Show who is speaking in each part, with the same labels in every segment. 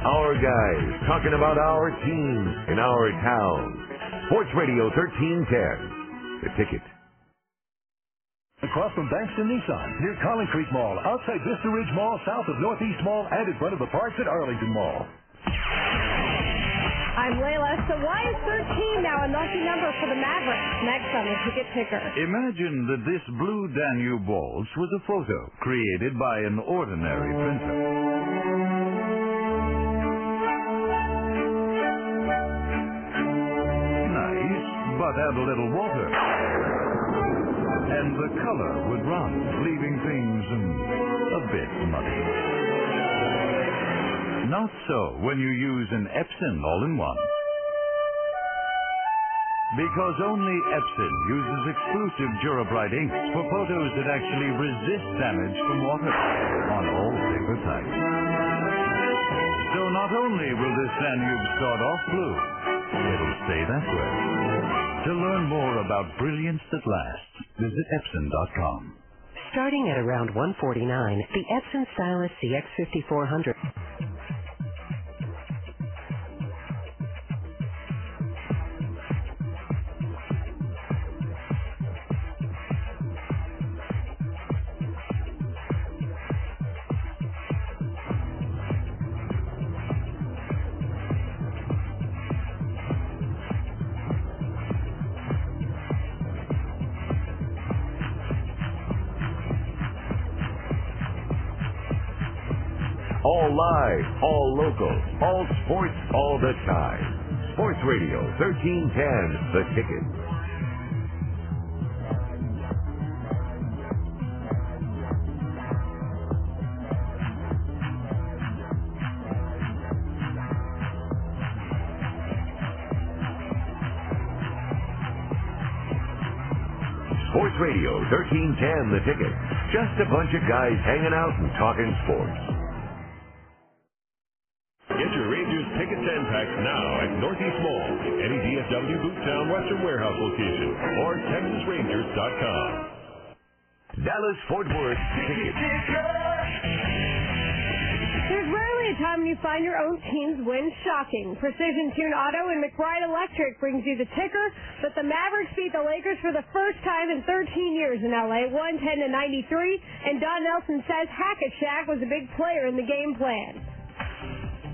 Speaker 1: Our guys talking about our team in our town. Sports Radio 1310. The ticket.
Speaker 2: Across from Bankston Nissan, near Collin Creek Mall, outside Vista Ridge Mall, south of Northeast Mall, and in front of the parks at Arlington Mall.
Speaker 3: I'm Layla, so why is 13 now a lucky number for the Mavericks? Next on the ticket picker.
Speaker 4: Imagine that this blue Danube waltz was a photo created by an ordinary printer. Nice, but add a little water. And the color would run, leaving things mm, a bit muddy. Not so when you use an Epson all-in-one. Because only Epson uses exclusive Durabright inks for photos that actually resist damage from water on all paper types. So not only will this Danube start off blue, it'll stay that way. To learn more about brilliance that lasts, visit Epson.com.
Speaker 5: Starting at around 149, the Epson Stylus CX5400.
Speaker 1: All live, all local, all sports, all the time. Sports Radio 1310. The ticket. Sports Radio 1310. The ticket. Just a bunch of guys hanging out and talking sports.
Speaker 6: Get your Rangers tickets and packs now at Northeast Mall, any DSW Boottown Western Warehouse location, or TexasRangers.com.
Speaker 1: Dallas Fort Worth ticket.
Speaker 3: There's rarely a time when you find your own team's win shocking. Precision Tune Auto and McBride Electric brings you the ticker, but the Mavericks beat the Lakers for the first time in 13 years in LA, 110 to 93, and Don Nelson says Hackett Shack was a big player in the game plan.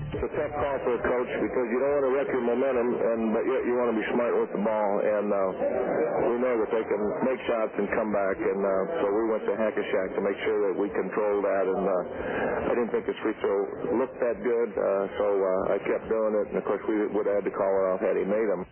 Speaker 7: It's a tough call for a coach because you don't want to wreck your momentum, and but yet you want to be smart with the ball. And uh, we know that they can make shots and come back, and uh, so we went to Hackashack to make sure that we controlled that. And uh, I didn't think this free throw looked that good, uh, so uh, I kept doing it. And of course, we would have had to call it off had he made them.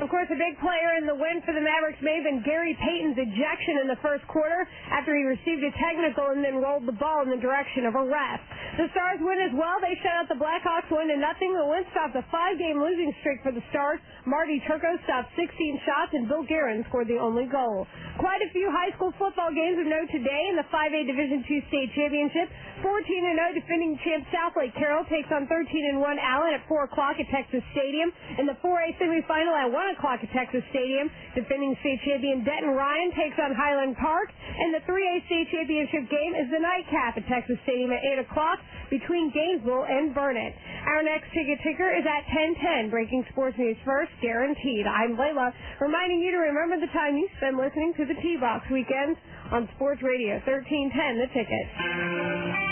Speaker 3: Of course, a big player in the win for the Mavericks may have been Gary Payton's ejection in the first quarter after he received a technical and then rolled the ball in the direction of a ref. The Stars win as well. They shut out the Blackhawks one to nothing. The win stopped a five-game losing streak for the Stars. Marty Turco stopped 16 shots and Bill Guerin scored the only goal. Quite a few high school football games of note today in the 5A Division II state championship. 14-0 defending champ Southlake Carroll takes on 13-1 Allen at 4 o'clock at Texas Stadium. In the 4A semifinal at 1 o'clock at Texas Stadium. Defending state champion Denton Ryan takes on Highland Park. And the 3A state championship game is the nightcap at Texas Stadium at 8 o'clock between Gainesville and Vernon. Our next ticket ticker is at 1010. Breaking sports news first, guaranteed. I'm Layla, reminding you to remember the time you spend listening to the T-Box weekends on Sports Radio 1310, The Ticket.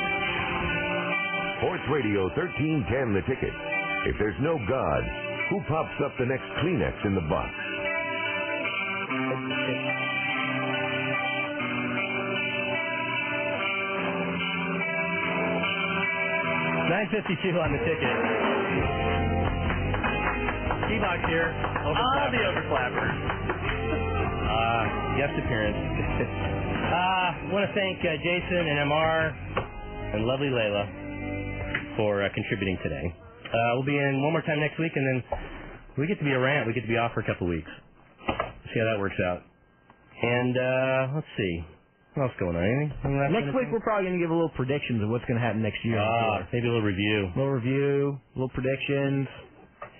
Speaker 1: Sports Radio 1310, the ticket. If there's no God, who pops up the next Kleenex in the box?
Speaker 8: Uh,
Speaker 9: Nine fifty-two on the ticket. T-Box here.
Speaker 10: Ah, the
Speaker 9: overflapper. Uh, guest appearance. uh, want to thank uh, Jason and Mr. and lovely Layla for uh, contributing today. Uh, we'll be in one more time next week, and then we get to be around. We get to be off for a couple weeks. See how that works out. And uh, let's see, what else going on? Anything? Anything left
Speaker 11: Next
Speaker 9: on the
Speaker 11: week, we're probably going to give a little predictions of what's going to happen next year.
Speaker 9: Ah, maybe a little review.
Speaker 11: little review, little predictions.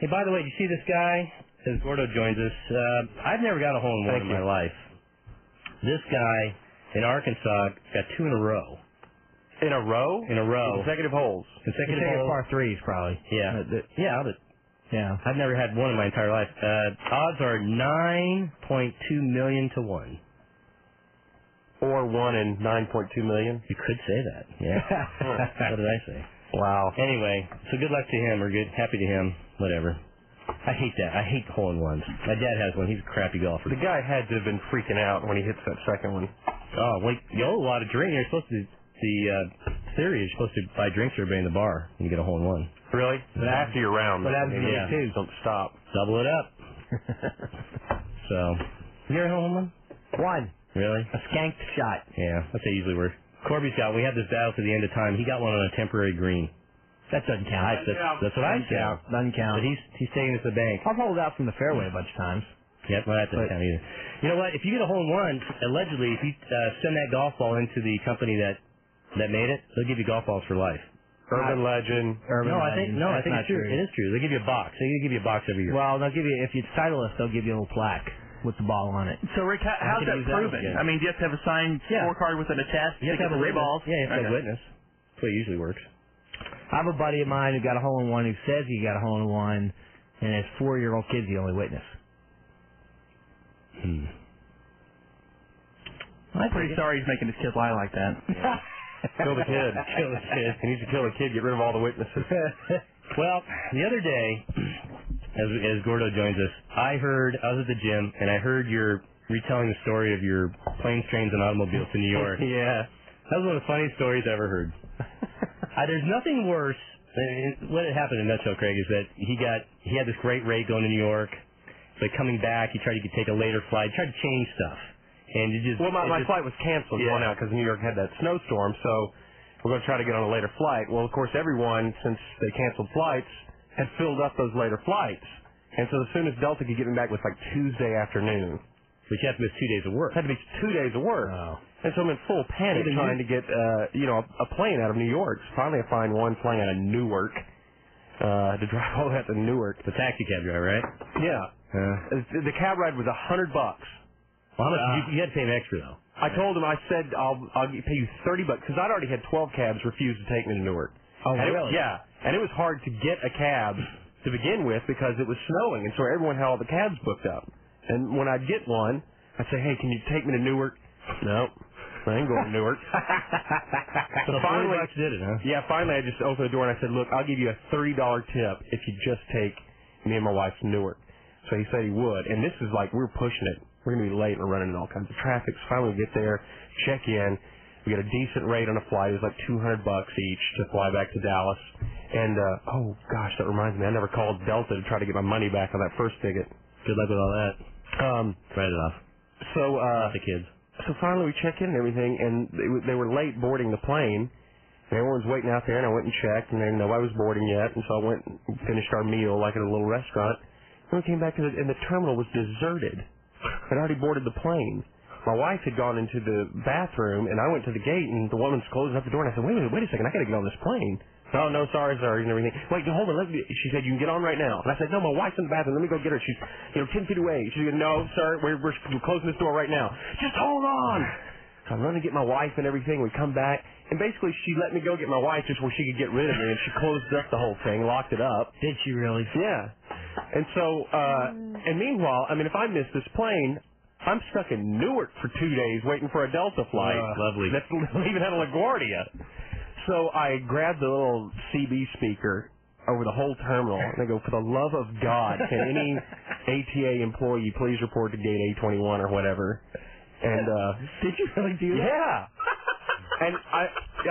Speaker 9: Hey, by the way, did you see this guy? As Gordo joins us, uh, I've never got a hole in one
Speaker 11: Thank
Speaker 9: in
Speaker 11: you.
Speaker 9: my life. This guy in Arkansas got two in a row
Speaker 8: In a row? In a row.
Speaker 12: Consecutive holes.
Speaker 8: Consecutive holes.
Speaker 12: Consecutive par threes, probably.
Speaker 8: Yeah.
Speaker 12: Uh, th-
Speaker 8: yeah, but
Speaker 12: yeah.
Speaker 8: I've never had one in my entire life. Uh, odds are 9.2 million to 1.
Speaker 7: Or one in 9.2 million.
Speaker 8: You could say that. Yeah. what did I say? Wow. Anyway, so good luck to him or good happy to him, whatever. I hate that. I hate hole in ones. My dad has one. He's a crappy golfer.
Speaker 7: The guy had to have been freaking out when he hits that second one.
Speaker 8: Oh, like you owe a lot of drink. You're supposed to. The uh, theory is supposed to buy drinks for everybody in the bar and you get a hole in one.
Speaker 7: Really? But after your round.
Speaker 8: But after you
Speaker 7: yeah.
Speaker 8: hit two.
Speaker 7: Don't stop.
Speaker 8: Double it up. so, you ever hole in one?
Speaker 12: One.
Speaker 8: Really?
Speaker 12: A skanked shot.
Speaker 8: Yeah, that's how usually work. Corby's got. We had this battle to the end of time. He got one on a temporary green.
Speaker 12: That doesn't count.
Speaker 8: I, that's, that's what I
Speaker 12: Doesn't
Speaker 8: said.
Speaker 12: count. Doesn't count.
Speaker 8: But he's he's taking it to the bank.
Speaker 12: I've holed out from the fairway a bunch of times.
Speaker 8: Yep, well, that doesn't count either. You know what? If you get a hole in one, allegedly, if you uh, send that golf ball into the company that that made it, they'll give you golf balls for life.
Speaker 7: Urban legend.
Speaker 12: Urban
Speaker 8: no, I think no, I
Speaker 12: That's
Speaker 8: think
Speaker 12: not
Speaker 8: it's true. It is true. They give you a box. They give you a box every year.
Speaker 12: Well, they'll give you if you title us, they'll give you a little plaque with the ball on it.
Speaker 9: So Rick, how, how's
Speaker 8: can
Speaker 9: that
Speaker 8: use that
Speaker 9: proven?
Speaker 8: again.
Speaker 9: I mean, do you have to have a signed
Speaker 8: Yeah.
Speaker 9: scorecard with an attached?
Speaker 8: you have to have a
Speaker 9: three
Speaker 8: witness.
Speaker 9: balls.
Speaker 8: Yeah, you have to have a
Speaker 9: Okay.
Speaker 8: witness. That's what usually works.
Speaker 12: I have a buddy of mine who got a hole in one who says he got a hole in one, and his four year old kid's the only witness.
Speaker 8: Hmm.
Speaker 9: I'm pretty sorry he's making his kid lie like that.
Speaker 7: Kill the kid.
Speaker 8: Kill the kid.
Speaker 7: He needs to kill the kid. Get rid of all the witnesses.
Speaker 8: Well, the other day, as as Gordo joins us, I heard I was at the gym and I heard your retelling the story of your planes, trains, and automobiles to New York.
Speaker 7: yeah.
Speaker 8: That was one of the funniest stories I ever heard. uh, there's nothing worse. Than, what had happened in a nutshell, Craig, is that he got he had this great rate going to New York, but coming back, he tried to take a later flight, tried to change stuff, and it just
Speaker 7: Well, my,
Speaker 8: it
Speaker 7: my
Speaker 8: just,
Speaker 7: flight was canceled
Speaker 8: Yeah.
Speaker 7: going out because New York had that snowstorm, so we're going to try to get on a later flight. Well, of course, everyone, since they canceled flights, had filled up those later flights. And so as soon as Delta could get me back was like Tuesday afternoon.
Speaker 8: which you have to miss two days of work.
Speaker 7: Had to be two days of work.
Speaker 12: Oh.
Speaker 7: And so I'm in full panic
Speaker 8: Even
Speaker 7: trying to get, uh, you know, a, a plane out of New York. So finally I find one flying out of Newark, uh, to drive all the way out to Newark.
Speaker 8: The taxi cab driver, right?
Speaker 7: Yeah.
Speaker 8: Uh,
Speaker 7: Uh, The cab ride was a hundred bucks.
Speaker 8: well, how much, you, you had to pay him extra though.
Speaker 7: I told him, I said, I'll, I'll pay you 30 bucks, because I'd already had 12 cabs refuse to take me to Newark.
Speaker 12: Oh,
Speaker 7: and
Speaker 12: really?
Speaker 7: It, yeah. And it was hard to get a cab to begin with because it was snowing, and so everyone had all the cabs booked up. And when I'd get one, I'd say, hey, can you take me to Newark? No, I ain't going to Newark. so
Speaker 8: So
Speaker 7: finally,
Speaker 8: forty bucks did it, huh?
Speaker 7: yeah, finally I just opened the door and I said, look, I'll give you a $30 tip if you just take me and my wife to Newark. So he said he would. And this is like, we're pushing it. We're going to be late. We're running into all kinds of traffic. So finally we get there, check in. We got a decent rate on a flight. It was like 200 bucks each to fly back to Dallas. And, uh, oh gosh, that reminds me. I never called Delta to try to get my money back on that first ticket.
Speaker 8: Good luck with all that.
Speaker 7: Um,
Speaker 8: Write it off.
Speaker 7: so, uh,
Speaker 8: The kids.
Speaker 7: so finally we check in and everything, and they, were- they were late boarding the plane. And everyone's waiting out there, and I went and checked, and then nobody was boarding yet, and so I went and finished our meal like at a little restaurant. And we came back to the, and the terminal was deserted. I'd already boarded the plane. My wife had gone into the bathroom, and I went to the gate, and the woman's closing up the door, and I said, "Wait a minute, wait a second, I gotta get on this plane." Oh no, sorry, sorry, and everything. Wait, hold on. Let me, she said, "You can get on right now." And I said, "No, my wife's in the bathroom. Let me go get her. She's, you know, ten feet away." She said, "No, sir, we're, we're, we're closing this door right now. Just hold on." So I run to get my wife and everything. We come back, and basically she let me go get my wife just where she could get rid of me, and she closed up the whole thing, locked it up.
Speaker 12: Did she really?
Speaker 7: Yeah. And so, uh, and meanwhile, I mean, if I miss this plane, I'm stuck in Newark for two days waiting for a Delta flight.
Speaker 8: Uh, lovely.
Speaker 7: That's leaving out of LaGuardia. So I grabbed the little CB speaker over the whole terminal, and I go, for the love of God, can any ATA employee please report to gate A21 or whatever? And, uh,
Speaker 12: Did you really do that?
Speaker 7: yeah. and I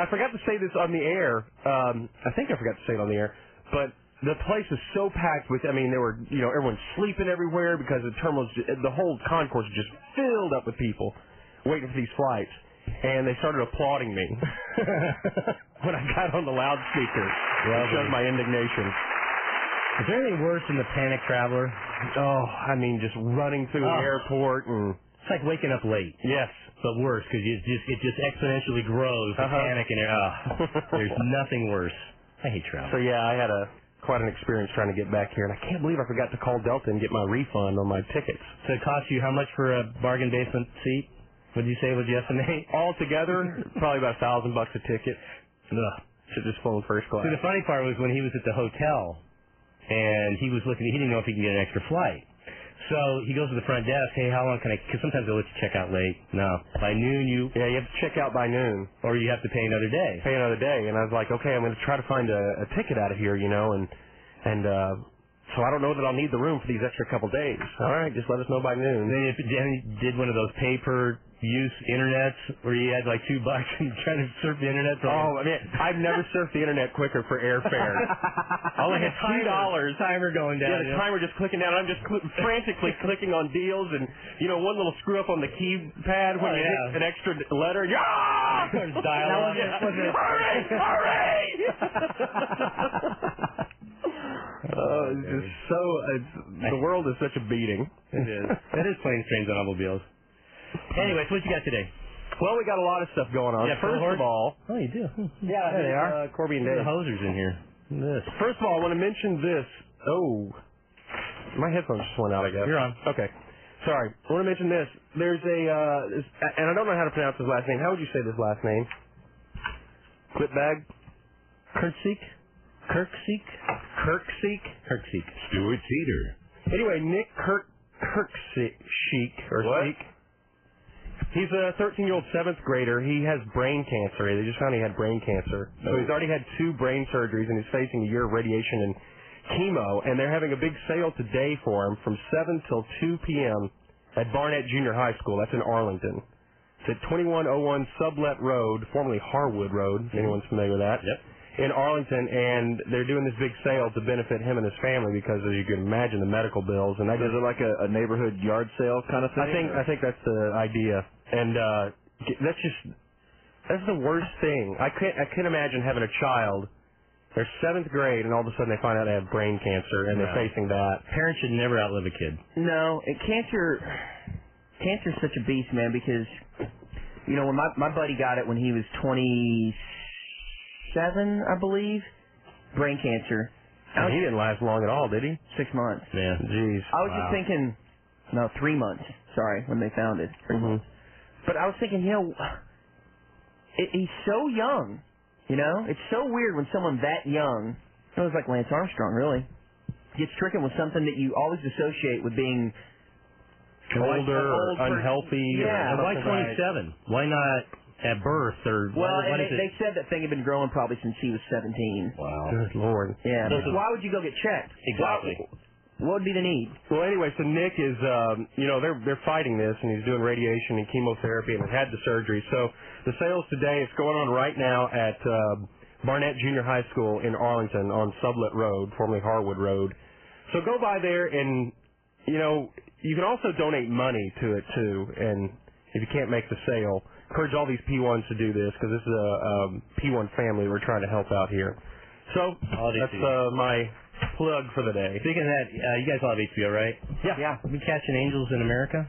Speaker 7: I forgot to say this on the air. Um, I think I forgot to say it on the air, but the place was so packed with. I mean, there were you know everyone sleeping everywhere because the terminals, the whole concourse was just filled up with people waiting for these flights, and they started applauding me when I got on the loudspeaker. It showed my indignation.
Speaker 8: Is there anything worse than the panic traveler?
Speaker 7: Oh, I mean, just running through
Speaker 8: Oh.
Speaker 7: the airport and
Speaker 8: It's like waking up late.
Speaker 7: yes,
Speaker 8: but worse because it just it just exponentially grows the
Speaker 7: Uh-huh.
Speaker 8: panic and uh, there's nothing worse. I hate
Speaker 7: So
Speaker 8: travel.
Speaker 7: yeah, I had a quite an experience trying to get back here, and I can't believe I forgot to call Delta and get my refund on my tickets.
Speaker 8: So it costs you how much for a bargain basement seat?
Speaker 7: What did you say was yes and eight? All together, probably about a thousand bucks a ticket.
Speaker 8: Ugh.
Speaker 7: Should just full first class.
Speaker 8: See, the funny part was when he was at the hotel, and he was looking. He didn't know if he could get an extra flight. So he goes to the front desk. Hey, how long can I? Because sometimes they'll let you check out late. No, by noon you.
Speaker 7: Yeah, you have to check out by noon,
Speaker 8: or you have to pay another day.
Speaker 7: Pay another day, and I was like, okay, I'm going to try to find a, a ticket out of here, you know, and and uh so I don't know that I'll need the room for these extra couple days. All right, just let us know by noon.
Speaker 8: Then if then did one of those paper use internets where you had like two bucks and trying to surf the internet for
Speaker 7: Oh, I mean, I've never surfed the internet quicker for airfare. I only had two dollars.
Speaker 8: Timer going down.
Speaker 7: Yeah, the timer just clicking down. I'm just cl- frantically clicking on deals, and you know, one little screw up on the keypad when
Speaker 8: Oh,
Speaker 7: you
Speaker 8: yeah.
Speaker 7: hit an extra letter. and you're, Ah!
Speaker 8: There's dial-up.
Speaker 7: That was
Speaker 8: Yeah.
Speaker 7: it. Hurry! Hurry! Oh, it's just so. It's, the world is such a beating.
Speaker 8: It is. that is planes, trains, and automobiles. Anyways, what you got today?
Speaker 7: Well, we got a lot of stuff going on.
Speaker 8: Yeah,
Speaker 7: First
Speaker 8: Phil
Speaker 7: of all,
Speaker 8: Oh, you do.
Speaker 7: yeah,
Speaker 8: there they are.
Speaker 7: Uh, Corby and
Speaker 8: Look at
Speaker 7: Dave.
Speaker 8: The hosers in here. Look at This.
Speaker 7: First of all, I want to mention this. Oh, my headphones just went out. I guess
Speaker 8: You're on.
Speaker 7: Okay, sorry. I want to mention this. There's a, uh, this, and I don't know how to pronounce his last name. How would you say this last name? Clipbag. Kirksik. Kirksik. Kirksik.
Speaker 8: Kirksik.
Speaker 13: Stuart Cedar.
Speaker 7: Anyway, Nick Kirk Kirksik Sheik or
Speaker 13: What?
Speaker 7: Sheik. He's a 13-year-old seventh grader. He has brain cancer. They just found he had brain cancer. So he's already had two brain surgeries and he's facing a year of radiation and chemo. And they're having a big sale today for him from 7 till 2 p.m. at Barnett Junior High School. That's in Arlington. It's at 2101 Sublet Road, formerly Harwood Road.
Speaker 14: Mm-hmm.
Speaker 7: If anyone's familiar with that?
Speaker 8: Yep.
Speaker 7: in Arlington, and they're doing this big sale to benefit him and his family because, as you can imagine, the medical bills and that.
Speaker 14: Is it like a, a neighborhood yard sale kind of thing?
Speaker 7: I think I think that's the idea, and uh, g- that's just that's the worst thing. I can't I can't imagine having a child. They're seventh grade, and all of a sudden they find out they have brain cancer, and
Speaker 8: Yeah.
Speaker 7: they're facing that.
Speaker 8: Parents should never outlive a kid.
Speaker 9: No, it, cancer. Cancer's such a beast, man. Because you know when my my buddy got it when he was 27, I believe, brain cancer. I
Speaker 7: And
Speaker 9: was,
Speaker 7: he didn't last long at all, did he?
Speaker 9: six months.
Speaker 8: Yeah.
Speaker 7: Jeez.
Speaker 9: I was just thinking, no, three months. Sorry, when they found it. Three
Speaker 7: Mm-hmm.
Speaker 9: months. But I was thinking, you know, it, he's so young. You know, it's so weird when someone that young, it was like Lance Armstrong, really, gets stricken with something that you always associate with being
Speaker 7: Older,
Speaker 9: Old
Speaker 7: or
Speaker 9: person.
Speaker 7: unhealthy.
Speaker 9: Yeah.
Speaker 7: or
Speaker 8: And why
Speaker 7: something.
Speaker 8: 27? Why not at birth or
Speaker 9: Well,
Speaker 8: why, why
Speaker 9: and
Speaker 8: does it?
Speaker 9: they, they said that thing had been growing probably since he was 17.
Speaker 8: Wow.
Speaker 7: Good lord.
Speaker 9: Yeah.
Speaker 8: Those
Speaker 9: but
Speaker 8: are-
Speaker 9: why would you go get checked?
Speaker 8: Exactly.
Speaker 9: What would be the need?
Speaker 7: Well, anyway, so Nick is, um, you know, they're they're fighting this, and he's doing radiation and chemotherapy, and had the surgery. So the sales today is going on right now at uh, Barnett Junior High School in Arlington on Sublet Road, formerly Harwood Road. So go by there, and you know, you can also donate money to it too. And if you can't make the sale, encourage all these P1s to do this because this is a um, P1 family we're trying to help out here. So
Speaker 8: Holiday
Speaker 7: that's
Speaker 8: season.
Speaker 7: uh, my plug for the day.
Speaker 8: Speaking of that, uh, you guys all have HBO, right?
Speaker 7: Yeah.
Speaker 9: Yeah.
Speaker 8: Have you been catching angels in America?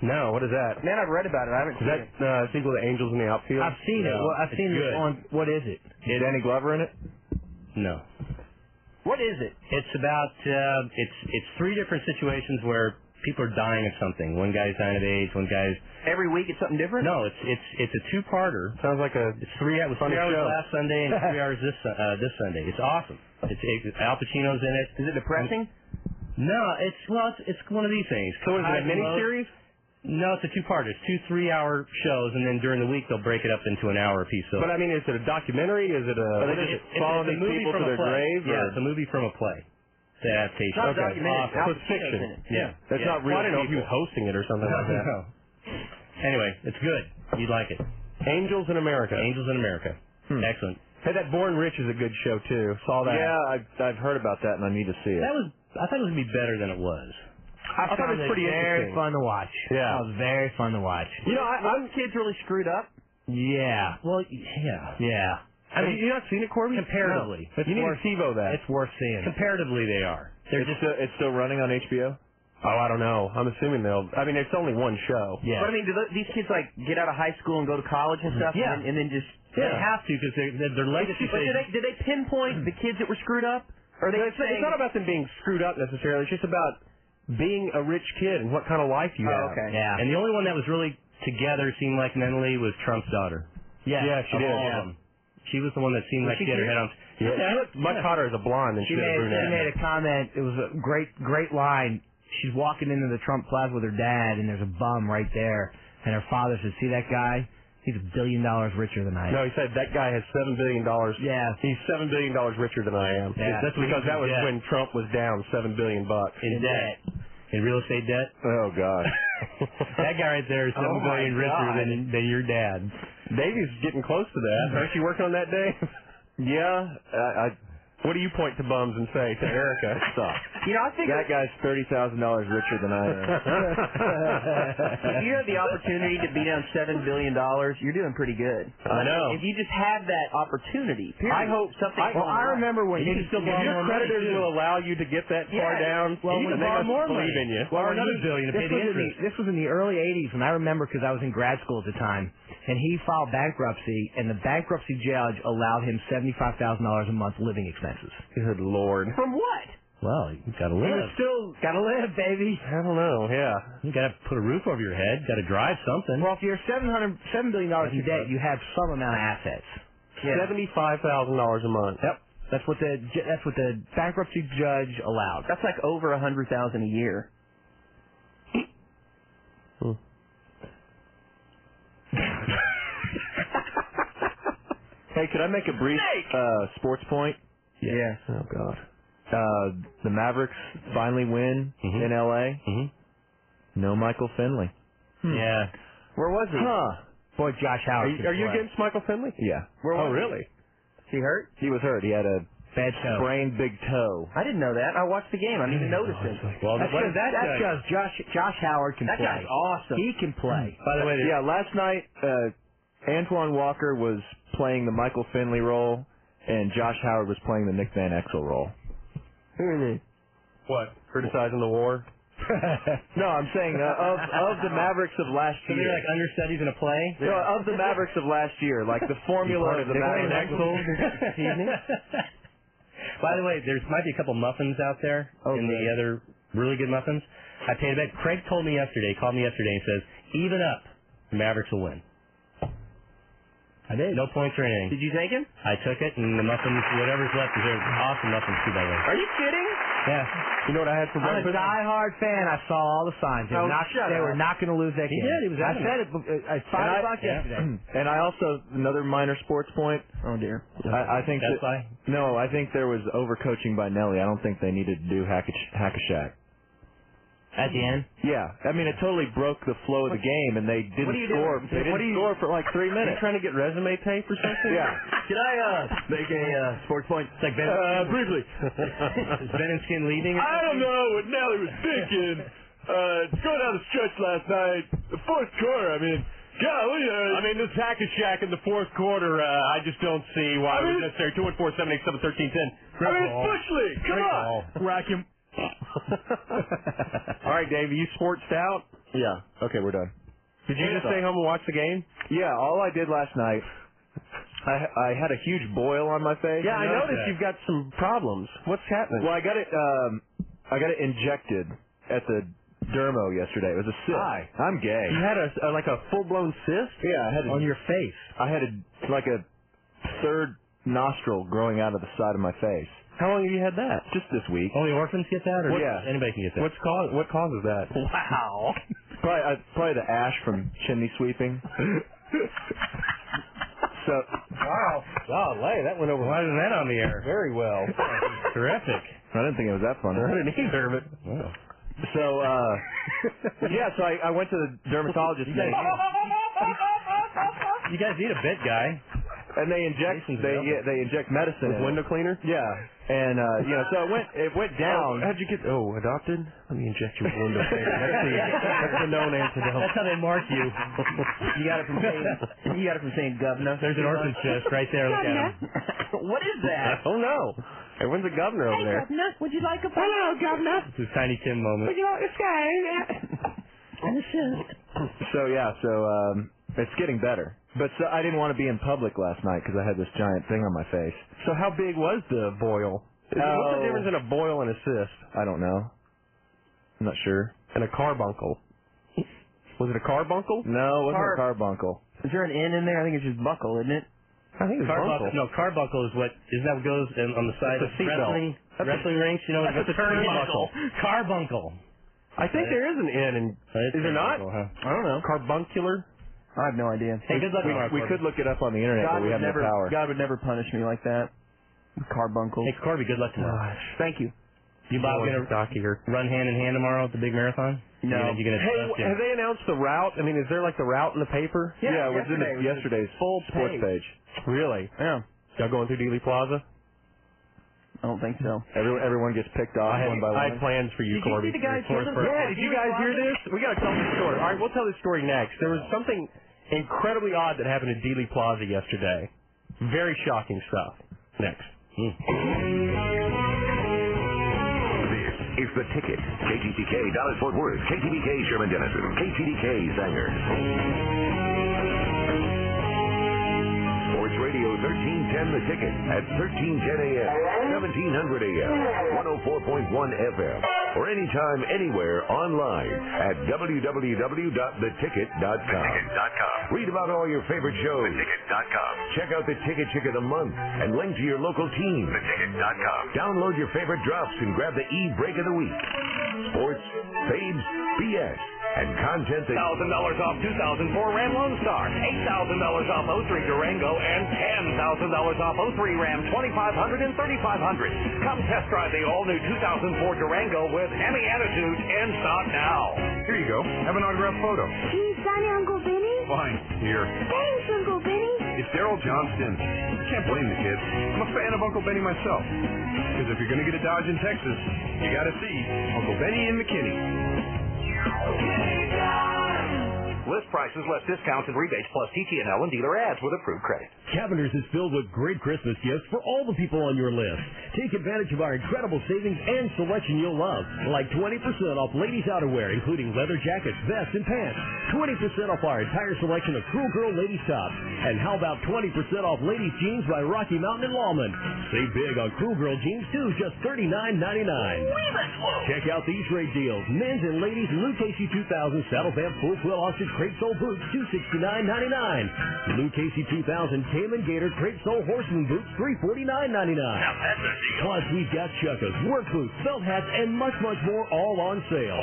Speaker 7: No, what is that?
Speaker 9: Man, I've read about it. I haven't
Speaker 7: Is
Speaker 9: seen it.
Speaker 7: that uh, sequel to Angels in the Outfield?
Speaker 12: I've seen it.
Speaker 7: No,
Speaker 12: Well, I've
Speaker 8: it's
Speaker 12: seen
Speaker 8: good.
Speaker 12: it on. What is it?
Speaker 14: Is Danny Glover in it?
Speaker 8: No.
Speaker 9: What is it?
Speaker 8: It's about uh, it's it's three different situations where people are dying of something. One guy's dying of AIDS. One guy's
Speaker 9: Every week it's something different?
Speaker 8: no. It's it's it's a two-parter.
Speaker 7: Sounds like a.
Speaker 8: It's three. It was
Speaker 7: Funny
Speaker 8: three hours
Speaker 7: show.
Speaker 8: last Sunday and three hours this uh, this Sunday. It's awesome. It's, it's Al Pacino's in it.
Speaker 9: Is it depressing?
Speaker 8: No, it's well, it's, it's one of these things.
Speaker 7: So what is
Speaker 8: Highs
Speaker 7: it, a
Speaker 8: and lows.
Speaker 7: miniseries?
Speaker 8: No, it's a two-parter. It's two three-hour shows, and then during the week they'll break it up into an hour apiece. So
Speaker 7: But I mean, is it a documentary? Is it
Speaker 8: But
Speaker 7: a. Uh, What
Speaker 8: it-
Speaker 7: is
Speaker 8: it's-
Speaker 7: it? Following
Speaker 8: it's a
Speaker 7: these
Speaker 8: movie
Speaker 7: people
Speaker 8: from
Speaker 7: to
Speaker 8: a
Speaker 7: their
Speaker 8: play.
Speaker 7: grave?
Speaker 8: Yeah,
Speaker 7: or-
Speaker 8: it's a movie from a play. It's an adaptation.
Speaker 9: not a
Speaker 8: okay.
Speaker 9: documentary.
Speaker 8: Awesome.
Speaker 9: Al
Speaker 7: So it's
Speaker 9: Pacino's in
Speaker 7: fiction.
Speaker 9: it.
Speaker 8: Yeah.
Speaker 7: That's
Speaker 8: yeah.
Speaker 7: not real.
Speaker 8: Well, I don't know if
Speaker 7: people
Speaker 8: you
Speaker 7: hosting it or something like that.
Speaker 8: No. Anyway, it's good. You'd like it.
Speaker 7: Angels in America.
Speaker 8: Angels in America.
Speaker 9: Hmm.
Speaker 8: Excellent.
Speaker 7: Hey, that Born Rich is a good show too. Saw that.
Speaker 14: Yeah, I've, I've heard about that and I need to see it.
Speaker 8: That was. I thought it was gonna be better than it was.
Speaker 12: I,
Speaker 7: thought
Speaker 12: found
Speaker 7: it was pretty
Speaker 12: very
Speaker 7: interesting.
Speaker 12: fun to watch.
Speaker 7: Yeah.
Speaker 12: It was very fun to watch.
Speaker 7: You know, I, I'm.
Speaker 9: Kids really screwed up.
Speaker 12: Yeah.
Speaker 8: Well, yeah.
Speaker 12: Yeah.
Speaker 7: I mean, you not seen it, Corby?
Speaker 8: Comparatively,
Speaker 7: No. You need to TiVo that.
Speaker 12: It's worth seeing.
Speaker 8: comparatively they are.
Speaker 14: it's,
Speaker 8: They're just.
Speaker 14: still, it's still running on HBO?
Speaker 7: Oh, I don't know. I'm assuming they'll. I mean, it's only one show.
Speaker 12: Yeah.
Speaker 9: But I mean, do tho- these kids like get out of high school and go to college and stuff?
Speaker 8: Yeah.
Speaker 9: And, then- and then just
Speaker 8: They have to because they're they're, they're legacy.
Speaker 9: But do
Speaker 8: things.
Speaker 9: they, do they pinpoint the kids that were screwed up? Or are they
Speaker 7: It's,
Speaker 9: saying,
Speaker 7: it's not about them being screwed up necessarily. It's just about being a rich kid and what kind of life you
Speaker 9: Oh,
Speaker 7: have.
Speaker 9: okay.
Speaker 12: Yeah.
Speaker 8: And the only one that was really
Speaker 15: together seemed like mentally was Trump's daughter.
Speaker 9: Yeah.
Speaker 16: Yeah, she
Speaker 15: Of
Speaker 16: did.
Speaker 15: all of
Speaker 16: Yeah.
Speaker 15: them. She was the one that seemed
Speaker 9: Was
Speaker 15: like
Speaker 9: she
Speaker 15: she had her
Speaker 9: cute?
Speaker 15: head on.
Speaker 16: Yeah, she looked much hotter as a blonde than she,
Speaker 9: She
Speaker 16: did
Speaker 9: made,
Speaker 16: a brunette.
Speaker 9: she made a comment. It was a great, great line. She's walking into the Trump Plaza with her dad, and there's a bum right there. And her father says, "See that guy? He's a billion dollars richer than I am."
Speaker 16: No, he said that guy has seven billion dollars.
Speaker 9: Yeah,
Speaker 16: he's seven billion dollars richer than I am.
Speaker 9: Yeah.
Speaker 16: That's because that was
Speaker 9: Yeah.
Speaker 16: when Trump was down seven billion bucks
Speaker 15: In debt. In real estate debt.
Speaker 16: Oh God.
Speaker 15: That guy right there is
Speaker 16: Oh,
Speaker 15: seven
Speaker 16: my
Speaker 15: billion richer
Speaker 16: God.
Speaker 15: than than your dad.
Speaker 16: Davy's getting close to that. Aren't you working on that day? yeah. I, I, what do you point to bums and say to Erica? Stop.
Speaker 7: You know, I think that guy's thirty thousand dollars richer than I am.
Speaker 11: if you have the opportunity to be down seven billion dollars, you're doing pretty good.
Speaker 16: I know.
Speaker 11: If you just have that opportunity, period,
Speaker 16: I hope
Speaker 11: something.
Speaker 16: I, well,
Speaker 11: along
Speaker 16: I
Speaker 11: the line.
Speaker 16: remember when
Speaker 11: And
Speaker 16: you,
Speaker 11: you can still
Speaker 16: if
Speaker 11: borrow
Speaker 16: your
Speaker 11: more money,
Speaker 16: creditors
Speaker 11: too.
Speaker 16: will allow you to get that far
Speaker 11: Yeah.
Speaker 16: down,
Speaker 11: Well,
Speaker 16: you
Speaker 11: we
Speaker 16: they
Speaker 11: borrow
Speaker 16: must
Speaker 11: more
Speaker 16: believe
Speaker 11: money.
Speaker 16: in you.
Speaker 9: Well,
Speaker 16: Borrow
Speaker 9: and
Speaker 16: another
Speaker 9: he-
Speaker 16: billion to
Speaker 9: this
Speaker 16: pay the
Speaker 9: was in
Speaker 16: interest.
Speaker 9: this was in the early '80s, and I remember because I was in grad school at the time. And he filed bankruptcy, and the bankruptcy judge allowed him seventy-five thousand dollars a month living expenses.
Speaker 16: Good lord.
Speaker 11: From what?
Speaker 15: Well, you gotta
Speaker 9: He
Speaker 15: live.
Speaker 9: was still gotta live, baby.
Speaker 16: I don't know. Yeah.
Speaker 15: You gotta put a roof over your head. Gotta drive something.
Speaker 9: Well, if you're seven hundred seven billion dollars in debt, you have some amount of assets.
Speaker 16: Seventy-five thousand dollars a month.
Speaker 9: Yep. That's what the that's what the bankruptcy judge allowed.
Speaker 11: That's like over a hundred thousand a year.
Speaker 7: hey, could I make a brief uh, sports point?
Speaker 11: Yeah.
Speaker 7: Oh God. Uh, the Mavericks finally win in L.A. No Michael Finley.
Speaker 15: Yeah.
Speaker 7: Where was he? Huh.
Speaker 9: Boy, Josh Howard.
Speaker 7: Are you,
Speaker 9: can
Speaker 7: are you
Speaker 9: play.
Speaker 7: against Michael Finley? Yeah. Where was
Speaker 16: Oh,
Speaker 7: he?
Speaker 16: really?
Speaker 11: He hurt?
Speaker 7: He was hurt. He had a
Speaker 9: bad
Speaker 11: toe.
Speaker 7: sprained big toe.
Speaker 11: I didn't know that. I watched the game. I didn't even notice it.
Speaker 7: Well,
Speaker 9: That's
Speaker 7: what
Speaker 9: because
Speaker 7: does
Speaker 9: that's
Speaker 7: that tell you?
Speaker 9: because Josh Josh Howard can
Speaker 7: That
Speaker 9: play.
Speaker 7: guy's awesome.
Speaker 9: He can play.
Speaker 7: By the way, yeah, last night uh, Antoine Walker was playing the Michael Finley role, and Josh Howard was playing the Nick Van Exel role.
Speaker 16: What? Criticizing the war?
Speaker 7: no, I'm saying uh, of of the Mavericks of last
Speaker 15: So
Speaker 7: year.
Speaker 15: they're like understudies in a play.
Speaker 7: No, of the Mavericks of last year, like the formula
Speaker 15: Formula
Speaker 7: of the Mavericks.
Speaker 15: By the way, there's might be a couple muffins out there, and the other really good muffins. I paid a bet. Craig told me yesterday, called me yesterday, and says even up, the Mavericks will win. I did. No points or anything.
Speaker 11: Did you take him?
Speaker 15: I took it, and the muffins, whatever's left, is there. Awesome muffins too, by the way.
Speaker 11: Are you kidding?
Speaker 15: Yeah.
Speaker 7: You know what I had for
Speaker 9: I'm a
Speaker 15: breakfast?
Speaker 9: diehard fan. I saw all the signs. They, were
Speaker 7: Oh,
Speaker 9: not,
Speaker 7: shut
Speaker 9: they were
Speaker 7: up.
Speaker 9: not going to lose that
Speaker 7: He
Speaker 9: game.
Speaker 7: did. He was
Speaker 9: I
Speaker 7: adamant.
Speaker 9: said it uh, at
Speaker 7: And I-
Speaker 9: five o'clock
Speaker 7: yeah.
Speaker 9: yesterday.
Speaker 7: And I also another minor sports point.
Speaker 11: Oh dear.
Speaker 7: I, I think
Speaker 15: That's
Speaker 7: that, no, I think there was overcoaching by Nelly. I don't think they needed to do hack a, hack a shack.
Speaker 15: At the end.
Speaker 7: Yeah, I mean it totally broke the flow of the game, and they
Speaker 16: What
Speaker 7: didn't
Speaker 16: are you
Speaker 7: score.
Speaker 16: doing?
Speaker 7: They didn't
Speaker 16: What are you-
Speaker 7: score for like three
Speaker 16: You
Speaker 7: minutes.
Speaker 16: trying to get resume tape or something?
Speaker 7: Yeah.
Speaker 15: Did I uh, make a uh, sports point? It's like Ben.
Speaker 7: Uh, briefly.
Speaker 15: Is Ben and Skin leaving? or
Speaker 7: I don't know what Nelly was thinking. Uh, going down the stretch last night, the fourth quarter. I mean, golly, uh,
Speaker 17: I mean, this hack and shack in the fourth quarter, uh, I just don't see why it was necessary. 2 and 4, 7, 8, 7, 13, 10.
Speaker 7: I mean, it's Bush League. Come on.
Speaker 9: Rock him.
Speaker 7: All right, Dave, you sportsed out? Yeah. Okay, we're done.
Speaker 16: Did you just stay home and watch the game?
Speaker 7: Yeah, all I did last night, I I had a huge boil on my face.
Speaker 16: Yeah, I noticed you've got some problems. What's happening?
Speaker 7: Well, I got it. Um, I got it injected at the dermo yesterday. It was a cyst.
Speaker 16: Hi.
Speaker 7: I'm gay.
Speaker 16: You had a, a like a full blown cyst.
Speaker 7: Yeah, I had
Speaker 9: On
Speaker 7: a,
Speaker 9: your face.
Speaker 7: I had a like a third nostril growing out of the side of my face.
Speaker 16: How long have you had that?
Speaker 7: Just this week.
Speaker 15: Only orphans get that, or
Speaker 7: What- yeah.
Speaker 15: anybody can get that.
Speaker 16: What's cause? What causes that?
Speaker 15: Wow.
Speaker 7: Probably, uh, probably the ash from chimney sweeping. so,
Speaker 16: Wow. Golly, that went over.
Speaker 15: Why isn't that on the air?
Speaker 16: Very well.
Speaker 15: Terrific.
Speaker 7: I didn't think it was that funny.
Speaker 16: I didn't either, but
Speaker 7: So, uh, yeah, so I, I went to the dermatologist
Speaker 15: You
Speaker 7: today,
Speaker 15: guys, you guys need a bit guy.
Speaker 7: and they inject they yeah, they inject medicine
Speaker 16: with
Speaker 7: in it.
Speaker 16: window cleaner.
Speaker 7: Yeah, and uh, you know, so it went it went
Speaker 16: Oh,
Speaker 7: down.
Speaker 16: how'd you get? Oh, adopted? Let me inject you with window cleaner. That's the, that's the known antidote.
Speaker 15: That's how they mark you.
Speaker 11: You got it from saying you got it from saying governor.
Speaker 15: There's an orphan chest right there. Look at him.
Speaker 11: what is
Speaker 16: I
Speaker 11: that?
Speaker 16: don't know. Everyone's a governor over there.
Speaker 3: Governor, would you like a Hello, Governor.
Speaker 15: This is Tiny Tim moment.
Speaker 3: you like a sky?
Speaker 7: So yeah, so um, it's getting better. But so I didn't want to be in public last night because I had this giant thing on my face.
Speaker 16: So how big was the boil? What's the
Speaker 7: Oh.
Speaker 16: difference in a boil and a cyst
Speaker 7: I don't know. I'm not sure.
Speaker 16: and a carbuncle?
Speaker 18: Was it a carbuncle?
Speaker 19: No, it wasn't
Speaker 9: Car-
Speaker 19: a carbuncle.
Speaker 9: Is there an N in there? I think it's just buckle, isn't it?
Speaker 18: I think
Speaker 20: Carbuckle. No, carbuckle is what isn't that what goes in, on the side
Speaker 9: That's a
Speaker 20: of
Speaker 9: seatbelt.
Speaker 20: wrestling
Speaker 9: That's a-
Speaker 20: wrestling rinks? You know
Speaker 9: that's
Speaker 20: what's
Speaker 9: a
Speaker 20: turnbuckle?
Speaker 21: Carbuncle.
Speaker 18: I think there is an N, and is there not? I don't know. Carbuncular.
Speaker 9: I have no idea.
Speaker 18: Hey, good luck
Speaker 9: We-
Speaker 18: tomorrow,
Speaker 9: we
Speaker 18: Corbin.
Speaker 9: could look it up on the internet, but we have no power. God would never punish me like that. Carbuncle. Hey,
Speaker 20: Corby, good luck tomorrow.
Speaker 9: Thank you.
Speaker 20: You Bob
Speaker 9: Always
Speaker 20: gonna run hand in hand tomorrow at the big marathon? You gonna, you gonna
Speaker 18: Hey,
Speaker 20: okay.
Speaker 18: have they announced the route? I mean, is there like the route in the paper?
Speaker 20: Yeah, Yeah, it was in the- yesterday was
Speaker 18: yesterday's full sports
Speaker 20: page.
Speaker 18: page. Really?
Speaker 9: Yeah.
Speaker 18: Y'all going through Dealey Plaza?
Speaker 9: I don't think so.
Speaker 19: Everyone, everyone gets picked off
Speaker 18: I had,
Speaker 19: one by
Speaker 18: I
Speaker 19: one.
Speaker 18: had plans for you,
Speaker 19: Did you see
Speaker 18: Corby.
Speaker 19: the guy
Speaker 18: Your
Speaker 19: jumping
Speaker 18: first-
Speaker 19: from
Speaker 18: Yeah, did you
Speaker 19: Dealey
Speaker 18: guys hear
Speaker 19: Plaza?
Speaker 18: this? We got to tell the story. All right, we'll tell the story next. There was something incredibly odd that happened at Dealey Plaza yesterday. Very shocking stuff. Next. Mm.
Speaker 1: This is The Ticket. KTTK Dallas Fort Worth. KTDK Sherman Denison. KTDK Sanger. Sports Radio 1310 The Ticket at 1310 a.m., 1700 a.m., 104.1 FM, or anytime, anywhere, online at www.theticket.com. Read about all your favorite shows.
Speaker 16: Ticket.com.
Speaker 1: Check out the Ticket Chick of the Month and link to your local team.
Speaker 16: Ticket.com.
Speaker 1: Download your favorite drops and grab the e-break of the week. Sports, faves, BS, and content that...
Speaker 16: $1,000 off 2004 Ram Lone Star, $8,000 off 03 Durango, and $10,000 off 03 Ram 2500 and 3500. Come test drive the all-new 2004 Durango with Hemi Attitude in stock now. Here you go. Have an autographed photo.
Speaker 15: Can you sign it, Uncle Benny?
Speaker 16: Fine. Here.
Speaker 15: Thanks, Uncle Benny.
Speaker 16: It's Daryl Johnston. You can't blame the kid. I'm a fan of Uncle Benny myself. Because if you're going to get a Dodge in Texas, you got to see Uncle Benny and McKinney. List prices, less discounts and rebates, plus TT&L and dealer ads with approved credit.
Speaker 11: Cavender's is filled with great Christmas gifts for all the people on your list. Take advantage of our incredible savings and selection you'll love, like 20% off ladies' outerwear, including leather jackets, vests, and pants. 20% off our entire selection of Cool Girl ladies' tops. And how about 20% off ladies' jeans by Rocky Mountain and Lawman? Save big on Cool Girl jeans, too, just $39.99. Check out these great deals. Men's and ladies' Luke Casey 2000 saddle vamp full quill ostrich crepe sole boots, two sixty nine ninety nine. Luke Casey 2000 Cayman Gator crepe sole horseman boots, three forty nine ninety nine. Plus, we've got chukkas, work boots, felt hats, and much, much more all on sale.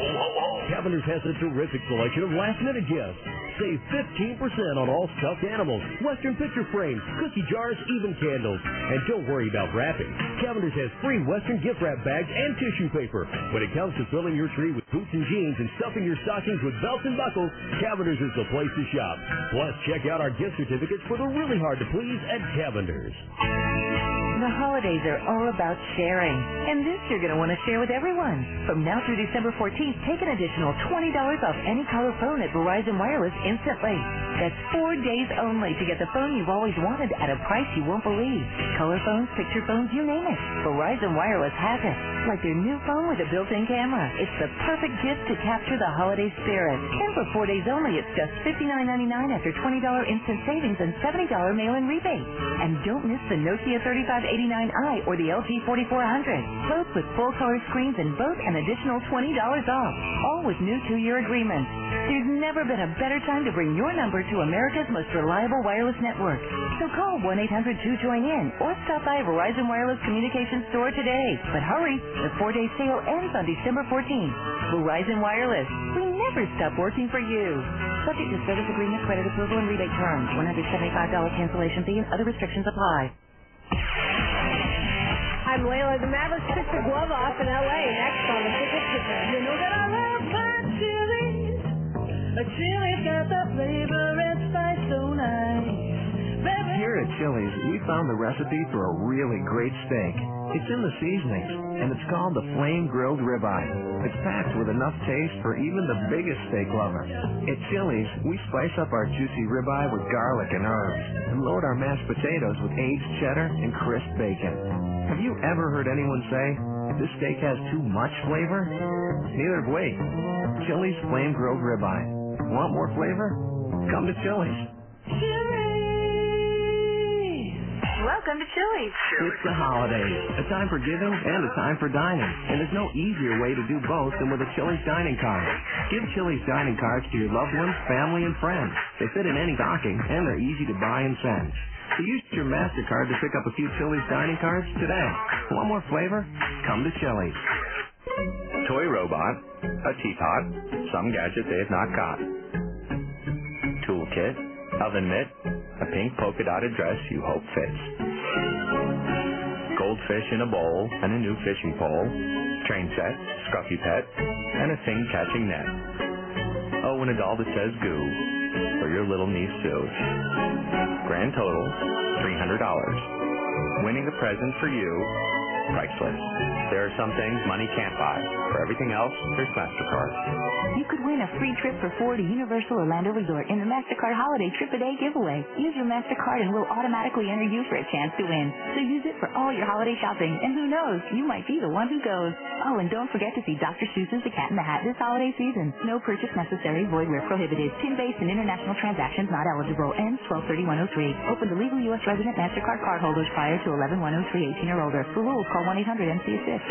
Speaker 11: Cavender's has a terrific selection of last-minute gifts. Save 15% on all stuffed animals, western picture frames, cookie jars, even candles. And don't worry about wrapping. Cavender's has free western gift wrap bags and tissue paper. When it comes to filling your tree with boots and jeans and stuffing your stockings with belts and buckles, Cavender's is the place to shop. Plus, check out our gift certificates for the really hard to please at Cavender's.
Speaker 5: The holidays are all about sharing, and this you're going to want to share with everyone. From now through December 14th, take an additional $20 off any color phone at Verizon Wireless instantly. That's four days only to get the phone you've always wanted at a price you won't believe. Color phones, picture phones, you name it. Verizon Wireless has it. Like their new phone with a built-in camera, it's the perfect gift to capture the holiday spirit. And for four days only, it's just $59.99 after $20 instant savings and $70 mail-in rebate. And don't miss the Nokia 3589i or the LG 4400. Both with full-color screens and both an additional $20 off. All with new two-year agreements. There's never been a better time to bring your number to America's most reliable wireless network. So call 1-800-2JOIN-IN or stop by Verizon Wireless Communications store today. But hurry, the four-day sale ends on December 14th. Verizon Wireless, we never stop working for you. Subject to service agreement, credit approval, and rebate terms. $175 cancellation fee and other restrictions apply.
Speaker 3: I'm Layla. The Mavericks took the glove off in L.A. Next on the Ticket Ticket. You know that I love my chili. A chili's got the flavor and spice so nice. Baby,
Speaker 7: Here at Chili's, we found the recipe for a really great steak. It's in the seasonings, and it's called the Flame Grilled Ribeye. It's packed with enough taste for even the biggest steak lover. At Chili's, we spice up our juicy ribeye with garlic and herbs, and load our mashed potatoes with aged cheddar and crisp bacon. Have you ever heard anyone say, this steak has too much flavor? Neither have we. Chili's Flame Grilled Ribeye. Want more flavor? Come to Chili's.
Speaker 5: Welcome to Chili's.
Speaker 7: It's the holidays, a time for giving and a time for dining, and there's no easier way to do both than with a Chili's dining card.
Speaker 22: Give Chili's dining cards to your loved ones, family, and friends. They fit in any stocking, and they're easy to buy and send. So use your MasterCard to pick up a few Chili's dining cards today. Want more flavor? Come to Chili's.
Speaker 13: Toy robot, a teapot, some gadget they have not got. Toolkit, oven mitt, a pink polka dotted dress you hope fits. Goldfish in a bowl and a new fishing pole, train set, scruffy pet, and a thing catching net. Oh, and a doll that says goo for your little niece Sue. Grand total, $300. Winning a present for you priceless. There are some things money can't buy. For everything else, there's MasterCard.
Speaker 5: You could win a free trip for four to Universal Orlando Resort in the MasterCard Holiday Trip a Day giveaway. Use your MasterCard and we'll automatically enter you for a chance to win. So use it for all your holiday shopping, and who knows, you might be the one who goes. Oh, and don't forget to see Dr. Seuss's The Cat in the Hat this holiday season. No purchase necessary, void where prohibited. Pin-based and international transactions not eligible. Ends 123103. Open to legal U.S. resident MasterCard cardholders prior to 11-103, 18 or older. For rules, call 1-800-MC6.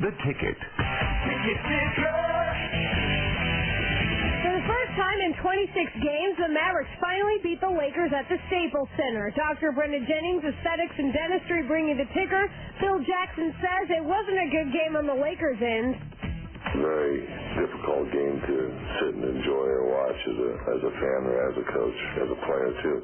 Speaker 1: The ticket.
Speaker 3: For the first time in 26 games, the Mavericks finally beat the Lakers at the Staples Center. Dr. Brenda Jennings, aesthetics and dentistry, bring you the ticker. Phil Jackson says it wasn't a good game on the Lakers' end.
Speaker 23: very difficult game to sit and enjoy and watch as a as a fan or as a coach, as a player too.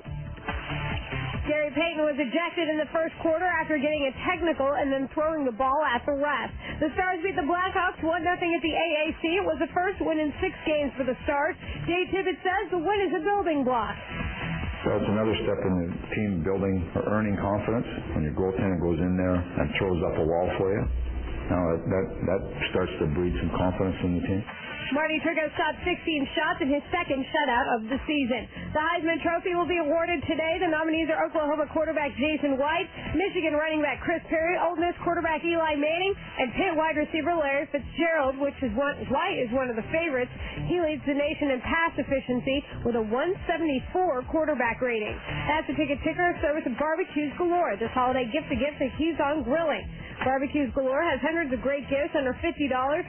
Speaker 3: Gary Payton was ejected in the first quarter after getting a technical and then throwing the ball at the ref. The Stars beat the Blackhawks 1-0 at the AAC. It was the first win in six games for the Stars. Dave Tippett says the win is a building block.
Speaker 24: So it's another step in the team building or earning confidence when your goaltender goes in there and throws up a wall for you. Now that that, that starts to breed some confidence in the team.
Speaker 3: Marty Turco shot 16 shots in his second shutout of the season. The Heisman Trophy will be awarded today. The nominees are Oklahoma quarterback Jason White, Michigan running back Chris Perry, Ole Miss quarterback Eli Manning, and Pitt wide receiver Larry Fitzgerald, which is one, White is one of the favorites. He leads the nation in pass efficiency with a 174 quarterback rating. That's the ticket ticker service of barbecues galore. This holiday gift to gift to Hughes on Grilling. Barbecues Galore has hundreds of great gifts under $50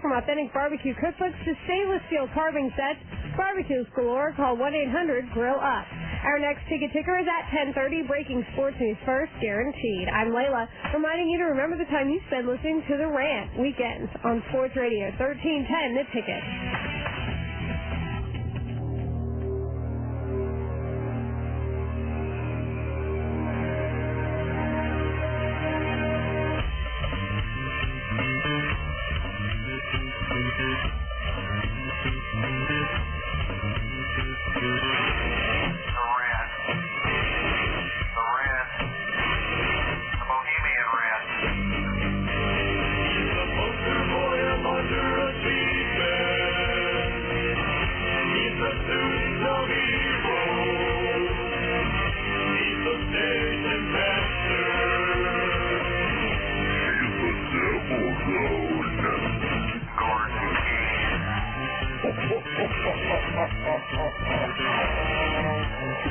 Speaker 3: from authentic barbecue cookbooks to stainless steel carving sets. Barbecues Galore, call 1-800-GRILL-UP. Our next ticket ticker is at 1030, breaking sports news first, guaranteed. I'm Layla, reminding you to remember the time you spend listening to The Rant, weekends, on Sports Radio 1310, The Ticket.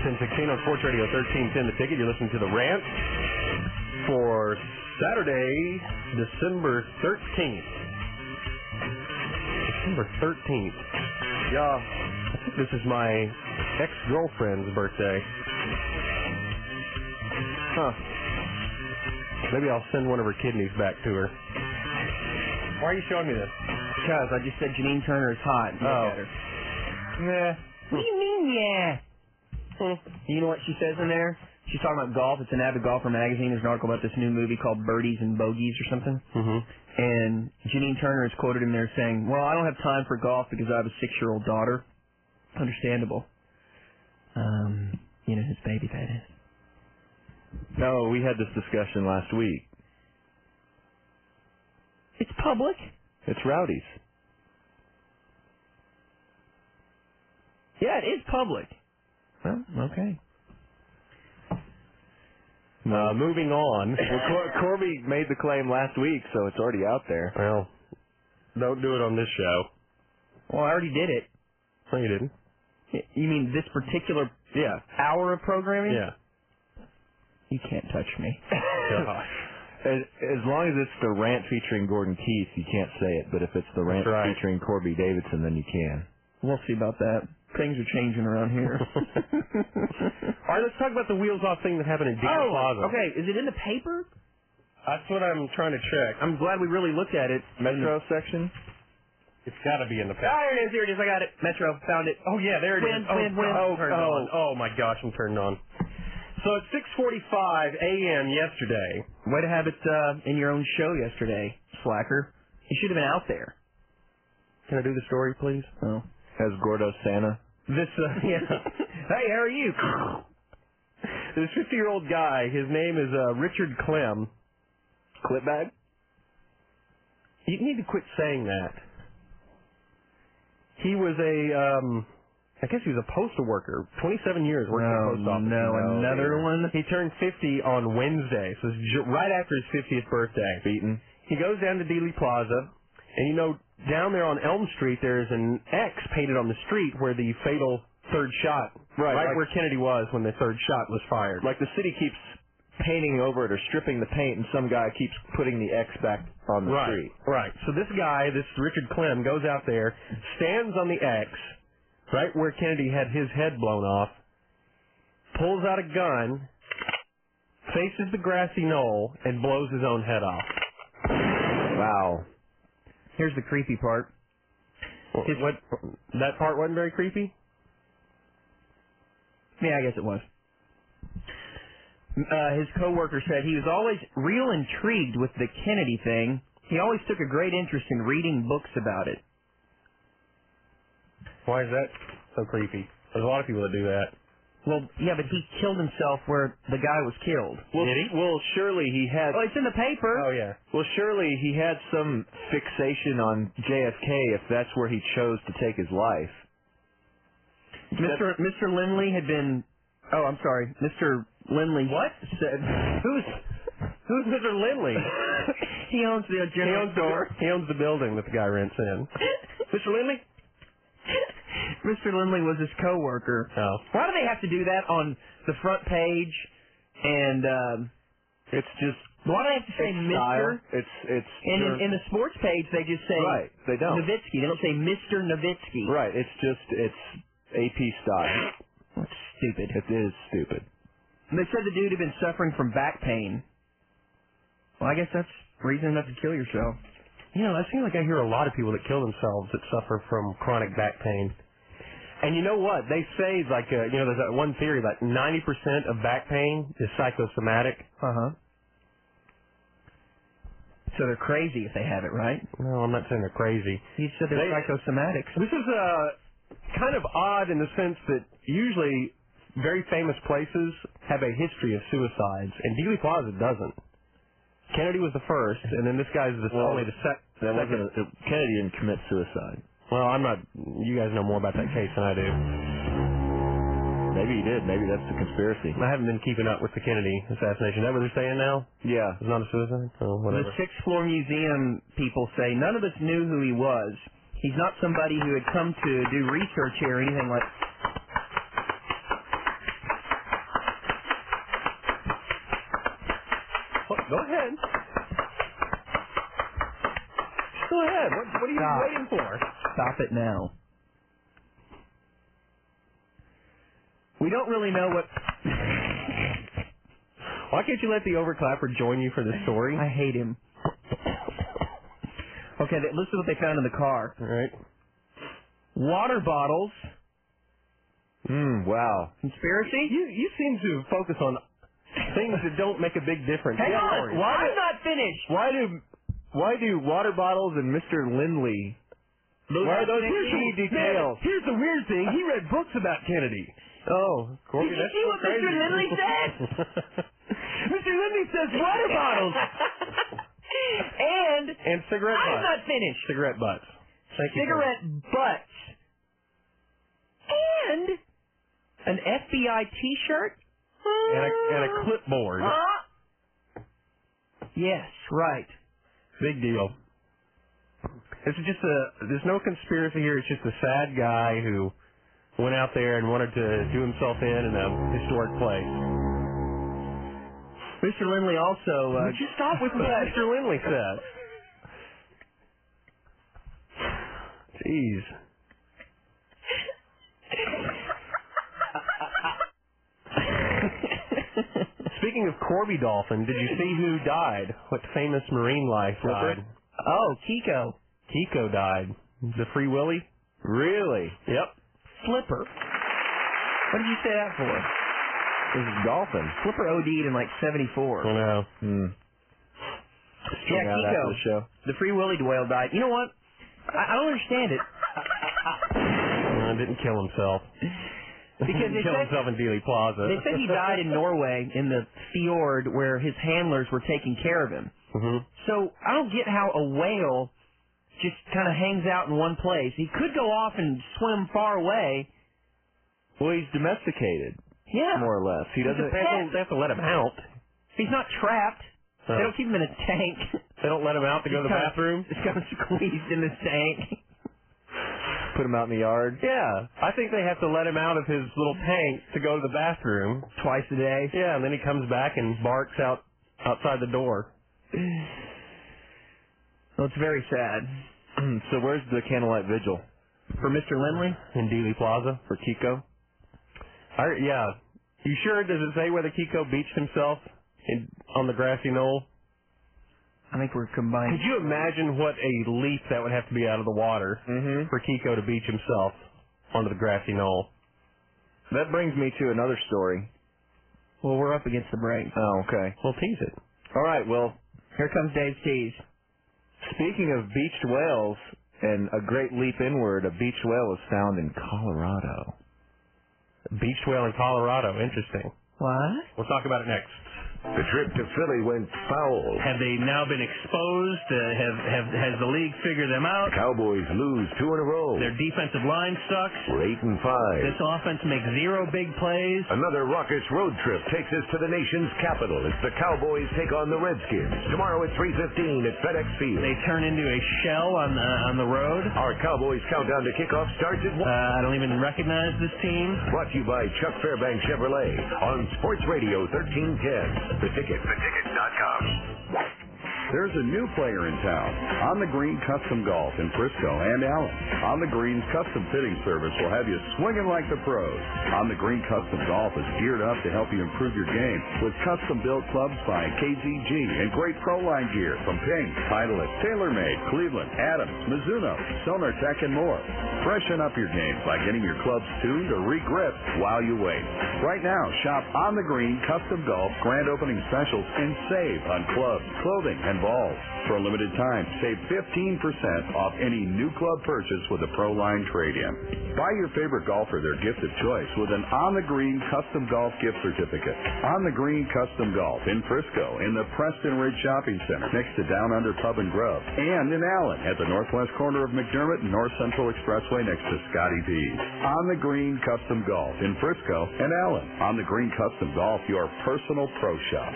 Speaker 7: Ten sixteen on Sports Radio 1310 The Ticket. You're listening to The Rant for Saturday, December 13th. December 13th. Yeah, I think this is my ex-girlfriend's birthday. Huh. Maybe I'll send one of her kidneys back to her. Why are you showing me this?
Speaker 9: Because I just said Janine Turner is hot. Look
Speaker 7: Oh.
Speaker 9: at her. Nah. What do you mean, yeah? Eh. You know what she says in there? She's talking about golf. It's an avid golfer magazine. There's an article about this new movie called Birdies and Bogeys or something.
Speaker 7: Mm-hmm.
Speaker 9: And Janine Turner is quoted in there saying, "Well, I don't have time for golf because I have a six-year-old daughter." Understandable. Um, you know whose baby that is.
Speaker 14: No, we had this discussion last week.
Speaker 9: It's public.
Speaker 14: It's Rowdy's.
Speaker 9: Yeah, it is public. Well, okay.
Speaker 7: Uh, moving on.
Speaker 14: Well, Cor- Corby made the claim last week, so it's already out there.
Speaker 7: Well, don't do it on this show.
Speaker 9: Well, I already did it.
Speaker 7: No, you didn't.
Speaker 9: Y- You mean this particular
Speaker 7: yeah
Speaker 9: hour of programming?
Speaker 7: yeah.
Speaker 9: You can't touch me.
Speaker 14: As, as long as it's the rant featuring Gordon Keith, you can't say it. But if it's the rant featuring Corby Davidson, then you can.
Speaker 9: We'll see about that. Things are changing around here.
Speaker 7: All right, let's talk about the wheels off thing that happened at Deer
Speaker 9: oh,
Speaker 7: Plaza.
Speaker 9: okay. Is it in the paper?
Speaker 7: That's what I'm trying to check. I'm glad we really looked at it.
Speaker 14: Metro section.
Speaker 7: It's got to be in the
Speaker 9: Oh, there it is. There it is. I got it. Metro found it.
Speaker 7: Oh yeah, there it is.
Speaker 9: Win,
Speaker 7: Oh,
Speaker 9: win, win.
Speaker 7: oh,
Speaker 9: Turned
Speaker 7: oh,
Speaker 9: on.
Speaker 7: oh, my gosh, I'm turned on. So at 6:45 a.m. yesterday,
Speaker 9: Way to have it uh, in your own show yesterday, slacker. You should have been out there.
Speaker 7: Can I do the story, please?
Speaker 9: Oh.
Speaker 14: As Gordo Santa.
Speaker 7: this uh, yeah. hey, how are you? this 50-year-old guy, his name is uh, Richard Clem. Clipbag. You need to quit saying that. He was a, um, I guess he was a postal worker. 27 years working
Speaker 9: Oh,
Speaker 14: No,
Speaker 7: at the post office.
Speaker 14: no, another
Speaker 7: Oh, one. He turned 50 on Wednesday, so it's ju- right after his 50th birthday.
Speaker 14: Beaten.
Speaker 7: He goes down to Dealey Plaza, and you know, down there on Elm Street, there's an X painted on the street where the fatal third shot,
Speaker 14: Right, like-
Speaker 7: where Kennedy was when the third shot was fired.
Speaker 14: Like the city keeps painting over it or stripping the paint, and some guy keeps putting the X back on the
Speaker 7: right,
Speaker 14: street.
Speaker 7: Right. So this guy, this Richard Clem, goes out there, stands on the X, right where Kennedy had his head blown off, pulls out a gun, faces the grassy knoll, and blows his own head off.
Speaker 14: Wow.
Speaker 9: Here's the creepy part.
Speaker 7: His, what? That part wasn't very creepy.
Speaker 9: Yeah, I guess it was. Uh, his coworker said he was always real intrigued with the Kennedy thing. He always took a great interest in reading books about it.
Speaker 7: Why is that so creepy? There's a lot of people that do that.
Speaker 9: Well, yeah, but he killed himself where the guy was killed.
Speaker 14: Well, well, surely he had.
Speaker 9: Oh, it's in the paper.
Speaker 7: Oh yeah.
Speaker 14: Well, surely he had some fixation on JFK if that's where he chose to take his life.
Speaker 9: Mr. Mr. Lindley had been. Oh, I'm sorry, Mr. Lindley. What? Said, who's
Speaker 7: who's Mr. Lindley?
Speaker 9: he owns the
Speaker 7: He
Speaker 9: general
Speaker 7: owns, the, he owns the building that the guy rents in.
Speaker 9: Mr. Lindley? Mr. Lindley was his coworker.
Speaker 7: Oh.
Speaker 9: Why do they have to do that on the front page? And um,
Speaker 14: it's just
Speaker 9: why do they have to say
Speaker 14: it's
Speaker 9: Mr.
Speaker 14: style. It's it's
Speaker 9: And in, in the sports page, they just say
Speaker 14: Right, they don't.
Speaker 9: Nowitzki. They don't say Mr. Nowitzki.
Speaker 14: right. It's just it's AP style.
Speaker 9: That's stupid.
Speaker 14: It is stupid.
Speaker 9: And they said the dude had been suffering from back pain. Well, I guess that's reason enough to kill yourself.
Speaker 7: You know, I seem like I hear a lot of people that kill themselves that suffer from chronic back pain. And you know what? They say like uh, you know, there's that one theory that 90% of back pain is psychosomatic.
Speaker 9: Uh huh. So they're crazy if they have it, right?
Speaker 7: No, I'm not saying they're crazy.
Speaker 9: You said they're
Speaker 7: They-
Speaker 9: psychosomatics.
Speaker 7: This is uh, kind of odd in the sense that usually very famous places have a history of suicides, and Dealey Plaza doesn't. Kennedy was the first, and then this guy's the
Speaker 14: Well,
Speaker 7: only the sec-
Speaker 14: That wasn't
Speaker 7: second.
Speaker 14: it, uh, Kennedy didn't commit suicide.
Speaker 7: Well, I'm not. You guys know more about that case than I do.
Speaker 14: Maybe he did. Maybe that's the conspiracy.
Speaker 7: I haven't been keeping up with the Kennedy assassination. Is that what they're saying now?
Speaker 14: Yeah.
Speaker 7: It's not a suicide?
Speaker 9: The
Speaker 7: Oh, whatever.
Speaker 9: sixth floor museum people say none of us knew who he was. He's not somebody who had come to do research here or anything like.
Speaker 7: Go ahead. Go ahead. What, what are you
Speaker 9: Stop.
Speaker 7: waiting for?
Speaker 9: Stop it now. We don't really know what.
Speaker 7: Why can't you let the overclapper join you for the story?
Speaker 9: I hate him. Okay, th- this is what they found in the car:
Speaker 7: All right.
Speaker 9: water bottles.
Speaker 14: Hmm. Wow.
Speaker 9: Conspiracy?
Speaker 7: You you seem to focus on things that don't make a big difference.
Speaker 9: Hang
Speaker 7: Yeah,
Speaker 9: on,
Speaker 7: sorry.
Speaker 14: Why
Speaker 9: I'm
Speaker 14: did-
Speaker 9: not finished.
Speaker 14: Why do why do water bottles and Mr. Lindley? why are those
Speaker 7: Here's
Speaker 14: key
Speaker 7: the-
Speaker 14: details?
Speaker 7: Man, here's the weird thing. He read books about Kennedy.
Speaker 14: Oh,
Speaker 7: Corby,
Speaker 9: Did you
Speaker 7: that's
Speaker 9: see
Speaker 7: so
Speaker 9: what Mr.
Speaker 7: crazy.
Speaker 9: Lindley said?
Speaker 7: Mr. Lindley says water bottles
Speaker 9: and
Speaker 7: and cigarette
Speaker 9: I'm
Speaker 7: butts.
Speaker 9: not finished.
Speaker 7: cigarette butts. Thank you. Corby.
Speaker 9: cigarette butts and an FBI T-shirt. Uh-huh.
Speaker 7: And a, and a clipboard.
Speaker 9: Huh? Yes, right.
Speaker 7: Big deal. This is just a. There's no conspiracy here. It's just a sad guy who went out there and wanted to do himself in in a historic place.
Speaker 9: Mr. Lindley also. Uh,
Speaker 7: Would you stop with what Mr. Lindley said? Jeez. Speaking of Corby Dolphin, did you see who died? What famous marine life
Speaker 9: Clifford?
Speaker 7: died?
Speaker 9: Oh, Kiko.
Speaker 7: Kiko died. The Free Willy? Really? Yep.
Speaker 9: Flipper. What did you say that for?
Speaker 7: This is golfing.
Speaker 9: Flipper OD'd in like 74.
Speaker 7: I know. Hmm.
Speaker 9: Yeah,
Speaker 7: out
Speaker 9: Kiko.
Speaker 7: after the show.
Speaker 9: The Free Willy Dwale died. You know what? I, I don't understand it.
Speaker 7: No, Uh, didn't kill himself.
Speaker 9: Because
Speaker 7: didn't
Speaker 9: they
Speaker 7: kill
Speaker 9: said-
Speaker 7: himself in Dealey Plaza.
Speaker 9: They said he died in Norway in the fjord where his handlers were taking care of him.
Speaker 7: Mhm.
Speaker 9: So I don't get how a whale just kind of hangs out in one place. He could go off and swim far away.
Speaker 25: Well, he's domesticated.
Speaker 9: Yeah.
Speaker 25: More or less. He
Speaker 9: He's a
Speaker 25: doesn't.
Speaker 9: pet. They have to- they have to let him out. He's not trapped.
Speaker 25: No.
Speaker 9: They don't keep him in a tank.
Speaker 7: They don't let him out to go to the
Speaker 9: bathroom. He's kind of squeezed in this tank.
Speaker 7: Put him out in the yard. Yeah, I think they have to let him out of his little tank to go to the bathroom
Speaker 9: twice a day.
Speaker 7: Yeah, and then he comes back and barks out outside the door.
Speaker 9: Well, it's very sad.
Speaker 25: so where's the candlelight vigil?
Speaker 9: For Mr. Lindley?
Speaker 7: In Dealey Plaza.
Speaker 25: For Kiko?
Speaker 7: I, yeah. You sure? Does it say whether Kiko beached himself in, on the grassy knoll?
Speaker 9: I think we're combining.
Speaker 7: Could you imagine what a leap that would have to be out of the water for Kiko to beach himself onto the grassy knoll?
Speaker 25: That brings me to another story.
Speaker 9: Well, we're up against the break.
Speaker 25: Oh, okay.
Speaker 7: We'll tease it.
Speaker 25: All right, well.
Speaker 9: Here comes Dave's tease.
Speaker 25: Speaking of beached whales and a great leap inward, a beached whale was found in Colorado.
Speaker 7: Beached whale in Colorado. Interesting.
Speaker 9: What?
Speaker 7: We'll talk about it next.
Speaker 26: The trip to Philly went foul.
Speaker 1: Have they now been exposed? Uh, have, have has the league figured them out?
Speaker 26: Cowboys lose two in a row.
Speaker 1: Their defensive line sucks.
Speaker 26: We're eight and five.
Speaker 1: This offense makes zero big plays.
Speaker 26: Another raucous road trip takes us to the nation's capital as the Cowboys take on the Redskins tomorrow at 3:15 at FedEx Field.
Speaker 1: They turn into a shell on the on the road.
Speaker 26: Our Cowboys countdown to kickoff starts at. Uh,
Speaker 1: I don't even recognize this team.
Speaker 26: Brought to you by Chuck Fairbank Chevrolet on Sports Radio 1310. The ticket. Theticket.com.
Speaker 4: There's a new player in town. On the Green Custom Golf in Frisco and Allen. On the Green's custom fitting service will have you swinging like the pros. On the Green Custom Golf is geared up to help you improve your game with custom built clubs by KZG and great pro line gear from Ping, Titleist, TaylorMade, Cleveland, Adams, Mizuno, Sonartech, and more. Freshen up your game by getting your clubs tuned or regripped while you wait. Right now, shop On the Green Custom Golf grand opening specials and save on clubs, clothing, and balls. For a limited time, save 15% off any new club purchase with a ProLine trade-in. Buy your favorite golfer their gift of choice with an On the Green Custom Golf gift certificate. On the Green Custom Golf in Frisco in the Preston Ridge Shopping Center next to Down Under Pub and Grub and in Allen at the northwest corner of McDermott and North Central Expressway next to Scotty D's. On the Green Custom Golf in Frisco and Allen. On the Green Custom Golf, your personal pro shop.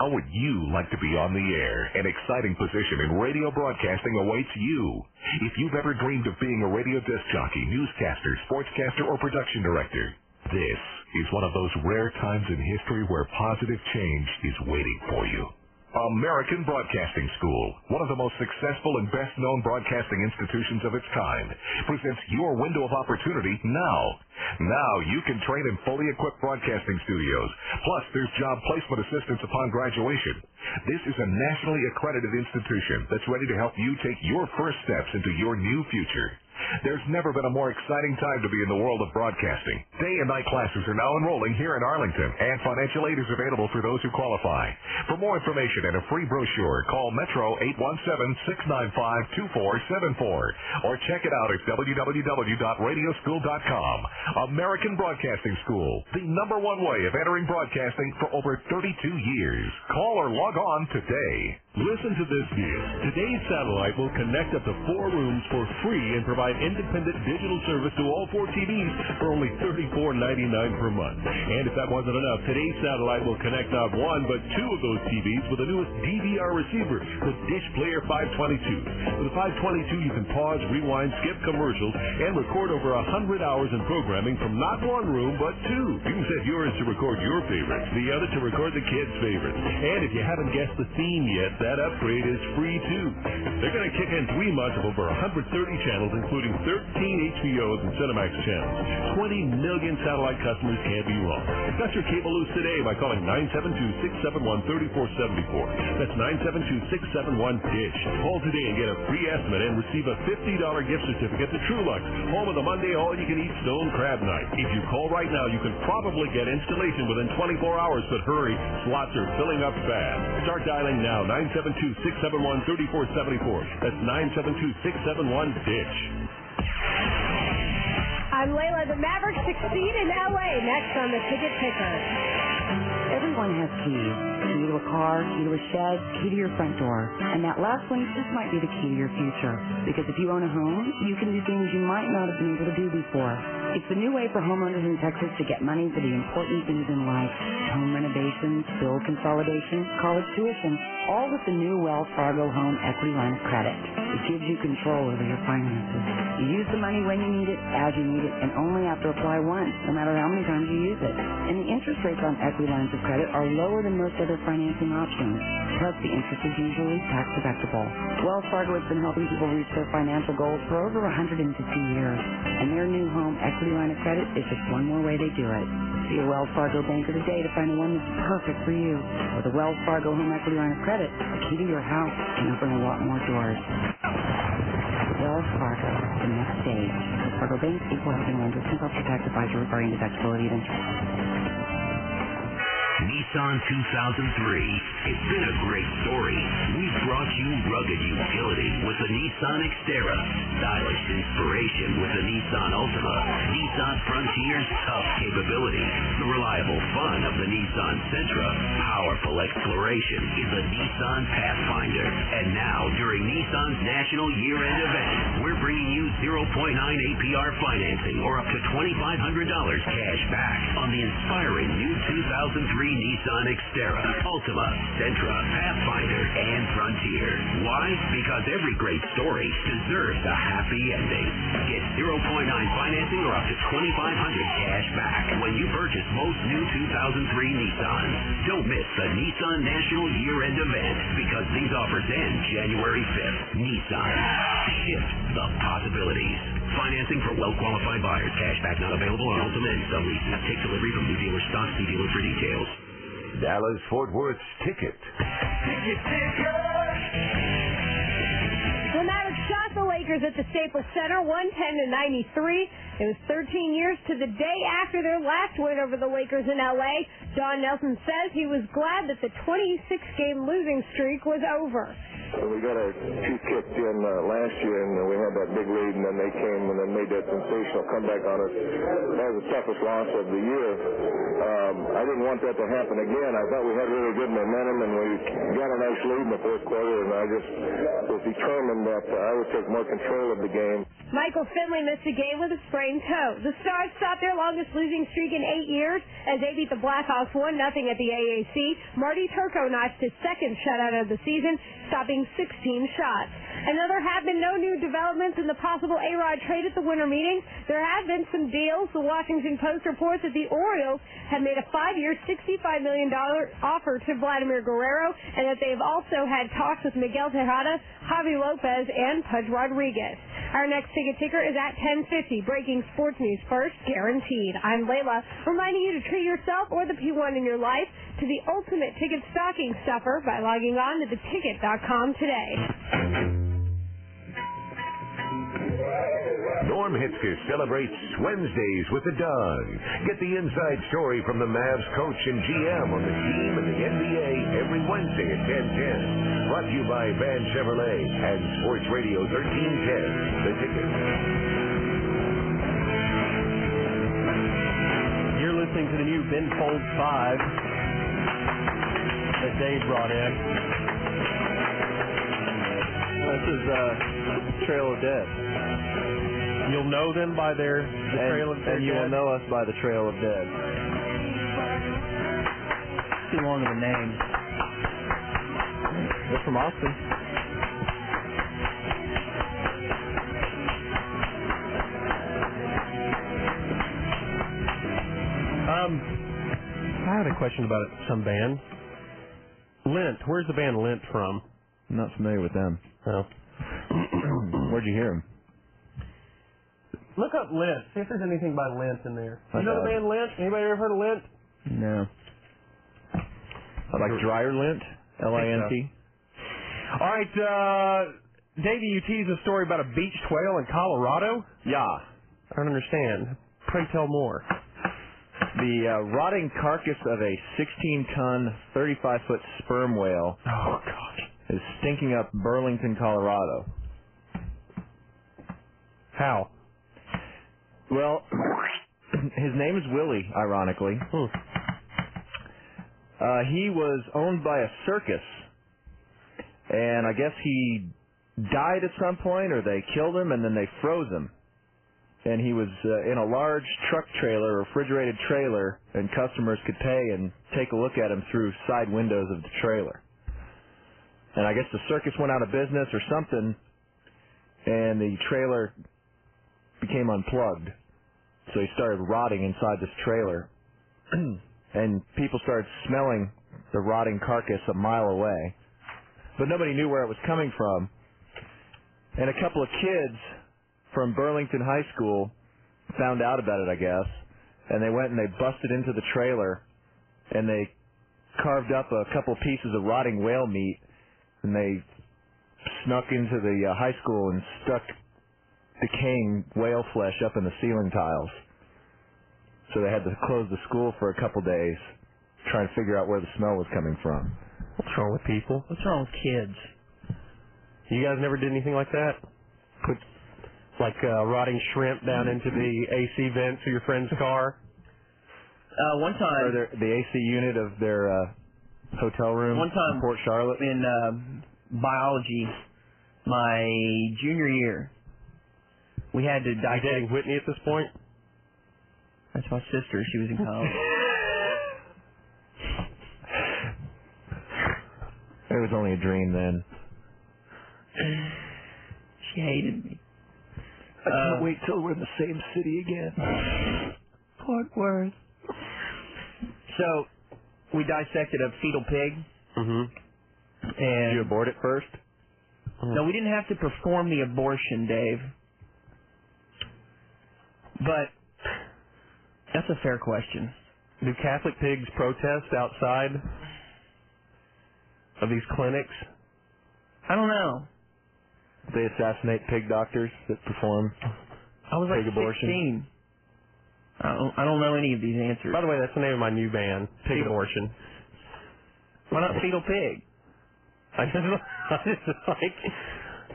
Speaker 26: How would you like to be on the air? An exciting position in radio broadcasting awaits you. If you've ever dreamed of being a radio disc jockey, newscaster, sportscaster, or production director, this is one of those rare times in history where positive change is waiting for you. American Broadcasting School, one of the most successful and best known broadcasting institutions of its time, presents your window of opportunity now. Now you can train in fully equipped broadcasting studios. Plus, there's job placement assistance upon graduation. This is a nationally accredited institution that's ready to help you take your first steps into your new future. There's never been a more exciting time to be in the world of broadcasting. Day and night classes are now enrolling here in Arlington, and financial aid is available for those who qualify. For more information and a free brochure, call Metro 817-695-2474 or check it out at www.radioschool.com. American Broadcasting School, the number one way of entering broadcasting for over 32 years. Call or log on today.
Speaker 6: Listen to this deal. Today's satellite will connect up to four rooms for free and provide independent digital service to all four TVs for only $34.99 per month. And if that wasn't enough, today's satellite will connect not one but two of those TVs with the newest DVR receiver, the Dish Player 522. With the 522, you can pause, rewind, skip commercials, and record over 100 hours in programming from not one room but two. You can set yours to record your favorites, the other to record the kids' favorites. And if you haven't guessed the theme yet, that upgrade is free too. They're going to kick in three months of over 130 channels, including 13 HBOs and Cinemax channels. 20 million satellite customers can't be wrong. Cut your cable loose today by calling 972-671-3474. That's 972-671-DISH. Call today and get a free estimate and receive a $50 gift certificate to Trulux, home of the Monday All-You-Can-Eat Stone Crab Night. If you call right now, you can probably get installation within 24 hours, but hurry, slots are filling up fast. Start dialing now, 972-671-3474. That's 972-671-DISH.
Speaker 3: I'm Layla. The Mavericks succeed in LA next on the ticket picker.
Speaker 27: Everyone has keys. Key to a car, key to a shed, key to your front door. And that last one just might be the key to your future. Because if you own a home, you can do things you might not have been able to do before. It's the new way for homeowners in Texas to get money for the important things in life. Home renovations, bill consolidation, college tuition, all with the new Wells Fargo Home Equity Line of Credit. It gives you control over your finances. You use the money when you need it, as you need it, and only after apply once, no matter how many times you use it. And the interest rates on equity lines of credit are lower than most other financing options. Plus, the interest is usually tax deductible. Wells Fargo has been helping people reach their financial goals for over 150 years, and their new home equity line of credit is just one more way they do it. See a Wells Fargo banker today to find the one that's perfect for you. With a Wells Fargo home equity line of credit, the key to your house can open a lot more doors. Wells Fargo, the next stage. Wells Fargo Bank, equal housing lender, consult your tax advisor regarding deductibility and interest.
Speaker 11: Nissan 2003. It's been a great story. We've brought you rugged utility with the Nissan Xterra, stylish inspiration with the Nissan Altima, Nissan Frontier's tough capability, the reliable fun of the Nissan Sentra, powerful exploration in the Nissan Pathfinder. And now, during Nissan's national year-end event, we're bringing you 0.9 APR financing or up to $2,500 cash back on the inspiring new 2003 Nissan Xterra, Altima, Sentra, Pathfinder, and Frontier. Why? Because every great story deserves a happy ending. Get 0.9 financing or up to 2500 cash back when you purchase most new 2003 Nissans. Don't miss the Nissan National Year-End Event because these offers end January 5th. Nissan. Shift the possibilities. Financing for well-qualified buyers. Cashback not available on Ultima and some leases. Take delivery from new dealer stock. See dealer for details.
Speaker 1: Dallas Fort Worth's ticket.
Speaker 3: The Mavericks shot the Lakers at the Staples Center 110 to 93. It was 13 years to the day after their last win over the Lakers in LA. Don Nelson says he was glad that the 26 game losing streak was over.
Speaker 26: So we got our teeth kicked in uh, last year, and we had that big lead, and then they came and then made that sensational comeback on us. That was the toughest loss of the year. Um, I didn't want that to happen again. I thought we had really good momentum, and we got a nice lead in the fourth quarter, and I just was determined that I would take more control of the game.
Speaker 3: Michael Finley missed a game with a sprained toe. The Stars stopped their longest losing streak in eight years as they beat the Blackhawks 1 0 at the AAC. Marty Turco notched his second shutout of the season, stopping 16 shots. Another have been no new developments in the possible A-Rod trade at the winter meeting. There have been some deals. The Washington Post reports that the Orioles have made a five-year, $65 million offer to Vladimir Guerrero and that they've also had talks with Miguel Tejada, Javi Lopez, and Pudge Rodriguez. Our next ticket ticker is at 1050, breaking sports news first, guaranteed. I'm Layla, reminding you to treat yourself or the P1 in your life to the ultimate ticket stocking stuffer by logging on to theticket.com today.
Speaker 1: Norm Hitzker celebrates Wednesdays with the Don. Get the inside story from the Mavs coach and GM on the team and the NBA every Wednesday at 10:10. Brought to you by Van Chevrolet and Sports Radio 1310. The ticket.
Speaker 8: You're listening to the new Ben Folds 5 that Dave brought in.
Speaker 7: is uh, Trail of Dead. You'll know them by their
Speaker 28: the
Speaker 7: and,
Speaker 28: Trail of Their
Speaker 7: And you will
Speaker 28: Dead?
Speaker 7: know us by the Trail of Dead.
Speaker 9: Too long of a name.
Speaker 7: They're from Austin.
Speaker 28: Um, I had a question about some band. Lint. Where's the band Lint from?
Speaker 7: I'm not familiar with them.
Speaker 28: Oh.
Speaker 7: Where'd you hear them?
Speaker 28: Look up Lint. See if there's anything by Lint in there.
Speaker 7: You know the band
Speaker 28: Lint? Anybody ever heard of Lint?
Speaker 7: No. I like Dryer Lint. L I N T.
Speaker 28: All right, uh, Davey, you teased a story about a beached whale in Colorado.
Speaker 7: Yeah.
Speaker 28: I don't understand. Pray tell more.
Speaker 7: The uh, rotting carcass of a 16-ton, 35-foot sperm whale.
Speaker 28: Oh God.
Speaker 7: Is stinking up Burlington, Colorado.
Speaker 28: How?
Speaker 7: Well, his name is Willie, ironically.
Speaker 28: Hmm.
Speaker 7: Uh, he was owned by a circus, and I guess he died at some point, or they killed him, and then they froze him. And he was uh, in a large truck trailer, refrigerated trailer, and customers could pay and take a look at him through side windows of the trailer. And I guess the circus went out of business or something, and the trailer became unplugged. So he started rotting inside this trailer. and people started smelling the rotting carcass a mile away. But nobody knew where it was coming from. And a couple of kids from Burlington High School found out about it, I guess. And they went and they busted into the trailer and they carved up a couple pieces of rotting whale meat and they snuck into the uh, high school and stuck decaying whale flesh up in the ceiling tiles. So they had to close the school for a couple days, trying to figure out where the smell was coming from.
Speaker 28: What's wrong with people?
Speaker 7: What's wrong with kids?
Speaker 28: You guys never did anything like that? Put like uh, rotting shrimp down
Speaker 7: Mm-hmm.
Speaker 28: into the AC vents of your friend's car.
Speaker 7: Uh, one time, or their, the AC unit of their uh, hotel room.
Speaker 9: One time,
Speaker 7: in Port Charlotte,
Speaker 9: in um biology, my junior year, we had to dissect.
Speaker 28: dating Whitney at this point?
Speaker 9: That's my sister. She was in college.
Speaker 7: It was only a dream then.
Speaker 9: she hated me.
Speaker 11: Uh,
Speaker 16: I can't wait till we're in the same city again.
Speaker 9: Fort Worth. So, we dissected a fetal pig.
Speaker 28: Mm-hmm.
Speaker 9: And
Speaker 7: you abort it first?
Speaker 28: Mm.
Speaker 9: No, we didn't have to perform the abortion, Dave. But that's a fair question.
Speaker 28: Do Catholic pigs protest outside of these clinics?
Speaker 9: I don't know.
Speaker 7: They assassinate pig doctors that perform
Speaker 9: I was like
Speaker 7: pig abortion.
Speaker 9: 16. I don't, I don't know any of these answers.
Speaker 28: By the way, that's the name of my new band, Pig
Speaker 9: Fetal-
Speaker 28: Abortion.
Speaker 9: Why not fetal pig?
Speaker 28: I just, I just like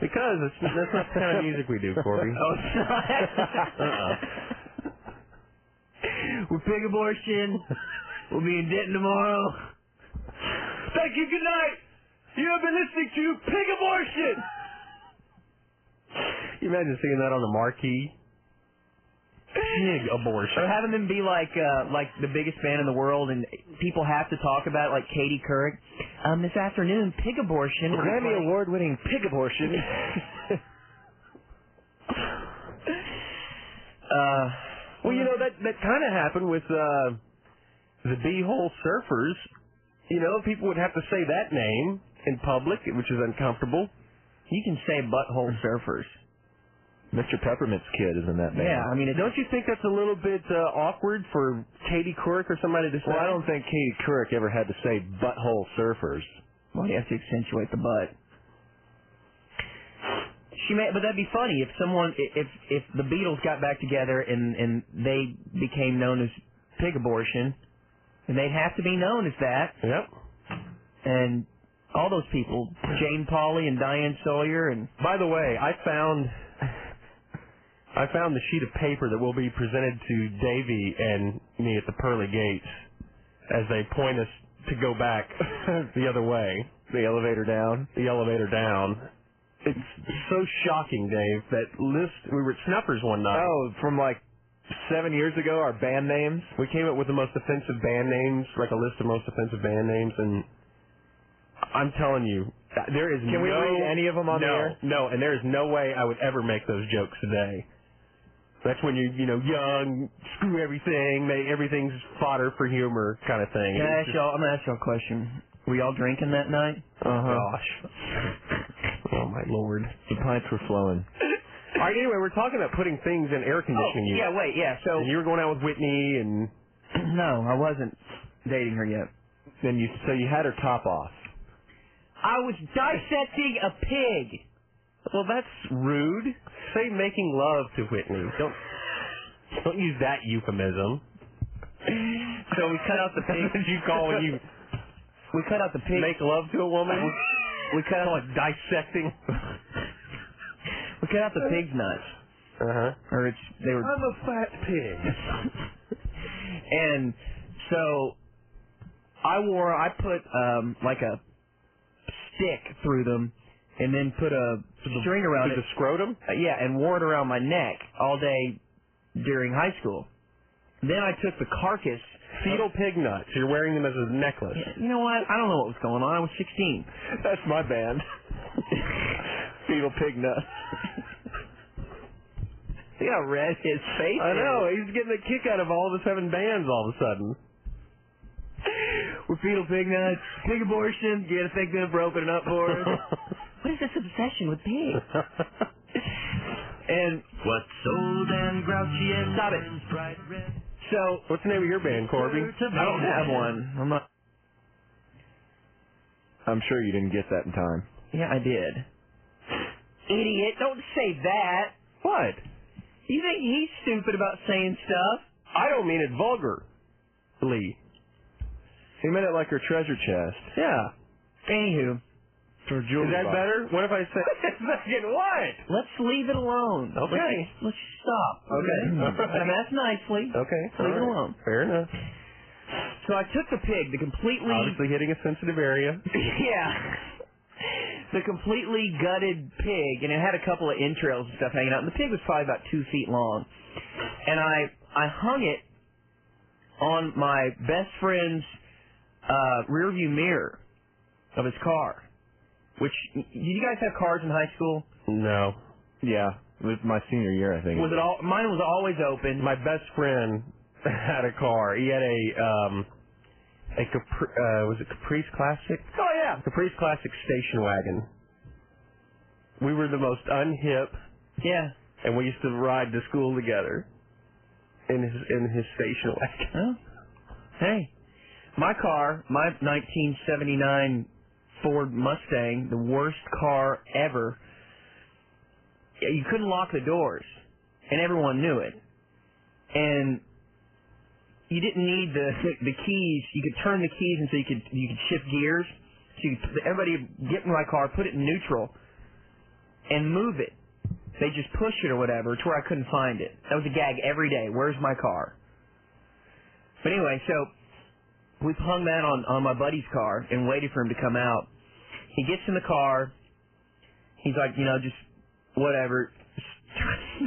Speaker 28: because it's, that's not the kind of music we do, Corby. Uh-uh.
Speaker 9: Oh, it's not. We're pig abortion. We'll be in Denton tomorrow.
Speaker 16: Thank you. Good night. You have been listening to Pig Abortion.
Speaker 28: you imagine seeing that on the marquee? Pig abortion.
Speaker 9: Or having them be like uh, like the biggest fan in the world, and people have to talk about it, like Katie Couric. Um, this afternoon, pig abortion.
Speaker 7: Grammy award-winning pig abortion.
Speaker 9: uh,
Speaker 28: well, you know that that kind of happened with uh, the B-hole surfers. You know, people would have to say that name in public, which is uncomfortable.
Speaker 9: You can say butthole surfers.
Speaker 7: Mr. Peppermint's kid is in that band.
Speaker 28: Yeah, I mean, don't you think that's a little bit uh, awkward for Katie Couric or somebody to say?
Speaker 7: Well, I don't think Katie Couric ever had to say butthole surfers.
Speaker 9: Why do you have to accentuate the butt? She may, but that'd be funny if someone, i- if if the Beatles got back together and and they became known as pig abortion, and they'd have to be known as that.
Speaker 28: Yep.
Speaker 9: And all those people, Jane Pauley and Diane Sawyer, and
Speaker 28: By the way, I found I found the sheet of paper that will be presented to Davy and me at the pearly gates as they point us to go back the other way.
Speaker 7: The elevator down.
Speaker 28: The elevator down.
Speaker 7: it's so shocking, Dave, that list. We were at Snuffers one night.
Speaker 14: Oh, from like seven years ago, our band names.
Speaker 7: We came up with the most offensive band names, like a list of most offensive band names, and I'm telling you, there is
Speaker 14: Can we
Speaker 7: no-
Speaker 14: read any of them on the
Speaker 7: no,
Speaker 14: air?
Speaker 7: No, and there is no way I would ever make those jokes today. That's when you're, you know, young, screw everything, they, everything's fodder for humor kind of thing.
Speaker 9: Can I ask y'all? I'm gonna ask y'all a question. Were y'all drinking that night?
Speaker 7: Oh gosh. Oh my lord.
Speaker 14: The pints were flowing.
Speaker 7: All right, anyway, we're talking about putting things in air conditioning
Speaker 9: Oh, yeah,
Speaker 7: units.
Speaker 9: wait, yeah, so-
Speaker 7: And you were going out with Whitney and
Speaker 9: no, I wasn't dating her yet.
Speaker 14: Then you so you had her top off.
Speaker 9: I was dissecting a pig.
Speaker 7: Well, that's rude. Say making love to Whitney. Don't don't use that euphemism.
Speaker 9: So we cut out the pig.
Speaker 7: That's what you call when you
Speaker 9: we cut out the pig.
Speaker 7: Make love to a woman.
Speaker 9: We cut
Speaker 7: out it dissecting.
Speaker 9: we cut out the pig's nuts.
Speaker 7: Uh huh.
Speaker 9: Or it's they were.
Speaker 7: I'm a fat pig.
Speaker 9: and so I wore I put um like a stick through them and then put a string around
Speaker 7: through
Speaker 9: it.
Speaker 7: the scrotum?
Speaker 9: Uh, yeah, and wore it around my neck all day during high school. Then I took the carcass
Speaker 7: Fetal pig nuts. You're wearing them as a necklace.
Speaker 9: You know what? I don't know what was going on. I was 16.
Speaker 14: That's my band. Fetal pig nuts.
Speaker 9: See how red his face is?
Speaker 7: I know. He's getting a kick out of all of us having bands all of a sudden.
Speaker 9: We're fetal pig nuts. Pig abortion. You gotta thank them for opening up for us. what is this obsession with pigs? and
Speaker 11: What's old and grouchy and
Speaker 9: Stop it. so
Speaker 7: what's the name of your band,
Speaker 14: Corby?
Speaker 9: I don't have one. I'm not.
Speaker 14: I'm sure you didn't get that in time.
Speaker 9: Yeah, I did. Idiot! Don't say that.
Speaker 14: What?
Speaker 9: You think he's stupid about saying stuff?
Speaker 7: I don't mean it vulgarly.
Speaker 14: He meant it like her treasure chest.
Speaker 7: Yeah.
Speaker 9: Anywho.
Speaker 14: Or jewelry
Speaker 7: Is that
Speaker 14: box.
Speaker 7: better? What if I say fucking what?
Speaker 9: Let's leave it alone.
Speaker 7: Okay.
Speaker 9: Let's, let's stop.
Speaker 7: Okay. All right.
Speaker 9: I'm asked nicely.
Speaker 7: Okay.
Speaker 9: Leave it
Speaker 7: all right.
Speaker 9: alone.
Speaker 7: Fair enough.
Speaker 9: So I took the pig, the completely
Speaker 7: Obviously hitting a sensitive area.
Speaker 9: yeah. The completely gutted pig, and it had a couple of entrails and stuff hanging out. And the pig was probably about two feet long, and I I hung it on my best friend's uh, rearview mirror of his car. Which did you guys have cars in high school?
Speaker 7: No.
Speaker 14: Yeah. It was my senior year, I think.
Speaker 9: Was it all? Mine was always open.
Speaker 7: My best friend had a car. He had a um a Capri, uh, was it Caprice Classic?
Speaker 9: Oh yeah.
Speaker 7: Caprice Classic station wagon. We were the most unhip.
Speaker 9: Yeah.
Speaker 7: And we used to ride to school together. In his in his station wagon.
Speaker 9: Hey, my car, my 1979 Ford Mustang, the worst car ever. Yeah, You couldn't lock the doors, and everyone knew it. And you didn't need the the keys. You could turn the keys, and so you could you could shift gears. So you could, everybody would get in my car, put it in neutral, and move it. They just push it or whatever to where I couldn't find it. That was a gag every day. Where's my car? But anyway, so we've hung that on on my buddy's car and waited for him to come out. He gets in the car. He's like, you know, just whatever.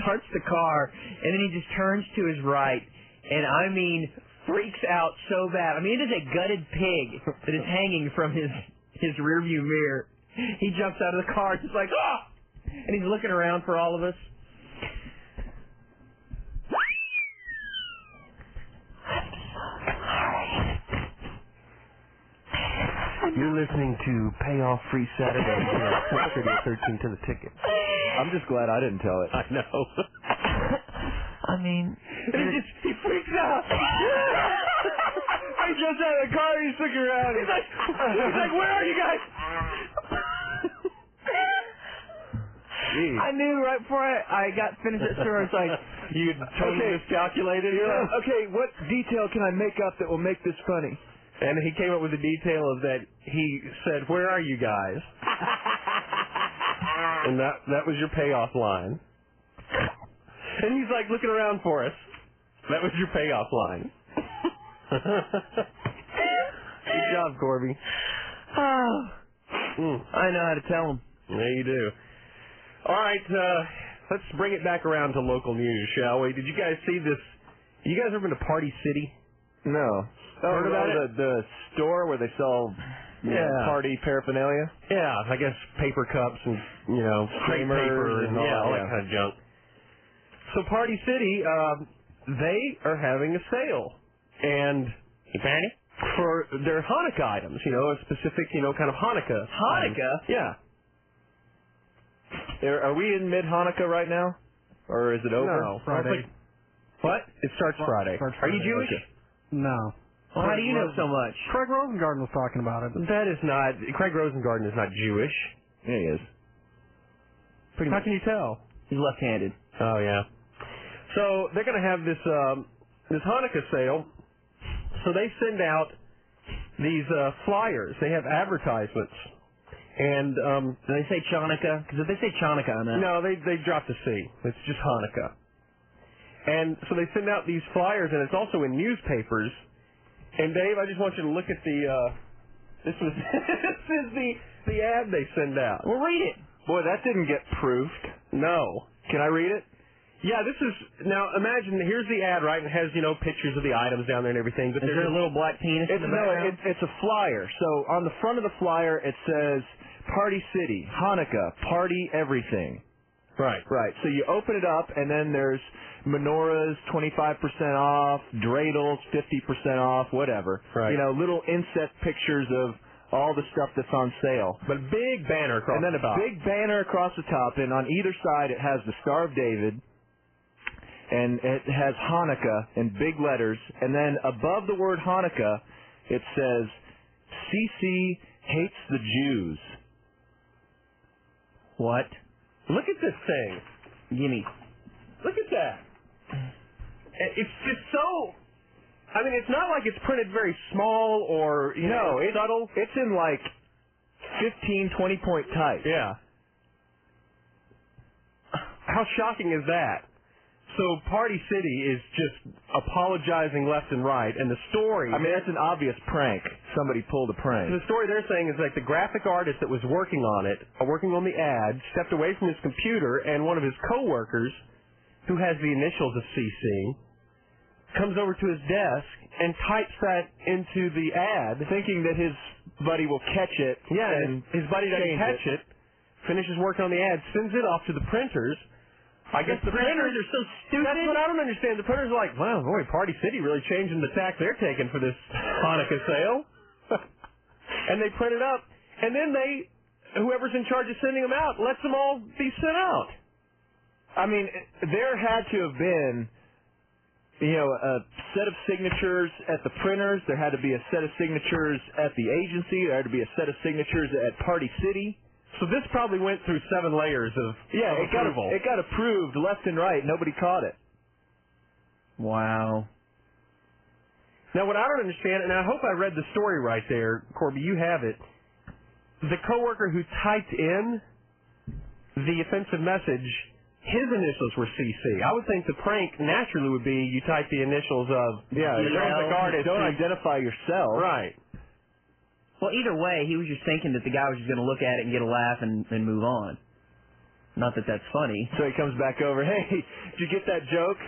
Speaker 9: Starts the car, and then he just turns to his right, and I mean, freaks out so bad. I mean, it is a gutted pig that is hanging from his his rearview mirror. He jumps out of the car, just like ah, and he's looking around for all of us.
Speaker 7: You're listening to Payoff Free Saturday here on Sports Radio 13 to the ticket.
Speaker 14: I'm just glad I didn't tell it.
Speaker 7: I know.
Speaker 9: I mean,
Speaker 14: he just he freaks out. he jumps out of the car. He's looking around. He's like, he's like, where are you guys?
Speaker 9: I knew right before I, I got finished that story, I was like,
Speaker 7: you totally
Speaker 14: Okay.
Speaker 7: miscalculated.
Speaker 14: Yeah, okay, what detail can I make up that will make this funny?
Speaker 7: And he came up with the detail of that he said, "Where are you guys?" and that that was your payoff line. And he's like looking around for us. That was your payoff line. Good job, Corby.
Speaker 14: Ah.
Speaker 7: Hmm.
Speaker 9: oh, I know how to tell him.
Speaker 7: Yeah, you do. All right, uh, let's bring it back around to local news, shall we? Did you guys see this? You guys ever been to Party City?
Speaker 1: No.
Speaker 7: Heard
Speaker 1: Oh,
Speaker 7: about
Speaker 1: the, the store where they sell you know,
Speaker 7: Yeah.
Speaker 1: party paraphernalia.
Speaker 7: Yeah, I guess paper cups and you know crepe
Speaker 1: creamers
Speaker 7: paper
Speaker 1: and all
Speaker 7: yeah,
Speaker 1: that,
Speaker 7: all
Speaker 1: yeah.
Speaker 7: that kind of junk. So Party City, um, they are having a sale, and for their Hanukkah items, you know, a specific you know kind of Hanukkah.
Speaker 1: Hanukkah?
Speaker 7: yeah.
Speaker 1: Are are we in mid Hanukkah right now, or is it over?
Speaker 7: No, Friday. What? It starts Friday. Are you Jewish?
Speaker 29: No.
Speaker 7: Well, how do you know so
Speaker 29: much? Craig Rosengarten was talking about it.
Speaker 7: That is not. Craig Rosengarten is not Jewish.
Speaker 1: Yeah, he is.
Speaker 7: Pretty How can you tell? He's left-handed. Oh yeah. So they're going to have this um, this Hanukkah sale. So they send out these uh, flyers. They have advertisements, and um, do they say Chanukah? Because if they say Chanukah on that, no, they they drop the C. It's just Hanukkah. And so they send out these flyers, and it's also in newspapers. And Dave, I just want you to look at the. Uh, this was this is the the ad they send out. Well, read it. Boy, that didn't get proofed. No. Can I read it? Yeah, this is now. Imagine here's the ad, right? And it has you know pictures of the items down there and everything. But
Speaker 1: Is
Speaker 7: there's
Speaker 1: there a little
Speaker 7: black penis?
Speaker 1: It's no, it, it's a flyer. So on the front of the flyer, it says Party City, Hanukkah, Party Everything.
Speaker 7: Right.
Speaker 1: Right. So you open it up, and then there's menorahs 25% off, dreidels 50% off, whatever.
Speaker 7: Right.
Speaker 1: You know, little inset pictures of all the stuff that's on sale.
Speaker 7: But big banner across
Speaker 1: and then
Speaker 7: the top.
Speaker 1: a big banner across the top, and on either side it has the Star of David, and it has Hanukkah in big letters, and then above the word Hanukkah, it says, "CC hates the Jews."
Speaker 7: What? Look at this thing.
Speaker 9: Gimme.
Speaker 7: Look at that. It's just so. I mean, it's not like it's printed very small or you
Speaker 1: no,
Speaker 7: know
Speaker 1: it's
Speaker 7: subtle.
Speaker 1: It's in like 15, 20 point type.
Speaker 7: Yeah. How shocking is that? So Party City is just apologizing left and right, and the story.
Speaker 1: I mean, that's an obvious prank. Somebody pulled a prank.
Speaker 7: The story they're saying is like the graphic artist that was working on it, uh, working on the ad, stepped away from his computer, and one of his coworkers, who has the initials of CC, comes over to his desk and types that into the ad,
Speaker 1: thinking that his buddy will catch it.
Speaker 7: Yeah,
Speaker 1: and
Speaker 7: his, his buddy doesn't
Speaker 1: change
Speaker 7: catch it.
Speaker 1: it.
Speaker 7: Finishes working on the ad, sends it off to the printers. I guess the, printers, are so stupid. That's what I don't understand. The printers are like, wow, boy, Party City really changing the tack they're taking for this Hanukkah sale. and they print it up, and then they, whoever's in charge of sending them out, lets them all be sent out.
Speaker 1: I mean, there had to have been, you know, a set of signatures at the printers. There had to be a set of signatures at the agency. There had to be a set of signatures at Party City.
Speaker 7: So this probably went through seven layers of
Speaker 1: yeah,
Speaker 7: of
Speaker 1: it got
Speaker 7: approval.
Speaker 1: it got approved left and right. Nobody caught it. Wow.
Speaker 7: Now, what I don't understand, and I hope I read the story right there, Corby, you have it. The coworker who typed in the offensive message, his initials were CC. I would think the prank naturally would be you type the initials of
Speaker 1: Yeah,
Speaker 7: the graphic artist
Speaker 1: don't
Speaker 7: who-
Speaker 1: identify yourself.
Speaker 7: Right.
Speaker 9: Well, either way, he was just thinking that the guy was just going to look at it and get a laugh and, and move on. Not that that's funny.
Speaker 1: So he comes back over. Hey, did you get that joke?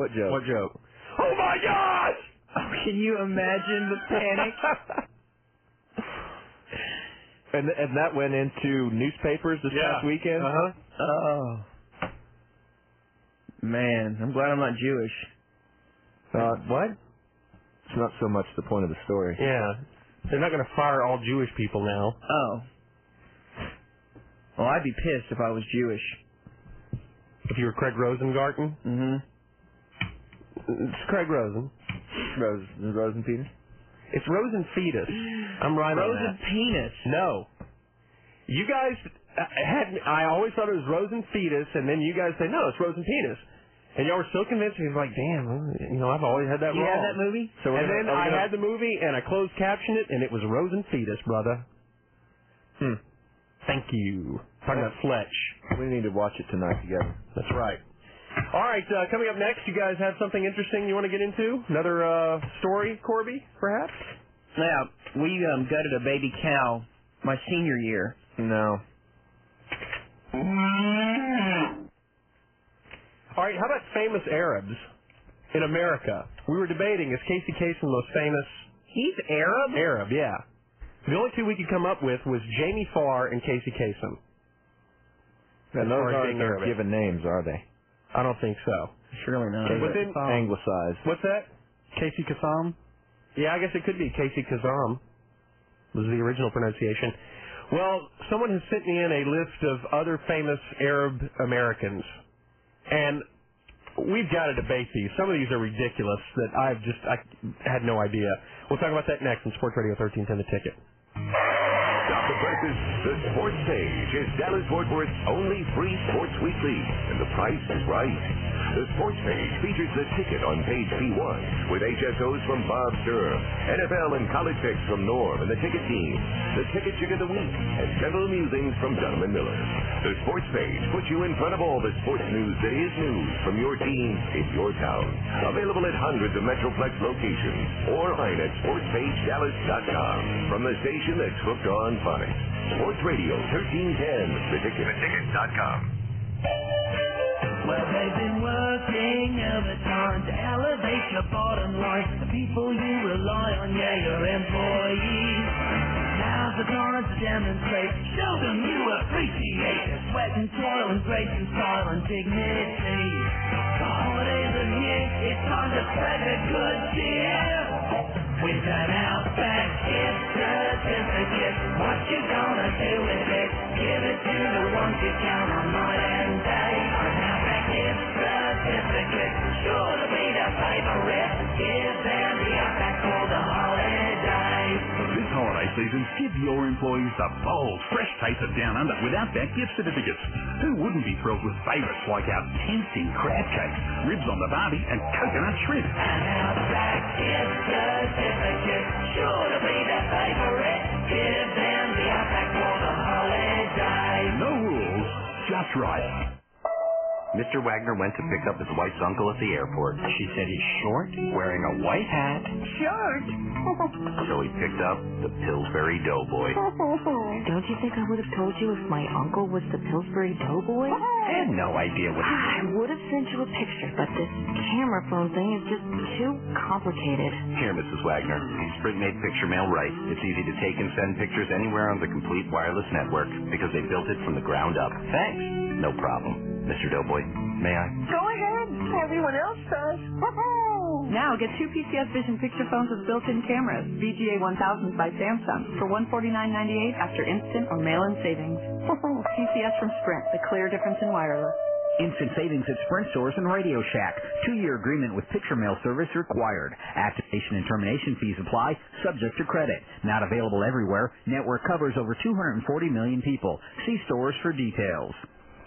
Speaker 1: What joke? What
Speaker 7: joke?
Speaker 1: Oh my gosh!
Speaker 9: Can you imagine the panic?
Speaker 1: And and that went into newspapers this
Speaker 9: Yeah.
Speaker 1: past weekend.
Speaker 9: Uh-huh. Oh. Man, I'm glad I'm not Jewish.
Speaker 1: Uh, what? It's not so much the point of the story.
Speaker 7: Yeah. They're not going to fire all Jewish people now.
Speaker 9: Oh. Well, I'd be pissed if I was Jewish.
Speaker 7: If you were Craig Rosengarten?
Speaker 9: Mm-hmm.
Speaker 7: It's Craig Rosen.
Speaker 1: Rose, Rosen Peter?
Speaker 7: It's Rosen Fetus. I'm right on
Speaker 9: Rosen
Speaker 7: that.
Speaker 9: penis.
Speaker 7: No. You guys uh, had I always thought it was Rosen fetus, and then you guys say no, it's Rosen penis, and y'all were so convinced. He was like, damn, you know, I've always had that
Speaker 9: You
Speaker 7: wrong.
Speaker 9: have that movie?
Speaker 7: So
Speaker 9: we're
Speaker 7: and
Speaker 9: gonna- are
Speaker 7: then
Speaker 9: we
Speaker 7: I
Speaker 9: gonna-
Speaker 7: had the movie, and I closed captioned it, and it was Rosen fetus, brother. Hmm. Thank you. Talking about Fletch.
Speaker 1: We need to watch it tonight together.
Speaker 7: That's right. All right, uh, coming up next, you guys have something interesting you want to get into? Another uh, story, Corby, perhaps?
Speaker 9: Now, we um, gutted a baby cow my senior year.
Speaker 1: No.
Speaker 9: Well,
Speaker 7: right, how about famous Arabs in America? We were debating is Casey Kasem the most famous? He's Arab. Arab, yeah. The only two we could come up with was Jamie Farr and Casey Kasem.
Speaker 30: And those
Speaker 7: far as
Speaker 30: aren't
Speaker 7: being
Speaker 30: their
Speaker 7: Arabic.
Speaker 30: given names, are they?
Speaker 7: I don't think so.
Speaker 31: Surely
Speaker 7: not.
Speaker 30: But
Speaker 7: Within-
Speaker 30: anglicized.
Speaker 7: What's that? Casey Kasam. Yeah, I guess it could be Casey Kazam. Was the original pronunciation. Well, someone has sent me in a list of other famous Arab Americans, and we've got to debate these. Some of these are ridiculous that I've just I had no idea. We'll talk about that next on Sports Radio 1310 The Ticket.
Speaker 1: Stop the prices. The Sports Page is Dallas Fort Worth's only free sports weekly, and the price is right. The Sports Page features the ticket on page P1 with HSOs from Bob Durham, NFL and college picks from Norm and the ticket team, the ticket chick of the week, and general musings from Donovan Miller. The Sports Page puts you in front of all the sports news that is news from your team in your town. Available at hundreds of Metroplex locations or online at sportspagedallas.com from the station that's hooked on phonics. Sports Radio 1310, the ticket. Ticket.com.
Speaker 9: Well, they've been working overtime to elevate your bottom line. The people you rely on, yeah, your employees. Now's the time to demonstrate. Show them you appreciate their sweat and toil and grace and style and dignity. The holidays are here. It's time to spread a good cheer. With an outback gift certificate, what you gonna do with it? Give it to the ones you count on night and day. An outback gift certificate, sure to be the favorite. Give them the outback for the holidays.
Speaker 4: This holiday season, give your employees the bold, fresh taste of Down Under with Outback gift certificates. Who wouldn't be thrilled with favourites like our tempting crab cakes, ribs on the barbie, and coconut shrimp?
Speaker 9: Outback gift certificate, sure to be the favorite. Give them the outback for the holidays.
Speaker 4: No rules, just right.
Speaker 32: Mr. Wagner went to pick up his wife's uncle at the airport. She said he's short, wearing a white hat.
Speaker 9: Short.
Speaker 32: So he picked up the Pillsbury Doughboy.
Speaker 9: Don't you think I would have told you if my uncle was the Pillsbury Doughboy?
Speaker 32: I had no idea what he
Speaker 9: I would have sent you a picture, but this camera phone thing is just too complicated.
Speaker 32: Here, Mrs. Wagner. Sprint made picture mail right. It's easy to take and send pictures anywhere on the complete wireless network because they built it from the ground up. Thanks. No problem. Mr. Doughboy, may I?
Speaker 9: Go ahead. Everyone else does.
Speaker 5: Now get two PCS Vision picture phones with built-in cameras, VGA 1000s by Samsung, for $149.98 after instant or mail-in savings. PCS from Sprint, the clear difference in wireless.
Speaker 11: Instant savings at Sprint stores and Radio Shack. Two-year agreement with picture mail service required. Activation and termination fees apply, subject to credit. Not available everywhere. Network covers over 240 million people. See stores for details.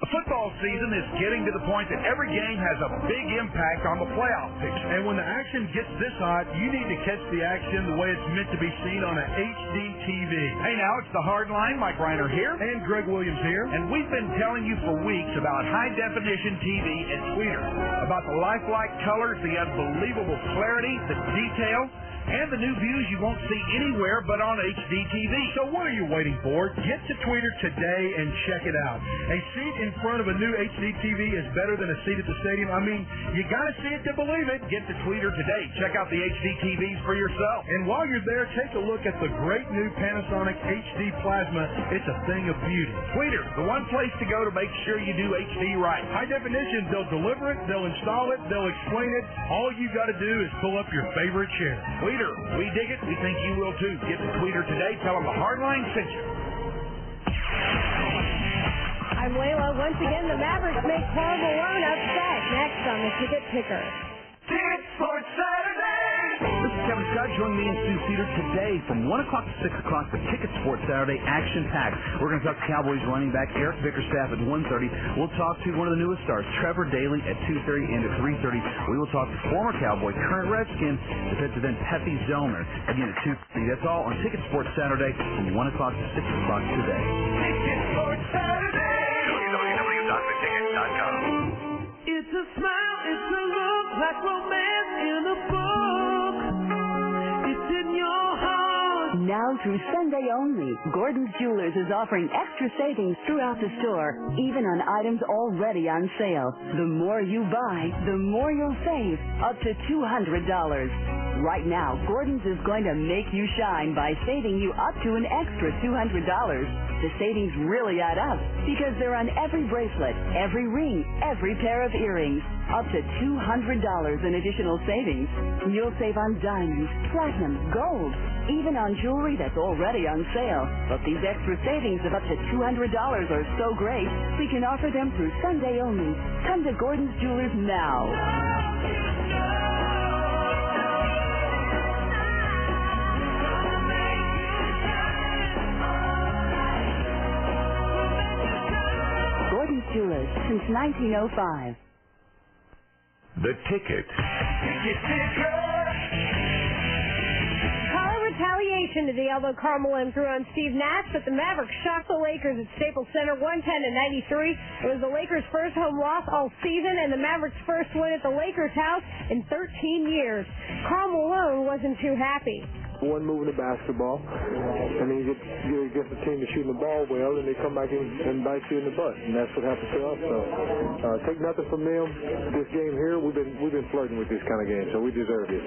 Speaker 16: Football season is getting to the point that every game has a big impact on the playoff picture. And when the action gets this hot, you need to catch the action the way it's meant to be seen on an HD TV. Hey now, it's the hard line. Mike Reiner here. And Greg Williams here. And we've been telling you for weeks about high definition TV and sweeter. About the lifelike colors, the unbelievable clarity, the detail and the new views you won't see anywhere but on HD TV. So what are you waiting for? Get to Tweeter today and check it out. A seat in front of a new HD TV is better than a seat at the stadium. I mean, you gotta see it to believe it. Get to Tweeter today. Check out the HD TVs for yourself. And while you're there, take a look at the great new Panasonic HD Plasma. It's a thing of beauty. Tweeter, the one place to go to make sure you do HD right. High definition, they'll deliver it, they'll install it, they'll explain it. All you gotta do is pull up your favorite chair. Tweeter, we dig it, we think you will too. Get to Tweeter today, tell them the hardline sent you.
Speaker 3: I'm Layla. Once again, the Mavericks make Carl Malone upset. Next on the ticket picker.
Speaker 9: Ticket Sports Saturday.
Speaker 11: This is Kevin Scott. Join me and Stu Cedar today from 1 o'clock to 6 o'clock for Ticket Sports Saturday Action Pack. We're going to talk to Cowboys running back Eric Bickerstaff at 1.30. We'll talk to one of the newest stars, Trevor Daly, at 2.30 and at 3.30. We will talk to former Cowboy, current Redskin, defensive end Pepe Zellner. Again, at 2.30. That's all on Ticket Sports Saturday from 1 o'clock to 6 o'clock today.
Speaker 9: Ticket Sports Saturday.
Speaker 1: www.theticket.com.
Speaker 9: It's a smile, it's a look, like romance in a book. It's in your heart.
Speaker 15: Now now through Sunday only. Gordon's Jewelers is offering extra savings throughout the store, even on items already on sale. The more you buy, the more you'll save, up to $200. Right now, Gordon's is going to make you shine by saving you up to an extra $200. The savings really add up because they're on every bracelet, every ring, every pair of earrings. Up to $200 in additional savings. You'll save on diamonds, platinum, gold, even on jewelry that's already on sale. But these extra savings of up to $200 are so great, we can offer them through Sunday only. Come to Gordon's Jewelers now. Gordon's Jewelers since 1905.
Speaker 1: The ticket.
Speaker 3: Call it retaliation to the elbow Carmel M threw on Steve Nash, but the Mavericks shocked the Lakers at Staples Center 110 to 93. It was the Lakers' first home loss all season and the Mavericks' first win at the Lakers' house in 13 years. Carl Malone wasn't too happy.
Speaker 26: One moving the basketball, and then you get you get the team to shooting the ball well, and they come back and, and bite you in the butt, and that's what happened to us. So uh, take nothing from them. This game here, we've been we've been flirting with this kind of game, so we deserve it.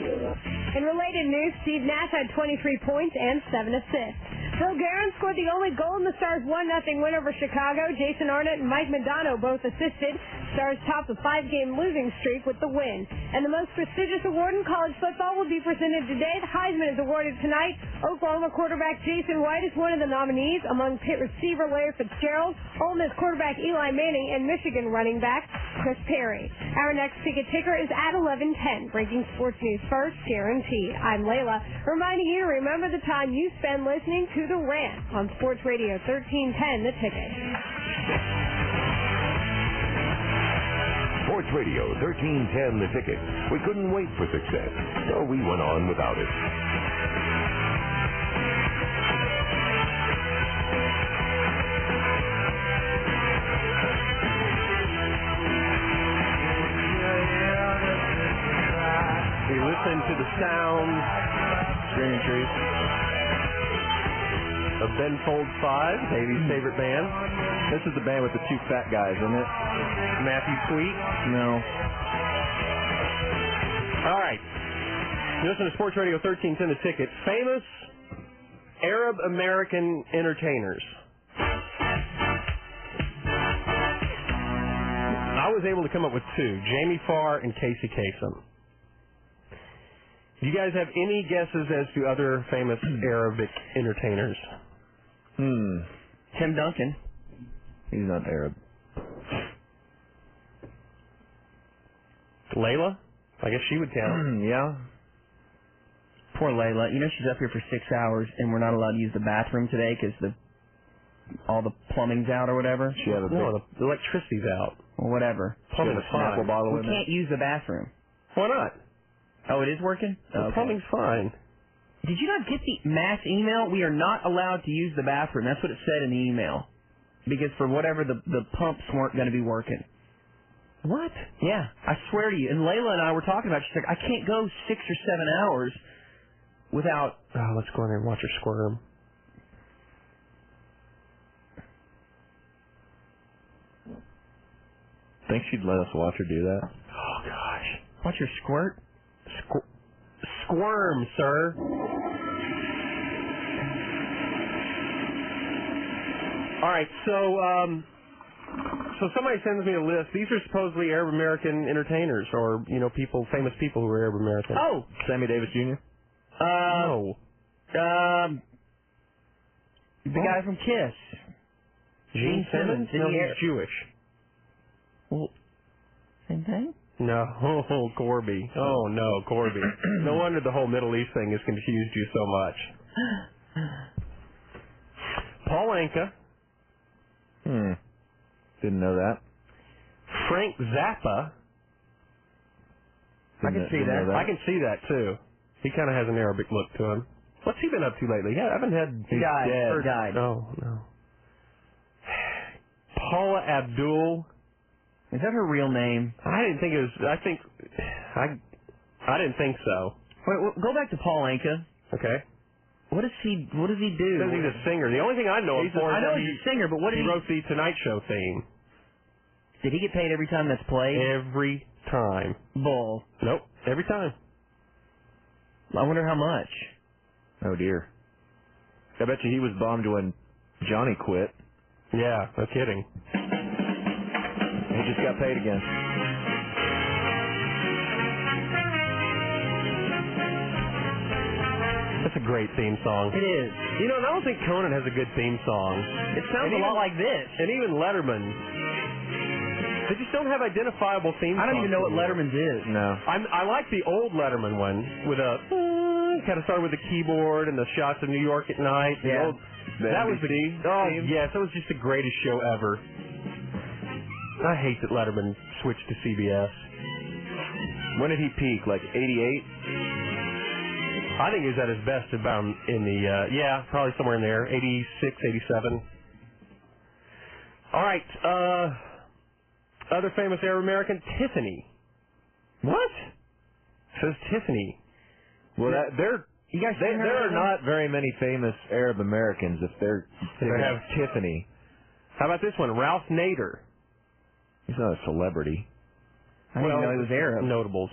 Speaker 3: In related news, Steve Nash had 23 points and 7 assists. Phil Guerin scored the only goal in the Stars' 1-0 win over Chicago. Jason Arnett and Mike Madonna both assisted. Stars topped the five-game losing streak with the win. And the most prestigious award in college football will be presented today. The Heisman is awarded tonight. Oklahoma quarterback Jason White is one of the nominees, among Pitt receiver Larry Fitzgerald, Ole Miss quarterback Eli Manning, and Michigan running back Chris Perry. Our next ticket ticker is at 11:10. Breaking sports news first, guaranteed. I'm Layla, reminding you to remember the time you spend listening to the rant on Sports Radio 1310. The ticket.
Speaker 1: Sports Radio 1310 The Ticket. We couldn't wait for success, so we went on without it.
Speaker 7: We listen to the sounds, screaming trees, of Ben Folds 5, Davey's favorite band.
Speaker 33: This is the band with the two fat guys, isn't it?
Speaker 7: Matthew Sweet.
Speaker 33: No.
Speaker 7: All right. You listen to Sports Radio 1310 The Ticket. Famous Arab American entertainers. I was able to come up with two Jamie Farr and Casey Kasem. Do you guys have any guesses as to other famous Arabic entertainers?
Speaker 33: Hmm.
Speaker 7: Tim Duncan.
Speaker 33: He's not Arab.
Speaker 7: Layla? I guess she would count.
Speaker 33: yeah.
Speaker 9: Poor Layla. You know she's up here for six hours, and we're not allowed to use the bathroom today because the all the plumbing's out or whatever.
Speaker 7: She had a No, big- the electricity's out.
Speaker 9: Or whatever.
Speaker 7: Plumbing's She had a Snapple fine. bottle
Speaker 9: We
Speaker 7: in
Speaker 9: can't use the bathroom.
Speaker 7: Why not?
Speaker 9: Oh, it is working.
Speaker 7: The plumbing's fine.
Speaker 9: Did you not get the mass email? We are not allowed to use the bathroom. That's what it said in the email. Because for whatever the the pumps weren't going to be working.
Speaker 7: What?
Speaker 9: Yeah, I swear to you. And Layla and I were talking about. it. She's like, I can't go six or seven hours without.
Speaker 7: Oh, let's go in there and watch her squirm.
Speaker 33: Think she'd let us watch her do that?
Speaker 7: Oh gosh.
Speaker 9: Watch her squirt.
Speaker 7: Squ- squirm, sir. All right, so um, so somebody sends me a list. These are supposedly Arab American entertainers, or you know, people, famous people who are Arab American.
Speaker 9: Oh.
Speaker 33: Sammy Davis Jr.
Speaker 9: Uh,
Speaker 7: no.
Speaker 9: Um, the guy from Kiss.
Speaker 7: Gene Simmons?
Speaker 9: Did
Speaker 7: No,
Speaker 9: he
Speaker 7: he's
Speaker 9: air-
Speaker 7: Jewish.
Speaker 9: Well, same thing.
Speaker 7: No, Corby. Oh no, Corby. no wonder the whole Middle East thing has confused you so much. Paul Anka,
Speaker 33: Hmm. Didn't know that.
Speaker 7: Frank Zappa. I can
Speaker 33: Didn't-
Speaker 7: see
Speaker 33: didn't know
Speaker 7: that. I can see that too. He kind of has an Arabic look to him. What's he been up to lately? Yeah, I haven't had.
Speaker 9: He died.
Speaker 7: Dead.
Speaker 9: He died.
Speaker 7: No, no. Paula Abdul.
Speaker 9: Is that her real name?
Speaker 7: I didn't think it was. I think. I. I didn't think so.
Speaker 9: Wait, well, go back to Paul Anka.
Speaker 7: Okay.
Speaker 9: What does he? What does he do?
Speaker 7: Because he's a singer. The only thing I know him
Speaker 9: He's a-
Speaker 7: for is
Speaker 9: I know
Speaker 7: that
Speaker 9: he's
Speaker 7: he-
Speaker 9: a singer, but what
Speaker 7: he
Speaker 9: did he-
Speaker 7: wrote the Tonight Show theme.
Speaker 9: Did he get paid every time that's played?
Speaker 7: Every time.
Speaker 9: Bull.
Speaker 7: Nope. Every time.
Speaker 9: I wonder how much.
Speaker 14: Oh dear. I bet you he was bummed when Johnny quit.
Speaker 7: Yeah, no kidding.
Speaker 14: He just got paid again.
Speaker 7: That's a great theme song.
Speaker 9: It is.
Speaker 7: You know, and I don't think Conan has a good theme song.
Speaker 9: It sounds a lot like this.
Speaker 7: And even Letterman. They just don't have identifiable theme
Speaker 9: I
Speaker 7: songs.
Speaker 9: don't even know what Letterman's is.
Speaker 14: No.
Speaker 7: Uh, I'm, I like the old Letterman one with a kind of started with the keyboard and the shots of New York at night. The
Speaker 14: Yeah.
Speaker 7: old,
Speaker 14: The
Speaker 7: that was the
Speaker 14: NBC
Speaker 7: oh
Speaker 14: theme.
Speaker 7: yes, that was just the greatest show ever. I hate that Letterman switched to CBS.
Speaker 14: When did he peak? Like '88?
Speaker 7: I think he was at his best about in the uh, yeah, probably somewhere in there, 86, 87. All right, uh, other famous Arab American, Tiffany. What? Says Tiffany.
Speaker 14: Well, that, they're
Speaker 9: you guys.
Speaker 14: They,
Speaker 7: seen her
Speaker 14: there are not
Speaker 7: lately?
Speaker 14: very many famous Arab Americans if they're
Speaker 7: They
Speaker 14: if
Speaker 7: have-
Speaker 14: Tiffany.
Speaker 7: How about this one, Ralph Nader?
Speaker 14: He's not a celebrity.
Speaker 9: I didn't know he was Arab.
Speaker 7: Notables.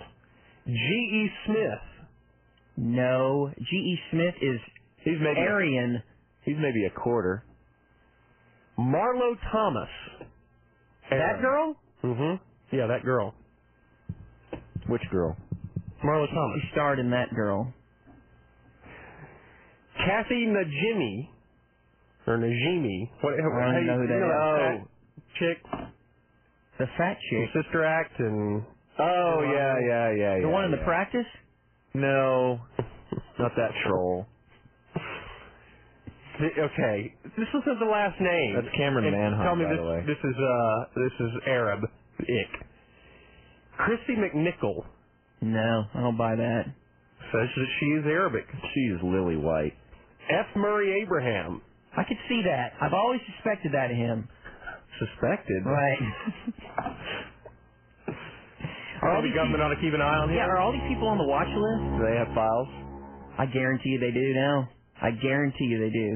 Speaker 7: G.E. E Smith.
Speaker 9: No, G.E. Smith is
Speaker 14: He's maybe
Speaker 9: Aryan.
Speaker 14: He's maybe a quarter.
Speaker 7: Marlo Thomas.
Speaker 9: That girl?
Speaker 7: Mm-hmm. Yeah, that girl.
Speaker 14: Which girl?
Speaker 7: Marlo Thomas.
Speaker 9: She starred in that girl.
Speaker 7: Kathy Najimy. Or Najimy. What,
Speaker 9: I don't
Speaker 7: how
Speaker 9: even
Speaker 7: you-
Speaker 9: know who
Speaker 7: you
Speaker 9: that
Speaker 14: Oh,
Speaker 7: that
Speaker 9: is.
Speaker 7: Chick.
Speaker 9: The fat chick.
Speaker 7: from Sister Act and...
Speaker 14: Oh yeah, yeah, yeah, yeah.
Speaker 9: The one in the
Speaker 14: yeah.
Speaker 9: practice?
Speaker 14: No, not that troll.
Speaker 7: Th- Okay, this was the last name.
Speaker 14: That's Cameron
Speaker 7: And
Speaker 14: Manhunt,
Speaker 7: Tell me
Speaker 14: by
Speaker 7: this,
Speaker 14: the way.
Speaker 7: this is uh this is Arab ick. Christy McNichol
Speaker 9: No, I don't buy that.
Speaker 7: says that she is Arabic.
Speaker 14: She is Lily White.
Speaker 7: F. Murray Abraham
Speaker 9: I could see that. I've always suspected that of him.
Speaker 7: suspected.
Speaker 9: Right.
Speaker 7: Are the government ought to keep an eye on him.
Speaker 9: Yeah, are all these people on the watch list?
Speaker 14: Do they have files?
Speaker 9: I guarantee you they do now. I guarantee you they do.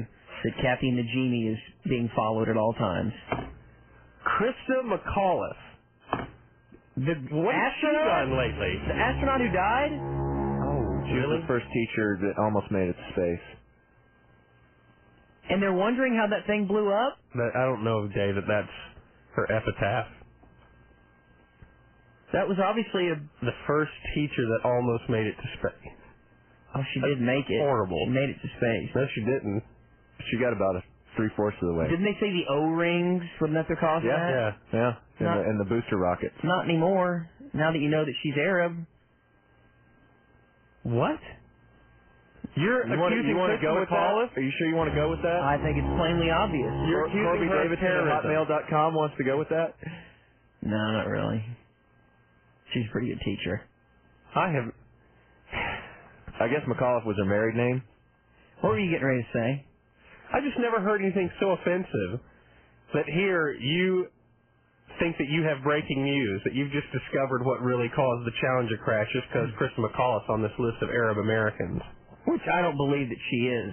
Speaker 9: That Kathy Najimy is being followed at all times.
Speaker 7: Krista McAuliffe.
Speaker 9: The
Speaker 7: What has she
Speaker 9: astronaut?
Speaker 7: done lately?
Speaker 9: The astronaut who died?
Speaker 14: Oh, she was the first teacher that almost made it to space.
Speaker 9: And they're wondering how that thing blew up?
Speaker 7: That- I don't know, Dave, that that's her epitaph.
Speaker 9: That was obviously a
Speaker 7: The first teacher that almost made it to space.
Speaker 9: Oh, she did make it.
Speaker 7: Horrible.
Speaker 9: She made it to space.
Speaker 7: No, she didn't.
Speaker 14: She got about a three fourths of the way.
Speaker 9: Didn't they say the O-rings? Wasn't that their cost?
Speaker 14: Yeah,
Speaker 9: that?
Speaker 7: Yeah.
Speaker 14: Yeah, and,
Speaker 9: Not-
Speaker 14: the, and the booster rocket.
Speaker 9: Not anymore. Now that you know that she's Arab.
Speaker 7: What? You're
Speaker 14: You want
Speaker 7: accusing
Speaker 14: to
Speaker 7: Krista
Speaker 14: go with
Speaker 7: McAuliffe?
Speaker 14: that? Are you sure you want to go with that?
Speaker 9: I think it's plainly obvious.
Speaker 7: You're
Speaker 14: Corby
Speaker 7: accusing her of
Speaker 14: Davidson at
Speaker 7: terrorism.
Speaker 14: hotmail.com wants to go with that.
Speaker 9: No, not really. She's a pretty good teacher.
Speaker 7: I have.
Speaker 14: I guess McAuliffe was her married name.
Speaker 9: What were you getting ready to say?
Speaker 7: I just never heard anything so offensive. But here, you think that you have breaking news that you've just discovered what really caused the Challenger crash just because Chris McAuliffe's on this list of Arab Americans.
Speaker 9: Which I don't believe that she is.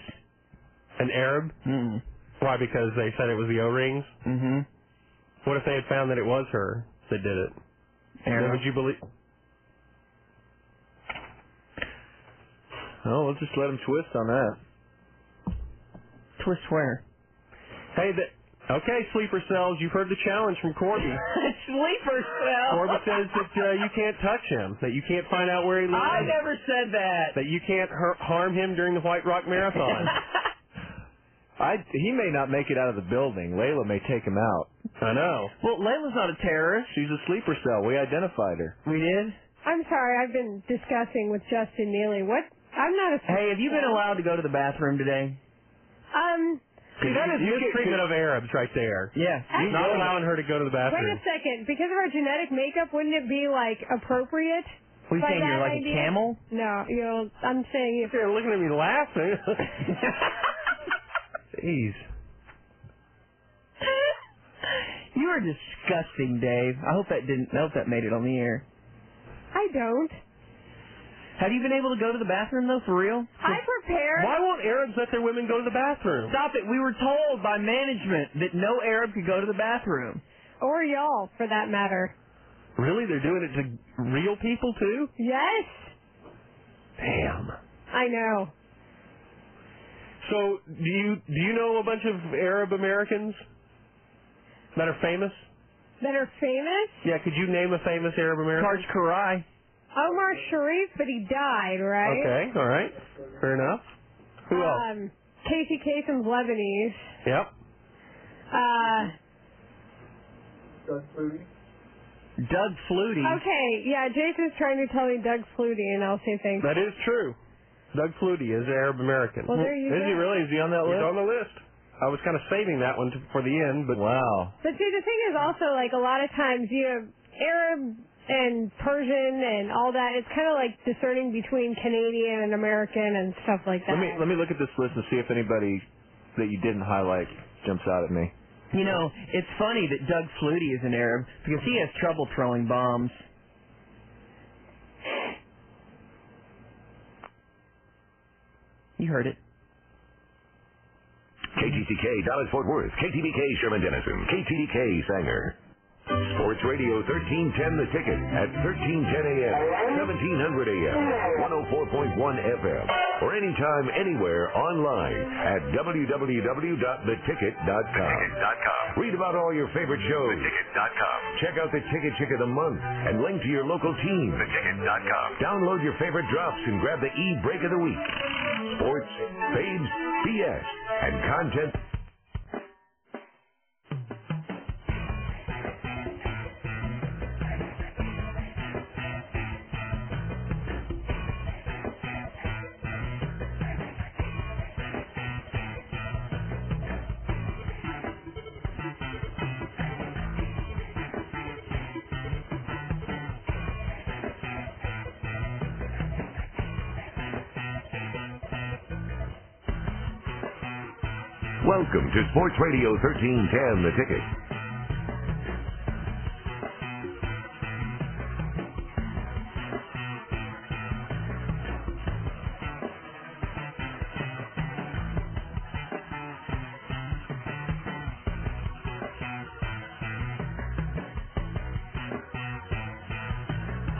Speaker 7: An Arab?
Speaker 14: Mm-hmm.
Speaker 9: Mm.
Speaker 7: Why? Because they said it was the O-rings.
Speaker 9: Mm-hmm.
Speaker 7: What if they had found that it was her that did it? Then
Speaker 9: Arab.
Speaker 7: would you believe?
Speaker 14: Oh, let's just let him twist on that.
Speaker 9: Twist where?
Speaker 7: Hey, the, okay, sleeper cells, you've heard the challenge from Corby.
Speaker 9: Sleeper cell.
Speaker 7: Corby says that uh, you can't touch him, that you can't find out where he lives.
Speaker 9: I never said that.
Speaker 7: that you can't har- harm him during the White Rock Marathon.
Speaker 14: I he may not make it out of the building. Layla may take him out.
Speaker 7: I know.
Speaker 9: Well, Layla's not a terrorist.
Speaker 14: She's a sleeper cell. We identified her.
Speaker 9: We did.
Speaker 3: I'm sorry, I've been discussing with Justin Neely. What? I'm not a.
Speaker 9: Hey, have you been allowed to go to the bathroom today?
Speaker 3: Um,
Speaker 7: that is
Speaker 14: you get-
Speaker 7: mistreatment of Arabs right there.
Speaker 9: Yeah.
Speaker 7: You're not allowing her to go to the
Speaker 3: wait a
Speaker 7: bathroom.
Speaker 3: second. Because of our genetic makeup, wouldn't it be like appropriate?
Speaker 9: We
Speaker 3: By
Speaker 9: saying
Speaker 3: that
Speaker 9: you're like
Speaker 3: idea-
Speaker 9: a camel?
Speaker 3: No, you know, I'm saying if
Speaker 7: They're looking at me laughing. Jeez.
Speaker 9: You are disgusting, Dave. I hope that didn't. I hope that made it on the air.
Speaker 3: I don't.
Speaker 9: Have you been able to go to the bathroom though, for real?
Speaker 3: I prepared.
Speaker 9: Why won't Arabs let their women go to the bathroom? Stop it! We were told by management that no Arab could go to the bathroom.
Speaker 3: Or y'all, for that matter.
Speaker 34: Really? They're doing it to real people too?
Speaker 3: Yes,
Speaker 34: Damn.
Speaker 3: I know.
Speaker 34: So do you do you know a bunch of Arab Americans that are famous?
Speaker 3: That are famous.
Speaker 34: Yeah, could you name a famous Arab American?
Speaker 9: Taj Karai.
Speaker 3: Omar Sharif, but he died, right?
Speaker 34: Okay, all right, fair enough. Who else?
Speaker 3: Um, Casey Kasem's Lebanese.
Speaker 34: Yep.
Speaker 3: Uh,
Speaker 9: Doug Flutie.
Speaker 3: okay, yeah, Jason's trying to tell me Doug Flutie, and I'll say thanks.
Speaker 34: That is true. Doug Flutie is Arab American.
Speaker 3: Well, there you
Speaker 34: is
Speaker 3: go.
Speaker 34: he really? Is he on that
Speaker 3: He's
Speaker 34: list?
Speaker 3: on
Speaker 34: the list. I was kind of saving that one to, for the end, but wow.
Speaker 3: But see, the thing is also like a lot of times you have Arab and Persian and all that. It's kind of like discerning between Canadian and American and stuff like that.
Speaker 14: Let me let me look at this list and see if anybody that you didn't highlight jumps out at me.
Speaker 9: You know, it's funny that Doug Flutie is an Arab because he has trouble throwing bombs. You heard it.
Speaker 1: KTTK Dallas Fort Worth, KTBK Sherman Denison, KTDK Sanger. Sports Radio 1310 The Ticket at 1310 a.m., 1700 a.m., 104.1 FM, or anytime, anywhere, online at www.theticket.com. Read about all your favorite shows. Theticket.com. Check out the Ticket Chick of the Month and link to your local team. Theticket.com. Download your favorite drops and grab the e-break of the week. Sports, babes, BS, and content. Welcome to Sports Radio 1310 The Ticket.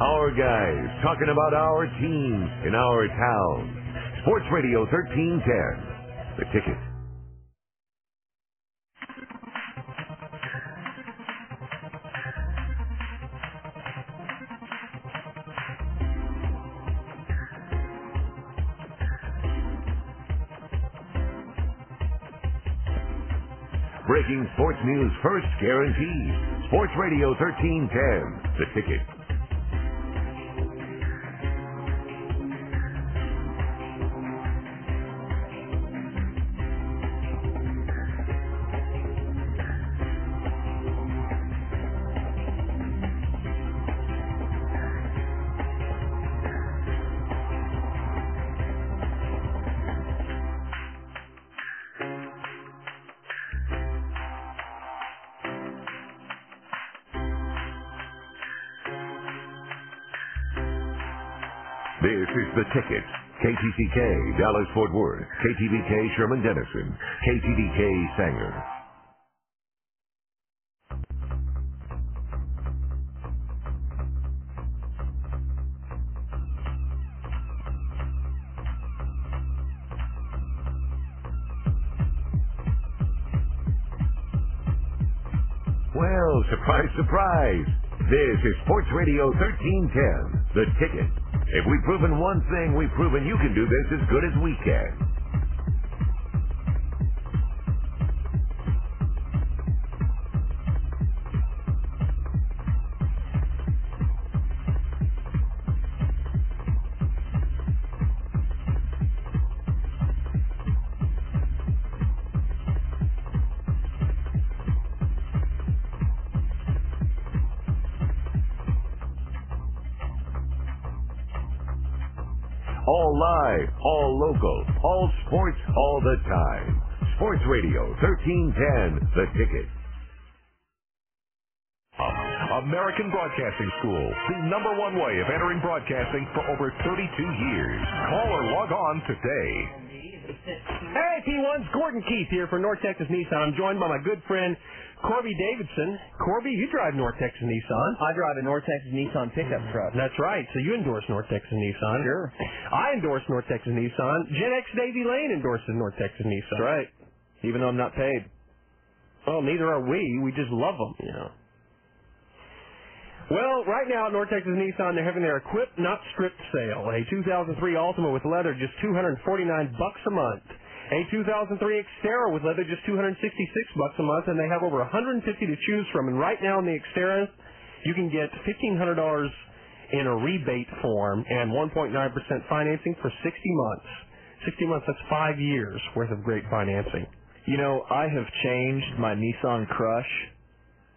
Speaker 1: Our guys talking about our teams in our town. Sports Radio 1310 The Ticket. Breaking sports news first guaranteed. Sports Radio 1310, the ticket. This is the ticket. KTCK, Dallas Fort Worth. KTBK, Sherman Denison. KTDK, Sanger. Well, surprise, surprise. This is Sports Radio 1310, The Ticket. If we've proven one thing, we've proven you can do this as good as we can. All live, all local, all sports, all the time. Sports Radio 1310, The Ticket. American Broadcasting School, the number one way of entering broadcasting for over 32 years. Call or log on today.
Speaker 7: Hey, P1s, Gordon Keith here for North Texas Nissan. I'm joined by my good friend Corby Davidson. Corby, you drive North Texas Nissan. I drive a North Texas Nissan pickup truck. That's right. So you endorse North Texas Nissan. Sure. I endorse North Texas Nissan. Gen X Davy Lane endorses North Texas Nissan. That's right. Even though I'm not paid. Well, neither are we. We just love them. Yeah. Well, right now at North Texas Nissan, they're having their Equip Not Strip sale. A 2003 Altima with leather, just 249 bucks a month. A 2003 Xterra with leather, just 266 bucks a month, and they have over 150 to choose from. And right now in the Xterra, you can get $1,500 in a rebate form and 1.9% financing for 60 months. 60 months, that's five years worth of great financing.
Speaker 35: You know, I have changed my Nissan crush.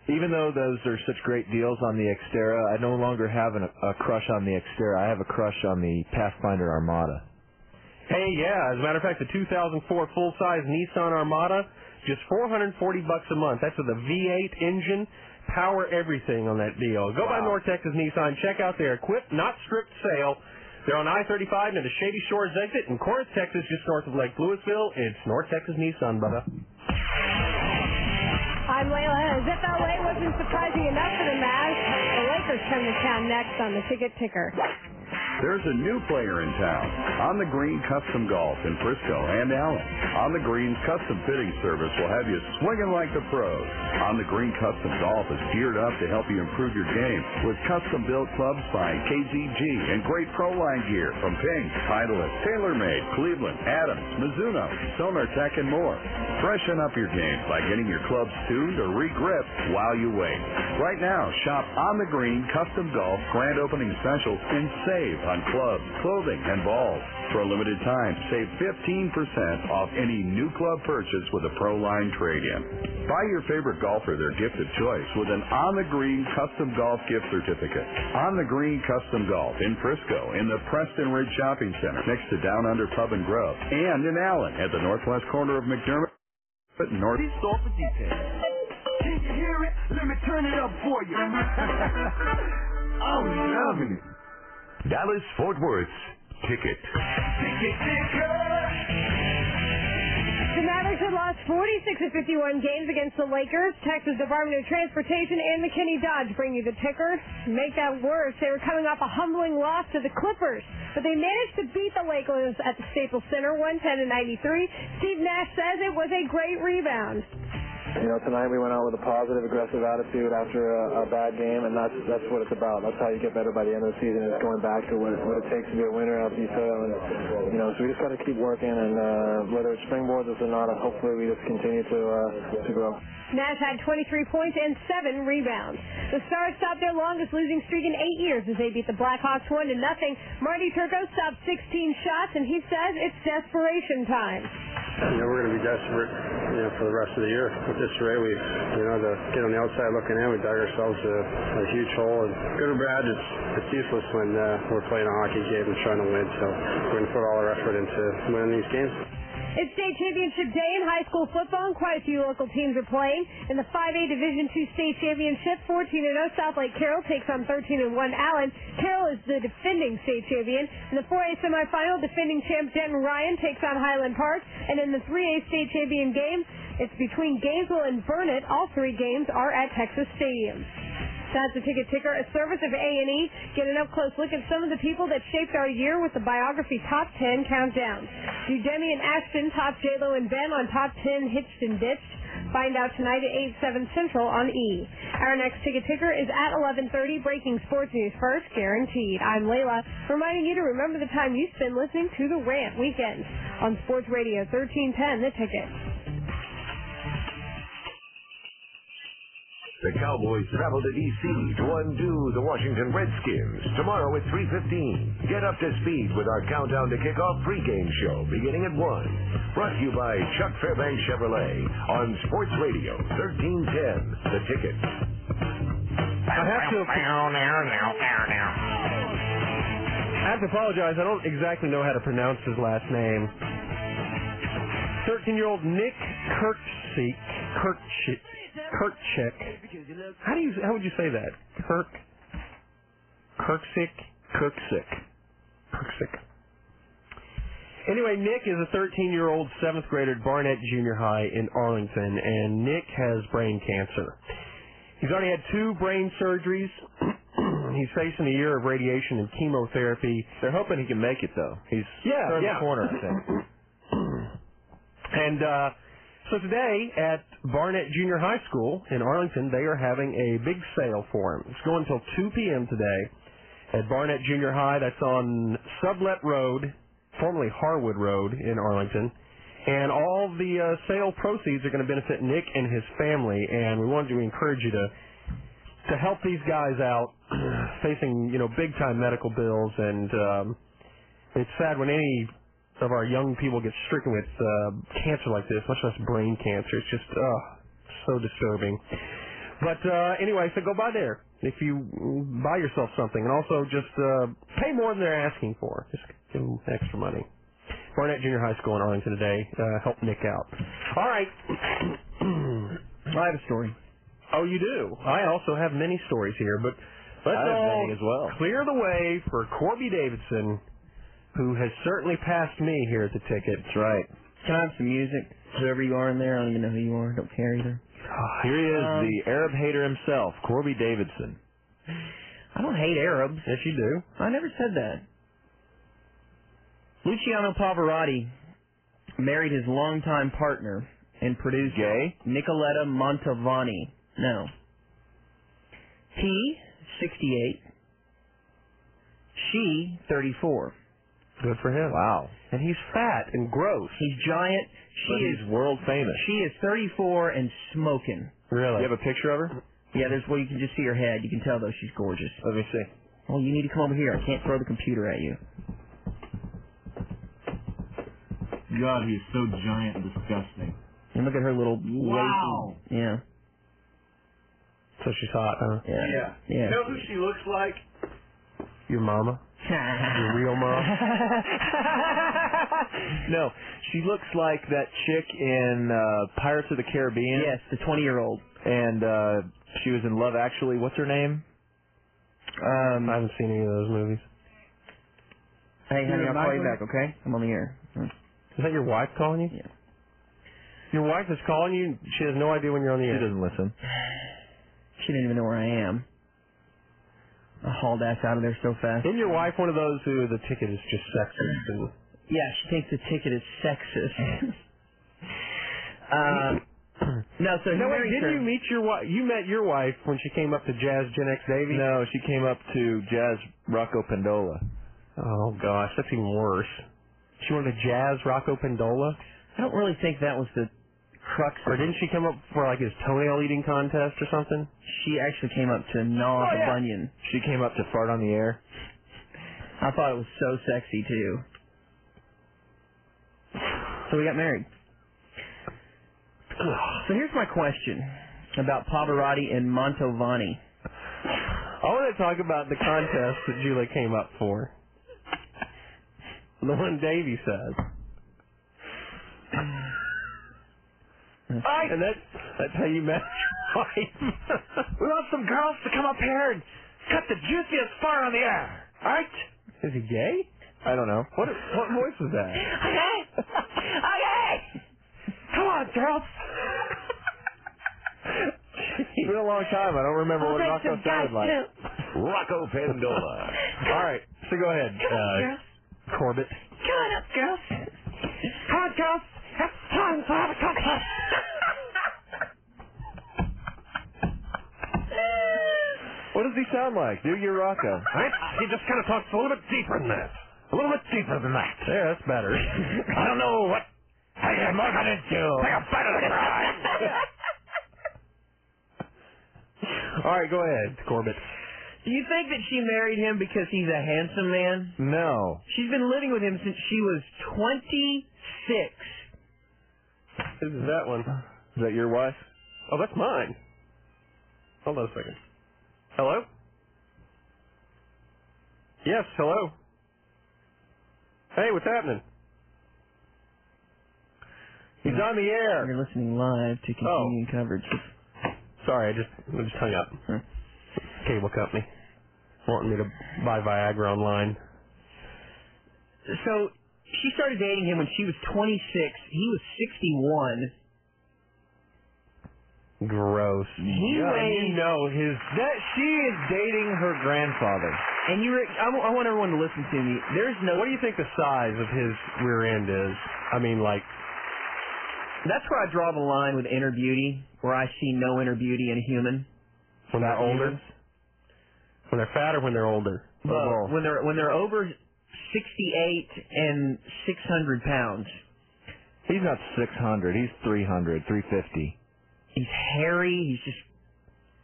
Speaker 35: Even though those are such great deals on the Xterra, I no longer have an, a crush on the Xterra. I have a crush on the Pathfinder Armada.
Speaker 7: Hey, yeah. As a matter of fact, the 2004 full-size Nissan Armada, just 440 bucks a month. That's with a V8 engine, power everything on that deal. Go by North Texas Nissan. Check out their equipped, not stripped sale. They're on I-35 near the Shady Shores exit in Corinth, Texas, just north of Lake Louisville. It's North Texas Nissan, brother.
Speaker 3: I'm Layla. As if LA wasn't surprising enough for the Mavs, the Lakers come to town next on the ticket ticker.
Speaker 4: There's a new player in town. On the Green Custom Golf in Frisco and Allen. On the Green's custom fitting service will have you swinging like the pros. On the Green Custom Golf is geared up to help you improve your game with custom built clubs by KZG and great pro line gear from Ping, Titleist, TaylorMade, Cleveland, Adams, Mizuno, Sonar Tech, and more. Freshen up your game by getting your clubs tuned or re-gripped while you wait. Right now, shop On the Green Custom Golf Grand Opening Specials and save on clubs, clothing, and balls. For a limited time, save 15% off any new club purchase with a ProLine trade-in. Buy your favorite golfer their gift of choice with an On the Green Custom Golf gift certificate. On the Green Custom Golf in Frisco in the Preston Ridge Shopping Center next to Down Under Pub and Grove and in Allen at the northwest corner of McDermott. But north.
Speaker 16: store for details. Can't you hear it? Let me turn it up for you. I'm loving it.
Speaker 1: Dallas Fort Worth's ticket.
Speaker 3: The Mavericks had lost 46 of 51 games against the Lakers. Texas Department of Transportation and the Kenny Dodge bring you the ticker. To make that worse, they were coming off a humbling loss to the Clippers, but they managed to beat the Lakers at the Staples Center 110 to 93. Steve Nash says it was a great rebound.
Speaker 36: You know, tonight we went out with a positive, aggressive attitude after a, a bad game, and that's that's what it's about. That's how you get better by the end of the season. Is going back to what, what it takes to be a winner after you fail, and you know, so we just got to keep working. And uh, whether it's springboards or not, uh, hopefully we just continue to uh, to grow.
Speaker 3: Nash had 23 points and 7 rebounds. The Stars stopped their longest losing streak in 8 years as they beat the Blackhawks 1 to nothing. Marty Turco stopped 16 shots and he says it's desperation time.
Speaker 37: You know, we're going to be desperate, you know, for the rest of the year. With this array, we, you know, the get on the outside looking in, we dug ourselves a, a huge hole. And good or bad, it's it's useless when uh, we're playing a hockey game and trying to win. So we're going to put all our effort into winning these games.
Speaker 3: It's state championship day in high school football, and quite a few local teams are playing. In the 5A Division II state championship, 14 0 Southlake Carroll takes on 13 1 Allen. Carroll is the defending state champion. In the 4A semifinal, defending champ Denton Ryan takes on Highland Park. And in the 3A state champion game, it's between Gainesville and Burnett. All three games are at Texas Stadium. That's the ticket ticker, a service of A&E. Get an up-close look at some of the people that shaped our year with the biography Top 10 Countdown. Udemy and Ashton, Top J-Lo and Ben on Top 10 Hitched and Ditched. Find out tonight at 8, 7 Central on E. Our next ticket ticker is at 11.30, breaking sports news first, guaranteed. I'm Layla, reminding you to remember the time you spend listening to The Rant Weekends on Sports Radio 1310, The Ticket.
Speaker 1: The Cowboys travel to D.C. to undo the Washington Redskins tomorrow at 3.15. Get up to speed with our Countdown to Kickoff pregame show beginning at 1. Brought to you by Chuck Fairbanks Chevrolet on Sports Radio 1310. The Ticket.
Speaker 7: I have to. I have to apologize. I don't exactly know how to pronounce his last name. Thirteen-year-old Nick Kirksey, Kirksey,
Speaker 34: Kirkchick. How do you how would you say that? Kirk Kirksick? Kirksick. Kirksick.
Speaker 7: Anyway, Nick is a 13 year old seventh grader at Barnett Junior High in Arlington, and Nick has brain cancer. He's already had two brain surgeries. He's facing a year of radiation and chemotherapy.
Speaker 14: They're hoping he can make it though. He's
Speaker 7: yeah,
Speaker 14: turned
Speaker 7: yeah.
Speaker 14: the corner, I think.
Speaker 7: And uh, so today at Barnett Junior High School in Arlington, they are having a big sale for him. It's going until 2 p.m. today at Barnett Junior High. That's on Sublet Road, formerly Harwood Road in Arlington. And all the uh, sale proceeds are going to benefit Nick and his family. And we wanted to encourage you to to help these guys out facing you know big time medical bills and um it's sad when any of our young people get stricken with uh cancer like this much less brain cancer it's just uh so disturbing but uh anyway so go by there if you mm, buy yourself something and also just uh pay more than they're asking for just give them extra money Barnett Junior High School in Arlington today uh help Nick out all right I have a story Oh, you do. I also have many stories here, but let's
Speaker 14: I have
Speaker 7: all
Speaker 14: many as well.
Speaker 7: clear the way for Corby Davidson, who has certainly passed me here at the ticket. That's right.
Speaker 9: Can I have some music? Whoever you are in there, I don't even know who you are. Don't care either.
Speaker 7: Ah,
Speaker 14: Here he is,
Speaker 9: Um,
Speaker 14: the Arab hater himself, Corby Davidson.
Speaker 9: I don't hate Arabs.
Speaker 7: Yes, you do.
Speaker 9: I never said that. Luciano Pavarotti married his longtime partner and producer, Nicoletta Montavani. No. He, 68. She, 34.
Speaker 7: Good for him.
Speaker 14: Wow.
Speaker 7: And he's fat and gross.
Speaker 9: He's giant. She
Speaker 14: But
Speaker 9: is
Speaker 14: he's world famous.
Speaker 9: She is 34 and smoking.
Speaker 7: Really?
Speaker 14: You have a picture of her?
Speaker 9: Yeah, there's well you can just see her head. You can tell though she's gorgeous.
Speaker 14: Let me see.
Speaker 9: Well, you need to come over here. I can't throw the computer at you.
Speaker 23: God, he is so giant and disgusting.
Speaker 9: And look at her little
Speaker 23: Wow.
Speaker 9: lazy- Yeah.
Speaker 7: So she's hot, huh?
Speaker 9: Yeah. Yeah.
Speaker 23: know who she looks like?
Speaker 7: Your mama? Your real mom?
Speaker 14: No, she looks like that chick in uh, Pirates of the Caribbean.
Speaker 9: Yes, the 20 year old.
Speaker 14: And uh, she was in Love Actually. What's her name?
Speaker 7: I haven't seen any of those movies.
Speaker 9: Um, Hey, honey,
Speaker 7: You're
Speaker 9: I'll call you
Speaker 7: nice
Speaker 9: back, okay? I'm on the air. Hmm.
Speaker 7: Is that your wife calling you?
Speaker 9: Yeah.
Speaker 7: Your wife is calling you. She has no idea when you're on the air. She
Speaker 14: doesn't listen.
Speaker 9: She didn't even know where I am. I hauled ass out of there so fast.
Speaker 7: Isn't your wife one of those who the ticket is just sexist? And
Speaker 9: Yeah, she thinks the ticket is sexist. uh, no, so he
Speaker 7: no, wait,
Speaker 9: marries
Speaker 7: did
Speaker 9: her.
Speaker 7: you meet your wife? You met your wife when she came up to Jazz Gen X Davies?
Speaker 14: No, she came up to Jazz Rocco Pandola.
Speaker 7: Oh gosh, that's even worse. She wanted to jazz Rocco Pandola,
Speaker 9: I don't really think that was the crux.
Speaker 7: or didn't she come up for like his toenail eating contest or something?
Speaker 9: She actually came up to gnaw
Speaker 7: Oh,
Speaker 9: the
Speaker 7: yeah.
Speaker 9: bunion.
Speaker 14: She came up to fart on the air.
Speaker 9: I thought it was so sexy too. So we got married. So here's my question about Pavarotti and Montovani.
Speaker 7: I want to talk about the contest that Julie came up for. The one Davey says. And that's that's how you met your wife.
Speaker 13: We want some girls to come up here and cut the juiciest fire on the air. All right?
Speaker 7: Is he gay?
Speaker 14: I don't know.
Speaker 7: What what voice is that?
Speaker 13: Okay. okay. Come on, girls.
Speaker 14: It's been a long time. I don't remember what Rocco sounded like.
Speaker 1: Rocco Pandola.
Speaker 7: All right, so go ahead, uh, Corbett.
Speaker 13: Come on up, girls. Come on, girls. It's time to have a cocktail.
Speaker 14: What does he sound like? Do your Rocco.
Speaker 13: Right? He just kind of talks a little bit deeper than that. A little bit deeper than that.
Speaker 7: Yeah, that's better.
Speaker 13: I don't know what I am looking into. Take a bite of the crime.
Speaker 7: All right, go ahead, Corbett.
Speaker 9: Do you think that she married him because he's a handsome man?
Speaker 14: No.
Speaker 9: She's been living with him since she was 26.
Speaker 7: This is that one.
Speaker 14: Is that your wife?
Speaker 7: Oh, that's mine. Hold on a second. Hello? Yes, hello. Hey, what's happening? He's on the air. Oh.
Speaker 9: You're listening live to continuing coverage.
Speaker 1: Sorry, I just I just hung up. Cable company wanting me to buy Viagra online.
Speaker 9: So she started dating him when she was 26. He was 61.
Speaker 1: Gross.
Speaker 9: He
Speaker 7: yeah,
Speaker 9: weighed-
Speaker 7: you know his that she is dating her grandfather.
Speaker 9: And you, re- I, w- I want everyone to listen to me. There's no.
Speaker 1: What do you think the size of his rear end is? I mean, like
Speaker 9: That's where I draw the line with inner beauty, where I see no inner beauty in a human.
Speaker 1: when they're older, when they're fat, or when they're older.
Speaker 9: But when they're when they're over 68 and 600 pounds,
Speaker 7: He's not 600. He's 300, 350.
Speaker 9: he's hairy. He's just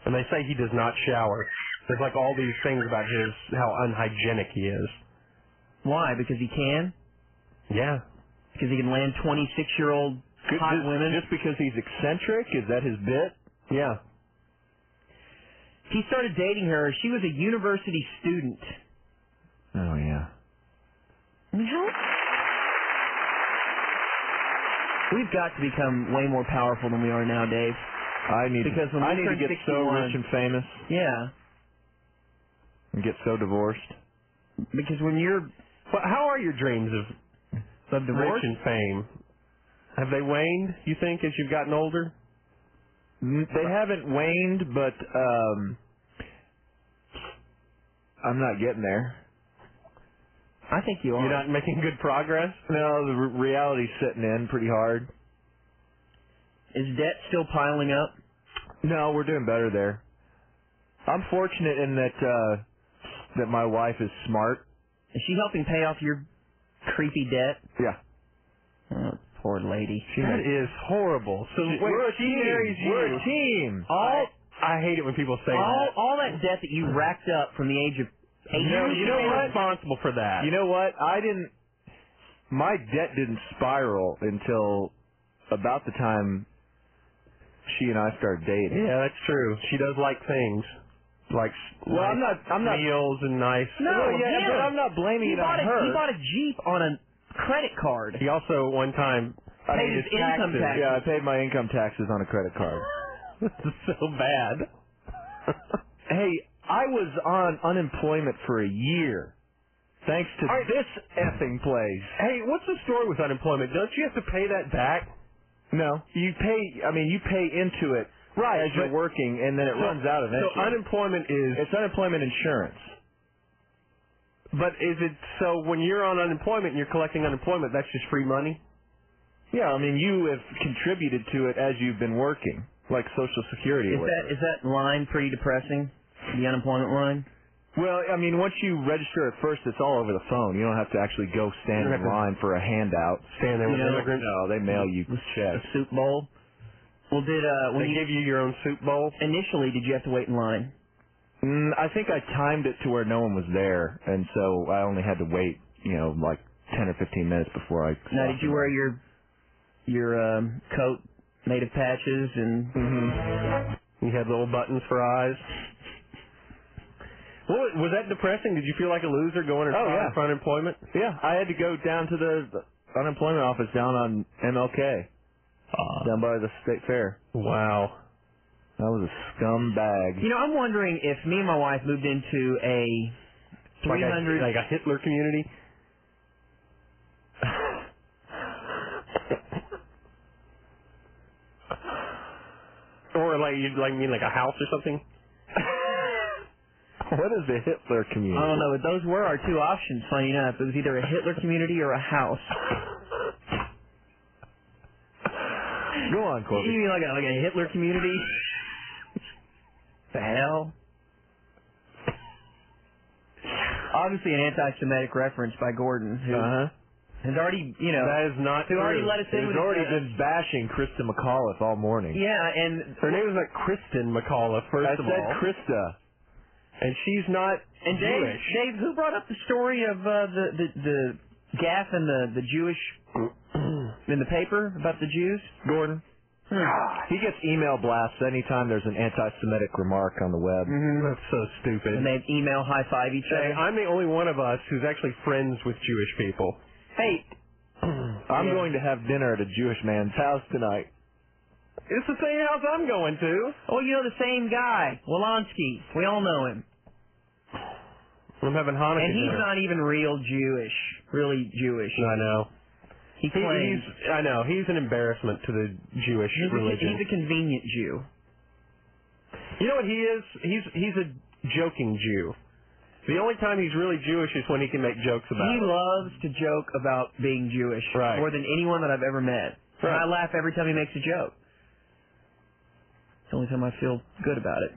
Speaker 1: And they say he does not shower. There's like all these things about his how unhygienic he is.
Speaker 9: why? Because he can.
Speaker 1: Yeah.
Speaker 9: Because he can land 26 year old
Speaker 7: Good-
Speaker 9: hot
Speaker 7: just,
Speaker 9: women.
Speaker 7: Just because he's eccentric, is that his bit?
Speaker 1: Yeah.
Speaker 9: He started dating her. She was a university student.
Speaker 7: Oh yeah.
Speaker 9: I mean, how? We've got to become way more powerful than we are now, Dave.
Speaker 7: I need
Speaker 9: because
Speaker 7: to,
Speaker 9: when
Speaker 7: I
Speaker 9: we
Speaker 7: need to
Speaker 9: turn
Speaker 7: get so
Speaker 9: 61
Speaker 7: rich and famous
Speaker 9: yeah,
Speaker 7: and get so divorced.
Speaker 9: Because when you're,
Speaker 1: well, how are your dreams of of
Speaker 7: divorce?
Speaker 1: rich and fame? Have they waned? You think as you've gotten older?
Speaker 7: Mm, They haven't waned, but um, I'm not getting there.
Speaker 9: I think you
Speaker 1: are. You're not making good progress.
Speaker 7: No, the re- reality's sitting in pretty hard.
Speaker 9: Is debt still piling up?
Speaker 7: No, we're doing better there. I'm fortunate in that uh, that my wife is smart.
Speaker 9: Is she helping pay off your creepy debt?
Speaker 7: Yeah.
Speaker 9: Oh, poor lady.
Speaker 1: That is horrible. So
Speaker 9: She-
Speaker 1: wait,
Speaker 9: we're a team. We're a
Speaker 7: team.
Speaker 1: All I hate it when people say
Speaker 9: all,
Speaker 1: that.
Speaker 9: all that debt that you racked up from the age of eight
Speaker 7: You know-
Speaker 9: years
Speaker 7: you know
Speaker 9: old.
Speaker 7: what?
Speaker 1: Responsible for that.
Speaker 7: You know what? I didn't. My debt didn't spiral until about the time she and I started dating.
Speaker 1: Yeah, that's true. She does like things, like s-
Speaker 7: Well,
Speaker 1: nice
Speaker 7: I'm not- I'm not-
Speaker 1: meals and nice.
Speaker 9: No,
Speaker 7: yeah,
Speaker 9: him.
Speaker 7: but I'm not blaming
Speaker 9: he
Speaker 7: it
Speaker 9: bought
Speaker 7: on
Speaker 9: a,
Speaker 7: her.
Speaker 9: He bought a Jeep on a credit card.
Speaker 1: He also one time
Speaker 9: Paid his income taxes.
Speaker 7: Yeah, I paid my income taxes on a credit card.
Speaker 1: so bad.
Speaker 7: hey, I was on unemployment for a year, thanks to this effing place.
Speaker 1: Hey, what's the story with unemployment? Don't you have to pay that back?
Speaker 7: No, you pay. I mean, you pay into it
Speaker 1: Right,
Speaker 7: as you're
Speaker 1: but-
Speaker 7: working, and then it
Speaker 1: So-
Speaker 7: runs out eventually.
Speaker 1: So unemployment is
Speaker 7: it's unemployment insurance.
Speaker 1: But is it so when you're on unemployment and you're collecting unemployment, that's just free money?
Speaker 7: Yeah, I mean, you have contributed to it as you've been working, like Social Security.
Speaker 9: Is
Speaker 7: or whatever.
Speaker 9: that is that line pretty depressing? The unemployment line.
Speaker 7: Well, I mean, once you register at first, it's all over the phone. You don't have to actually go stand
Speaker 1: You don't
Speaker 7: in
Speaker 1: have to-
Speaker 7: line for a handout.
Speaker 1: Stand there
Speaker 9: You
Speaker 1: with
Speaker 9: know-
Speaker 1: immigrants.
Speaker 7: No, they mail you checks.
Speaker 9: Soup bowl. Well, did uh, when
Speaker 1: They
Speaker 9: you
Speaker 1: give you your own soup bowl.
Speaker 9: initially did you have to wait in line?
Speaker 7: Mm, I think I timed it to where no one was there, and so I only had to wait, you know, like ten or fifteen minutes before I.
Speaker 9: Now, did you wear your your um, coat made of patches and?
Speaker 1: Mm-hmm. You had little buttons for eyes. Well, was that depressing? Did you feel like a loser going and
Speaker 7: Oh,
Speaker 1: filing
Speaker 7: yeah.
Speaker 1: for unemployment?
Speaker 7: Yeah, I had to go down to the unemployment office down on MLK, down by the state fair.
Speaker 1: Wow.
Speaker 7: That was a scumbag.
Speaker 9: You know, I'm wondering if me and my wife moved into a
Speaker 1: Like a-
Speaker 9: 300
Speaker 1: like a Hitler community. or like you like mean like a house or something?
Speaker 7: What is the Hitler community?
Speaker 9: I don't know, but those were our two options, funny enough. It was either a Hitler community or a house.
Speaker 7: Go on,
Speaker 9: You mean like a, like a Hitler community? the hell? Obviously an anti-Semitic reference by Gordon, who
Speaker 7: Uh huh.
Speaker 9: has already, you know...
Speaker 1: That is not
Speaker 9: Who
Speaker 1: true.
Speaker 9: already let us in
Speaker 7: He's
Speaker 9: with
Speaker 7: already
Speaker 9: his, uh,
Speaker 7: been bashing Krista McAuliffe all morning.
Speaker 9: Yeah, and...
Speaker 1: Her name is like Kristen McAuliffe, first
Speaker 7: I
Speaker 1: of
Speaker 7: said
Speaker 1: all.
Speaker 7: Krista.
Speaker 1: and she's not
Speaker 9: And Dave,
Speaker 1: Jewish.
Speaker 9: Dave, who brought up the story of uh, the, the, the gaff in the, the Jewish... in the paper about the Jews?
Speaker 7: Gordon. He gets email blasts anytime there's an anti-Semitic remark on the web.
Speaker 1: Mm-hmm. That's so stupid.
Speaker 9: And they'd email high-five each
Speaker 1: Hey,
Speaker 9: other?
Speaker 1: I'm the only one of us who's actually friends with Jewish people.
Speaker 9: Hey, Yeah.
Speaker 7: I'm going to have dinner at a Jewish man's house tonight. It's the same house I'm going to.
Speaker 9: Oh, you know the same guy, Wolonsky. We all know him.
Speaker 7: I'm having Hanukkah.
Speaker 9: and he's
Speaker 7: dinner.
Speaker 9: not even real Jewish, really Jewish.
Speaker 7: I know.
Speaker 9: He claims-
Speaker 7: he's, I know. He's an embarrassment to the Jewish
Speaker 9: He's a,
Speaker 7: religion.
Speaker 9: he's a convenient Jew.
Speaker 7: You know what he is? He's he's a joking Jew. The only time he's really Jewish is when he can make jokes about
Speaker 9: He
Speaker 7: it.
Speaker 9: loves to joke about being Jewish more than anyone that I've ever met. And I laugh every time he makes a joke. It's the only time I feel good about it.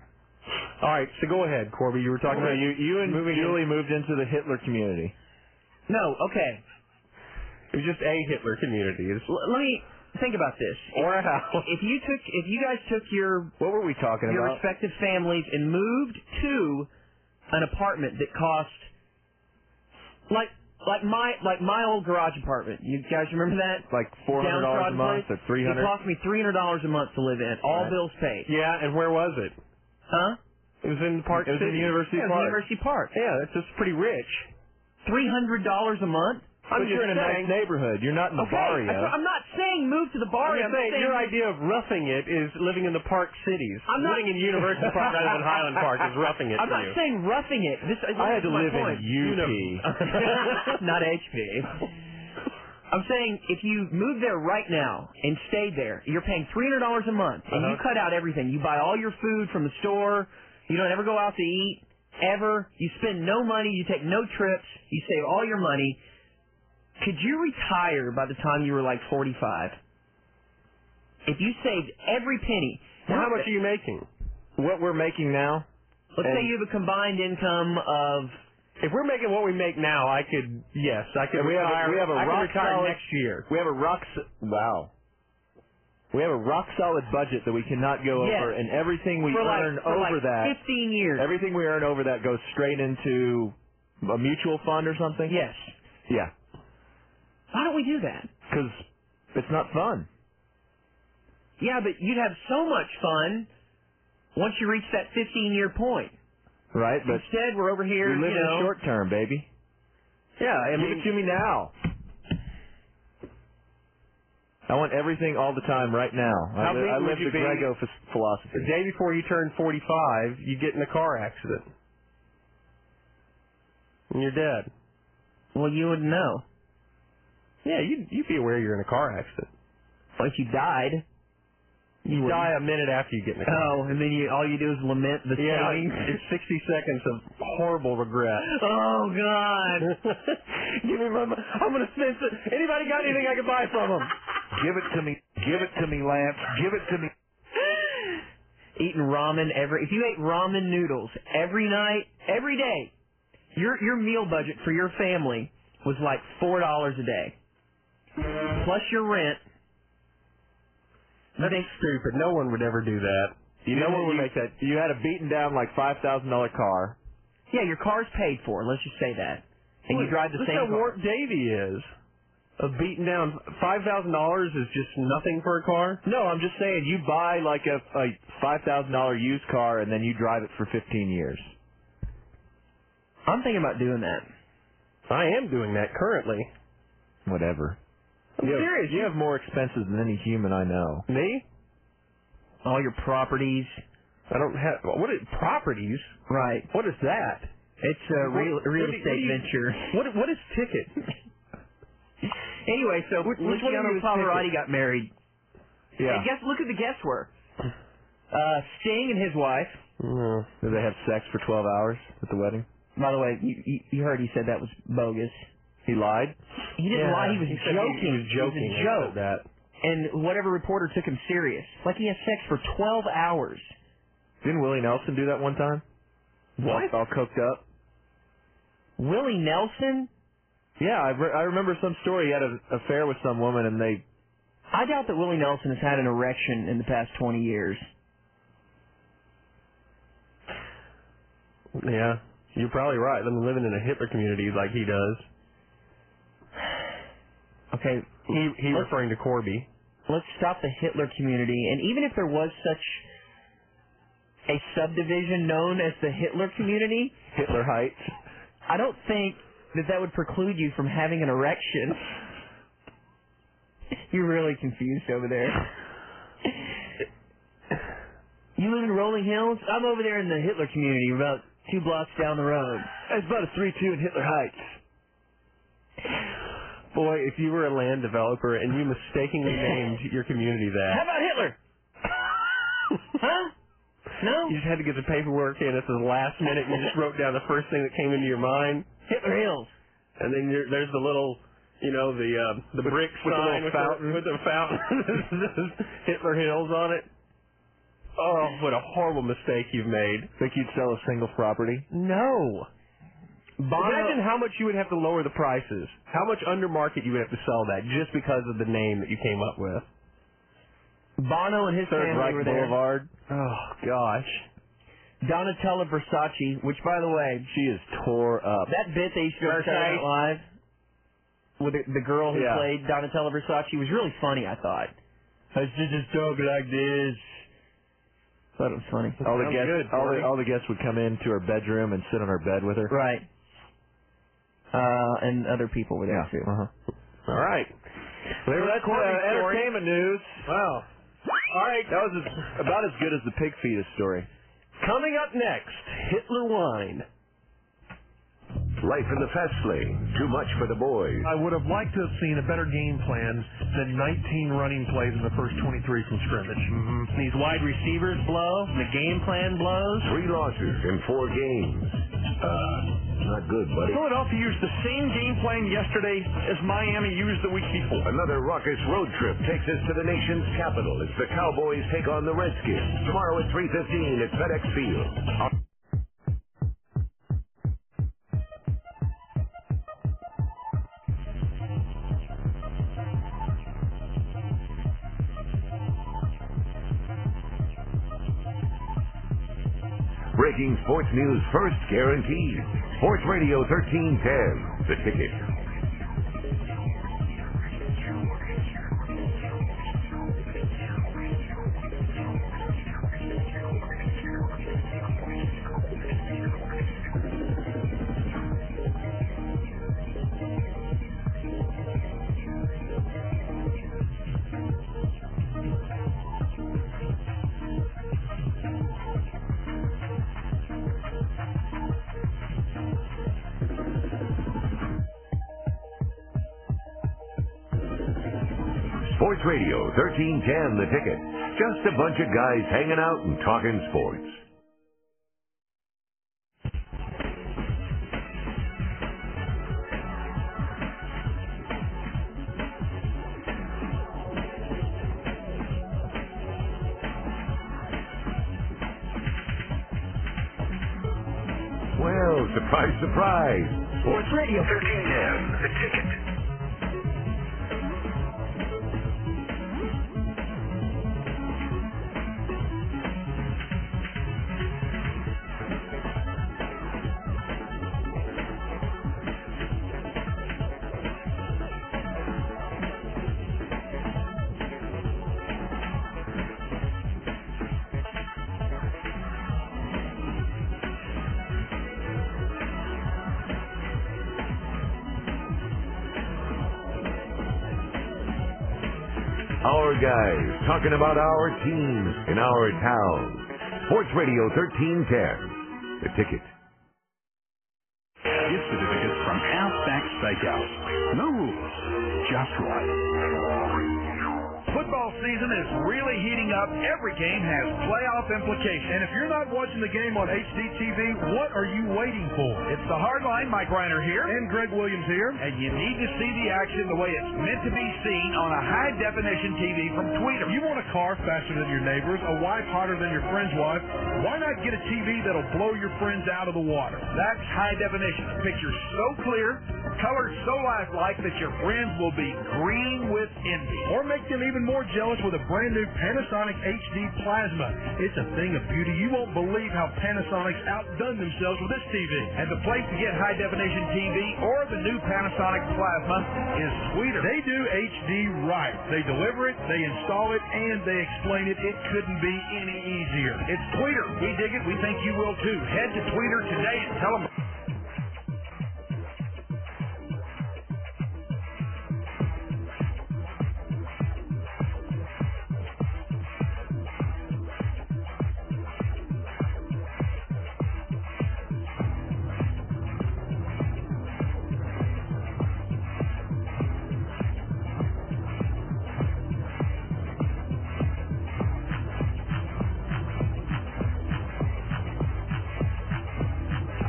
Speaker 7: All right, so go ahead, Corby. You were talking
Speaker 38: No,
Speaker 7: about
Speaker 38: you, you and
Speaker 7: moving
Speaker 38: Julie moved into the Hitler community.
Speaker 9: No, okay.
Speaker 7: It was just a Hitler community. It's-
Speaker 9: L- let me think about this.
Speaker 7: Or a
Speaker 9: house. If you took, if you guys took your
Speaker 38: what were we talking
Speaker 9: your
Speaker 38: about?
Speaker 9: respective families and moved to an apartment that cost like like my like my old garage apartment. You guys remember that?
Speaker 38: Like four hundred dollars a
Speaker 9: Downtrodden
Speaker 38: month or
Speaker 9: place?
Speaker 38: three hundred.
Speaker 9: It cost me three hundred dollars a month to live in, all
Speaker 38: Right.
Speaker 9: bills paid.
Speaker 7: Yeah, and where was it?
Speaker 9: Huh?
Speaker 7: It was in Park
Speaker 9: It was in
Speaker 7: City.
Speaker 9: University
Speaker 7: yeah, it was
Speaker 9: Park.
Speaker 7: University Park. Yeah, that's just pretty rich.
Speaker 9: Three hundred dollars a month.
Speaker 38: I'm
Speaker 9: But
Speaker 38: you're in a nice
Speaker 9: saying-
Speaker 38: neighborhood. You're not in the
Speaker 9: Okay,
Speaker 38: barrio.
Speaker 9: that's what- I'm not saying move to the barrio.
Speaker 7: I'm saying your idea of roughing it is living in the Park Cities.
Speaker 9: I'm not-
Speaker 7: living in University Park rather than Highland Park is roughing it
Speaker 9: I'm
Speaker 7: for
Speaker 9: not
Speaker 7: you.
Speaker 9: saying roughing it. This,
Speaker 7: I had to live in UP.
Speaker 9: not HP. I'm saying if you move there right now and stay there, you're paying three hundred dollars a month, and
Speaker 7: Uh-huh.
Speaker 9: you cut out everything. You buy all your food from the store. You don't ever go out to eat ever. You spend no money. You take no trips. You save all your money. Could you retire by the time you were like 45? If you saved every penny.
Speaker 7: Well, how much are you making? What we're making now?
Speaker 9: Let's say
Speaker 7: And-
Speaker 9: you have a combined income of.
Speaker 7: If we're making what we make now, I could yes, I could
Speaker 38: And we have a-
Speaker 7: retire.
Speaker 38: we have a
Speaker 7: I could
Speaker 38: rock
Speaker 7: retire
Speaker 38: solid-
Speaker 7: next year.
Speaker 38: We have a rock. s- Wow. We have a rock solid budget that we cannot go
Speaker 9: Yes.
Speaker 38: over, and everything we
Speaker 9: For like-
Speaker 38: earn
Speaker 9: for
Speaker 38: over
Speaker 9: like
Speaker 38: that,
Speaker 9: 15 years.
Speaker 38: everything we earn over that goes straight into a mutual fund or something.
Speaker 9: Yes.
Speaker 38: Yeah,
Speaker 9: Why don't we do that?
Speaker 38: because it's not fun.
Speaker 9: Yeah, but you'd have so much fun once you reach that 15 year point.
Speaker 38: Right, but
Speaker 9: Instead, we're over here,
Speaker 38: you're
Speaker 9: you
Speaker 38: living
Speaker 9: know.
Speaker 38: short term, baby.
Speaker 7: Yeah, I
Speaker 38: give
Speaker 7: mean-
Speaker 38: it to me now. I want everything all the time right now. I,
Speaker 7: How
Speaker 38: li-
Speaker 7: big
Speaker 38: I
Speaker 7: would
Speaker 38: live
Speaker 7: you
Speaker 38: the
Speaker 7: be-
Speaker 38: Grego ph- philosophy.
Speaker 7: The day before you turn 45, you get in a car accident. And you're dead.
Speaker 9: Well, you wouldn't know.
Speaker 7: Yeah, you'd, you'd be aware you're in a car accident.
Speaker 9: Like you died.
Speaker 7: You, die a minute after you get in a car.
Speaker 9: Oh, and then you all you do is lament Oh, the
Speaker 7: yeah,
Speaker 9: savings.
Speaker 7: it's 60 seconds of horrible regret.
Speaker 9: Oh God!
Speaker 7: Give me my. mo- I'm gonna spend. some- Anybody got anything I can buy from them?
Speaker 39: Give it to me. Give it to me, Lance. Give it to me.
Speaker 9: Eating ramen every. If you ate ramen noodles every night, every day, your your meal budget for your family was like four dollars a day, plus your rent.
Speaker 7: That's stupid. No one would ever do that.
Speaker 38: You know
Speaker 7: no one
Speaker 38: what
Speaker 7: would
Speaker 38: you,
Speaker 7: make that.
Speaker 38: You had a beaten down like five thousand dollar car.
Speaker 9: Yeah, your car's paid for. Let's just say that. And you drive the
Speaker 7: Look
Speaker 9: same
Speaker 7: how
Speaker 9: car.
Speaker 7: warped Davy is. A beaten down five thousand dollars is just nothing for a car.
Speaker 38: No, I'm just saying you buy like a, a five thousand dollar used car and then you drive it for fifteen years.
Speaker 9: I'm thinking about doing that.
Speaker 7: I am doing that currently.
Speaker 38: Whatever.
Speaker 7: I'm
Speaker 38: you have,
Speaker 7: serious.
Speaker 38: You have more expenses than any human I know.
Speaker 7: Me?
Speaker 9: All your properties.
Speaker 7: I don't have what is, properties.
Speaker 9: Right.
Speaker 7: What is that?
Speaker 9: It's a
Speaker 7: What-
Speaker 9: real
Speaker 7: what
Speaker 9: real
Speaker 7: do you-
Speaker 9: estate
Speaker 7: what do you-
Speaker 9: venture.
Speaker 7: What what is ticket?
Speaker 9: Anyway, so
Speaker 7: Which- which one of you
Speaker 9: Luciano
Speaker 7: is
Speaker 9: Pavarotti
Speaker 7: ticket?
Speaker 9: got married.
Speaker 38: Yeah.
Speaker 9: And guess look who the guests were. Uh, Sting and his wife.
Speaker 38: Did they have sex for twelve hours at the wedding?
Speaker 9: By the way, you, you- you heard he said that was bogus.
Speaker 38: He lied.
Speaker 9: He didn't
Speaker 7: Yeah,
Speaker 9: lie. He was
Speaker 7: he said he-
Speaker 9: joking.
Speaker 7: he was joking.
Speaker 9: It was
Speaker 7: He
Speaker 9: a
Speaker 7: said
Speaker 9: joke.
Speaker 7: that.
Speaker 9: And whatever reporter took him serious. Like he had sex for 12 hours.
Speaker 38: Didn't Willie Nelson do that one time?
Speaker 9: What?
Speaker 38: All cooked up.
Speaker 9: Willie Nelson?
Speaker 38: Yeah, I, re- I remember some story. He had an affair with some woman, and they
Speaker 9: I doubt that Willie Nelson has had an erection in the past 20 years.
Speaker 7: Yeah, you're probably right. I'm living in a Hitler community like he does.
Speaker 9: Okay,
Speaker 7: He he referring to Corby.
Speaker 9: let's stop the Hitler community. And even if there was such a subdivision known as the Hitler community,
Speaker 38: Hitler Heights.
Speaker 9: I don't think that that would preclude you from having an erection. You're really confused over there. You live in Rolling Hills? I'm over there in the Hitler community, about two blocks down the road.
Speaker 34: It's about a three-two in Hitler Heights.
Speaker 7: Boy, if you were a land developer and you mistakenly named your community
Speaker 9: How
Speaker 7: that,
Speaker 9: about Hitler? huh? No.
Speaker 7: you just had to get the paperwork in at the last minute. You just wrote down the first thing that came into your mind.
Speaker 9: Hitler Hills.
Speaker 7: And then you're, there's the little, you know, the uh, the brick
Speaker 34: with the
Speaker 7: sign
Speaker 34: little
Speaker 7: with, the, with the fountain, Hitler Hills on it. Oh, what a horrible mistake you've made.
Speaker 14: Think you'd sell a single property?
Speaker 7: No.
Speaker 14: Bono-
Speaker 7: Imagine how much you would have to lower the prices. How much under market you would have to sell that just because of the name that you came up with.
Speaker 9: Bono and his
Speaker 7: Third
Speaker 9: family
Speaker 7: Reich
Speaker 9: were there.
Speaker 7: Boulevard.
Speaker 9: Oh gosh. Donatella Versace, which by the way,
Speaker 14: she is tore up.
Speaker 9: that bit they used to do on
Speaker 14: Versace.
Speaker 9: Saturday Night Live with the, the girl who
Speaker 14: Yeah.
Speaker 9: played Donatella Versace was really funny. I thought. I just just talk like this. Thought it was funny.
Speaker 14: All the guests, all, the, all the guests would come into her bedroom and sit on her bed with her.
Speaker 9: Right. Uh, and other people were there too. uh-huh.
Speaker 14: All right. Well,
Speaker 9: Well,
Speaker 14: that's uh,
Speaker 9: Courtney's story.
Speaker 14: entertainment news. Wow. All right. That was as, about as good as the pig fetus story.
Speaker 7: Coming up next, Hitler wine.
Speaker 1: Life in the fast lane. Too much for the boys.
Speaker 8: I would have liked to have seen a better game plan than 19 running plays in the first 23 from scrimmage. Mm-hmm.
Speaker 1: These wide receivers blow. The game plan blows. Three losses in four games. Uh, not good, buddy.
Speaker 13: Philadelphia used the same game plan yesterday as Miami used the week before.
Speaker 1: Another raucous road trip takes us to the nation's capital as the Cowboys take on the Redskins tomorrow at 3:15 at FedEx Field. Breaking sports news first, guaranteed. Sports Radio 1310, the ticket. Sports Radio 1310, the ticket. Just a bunch of guys hanging out and talking sports. Well, surprise, surprise. Sports Radio 1310, the ticket. Our guys talking about our teams in our town. Sports Radio 1310. The ticket.
Speaker 4: Gift certificates from Outback Steakhouse. No rules, just right.
Speaker 16: Football season is really heating up. Every game has playoff implications. And if you're not watching the game on HDTV, what are you waiting for? It's the hard line. Mike Reiner here. And Greg Williams here. And you need to see the action the way it's meant to be seen on a high definition TV from Tweeter. You want a car faster than your neighbor's, a wife hotter than your friend's wife? Why not get a TV that'll blow your friends out of the water? That's high definition. A picture so clear, colored so lifelike that your friends will be green with envy. Or make them even more jealous with a brand new Panasonic HD Plasma. It's a thing of beauty. You won't believe how Panasonic's outdone themselves with this TV. And the place to get high definition TV or the new Panasonic Plasma is sweeter. They do HD right. They deliver it, they install it, and they explain it. It couldn't be any easier. It's Tweeter. We dig it. We think you will too. Head to Tweeter today and tell them.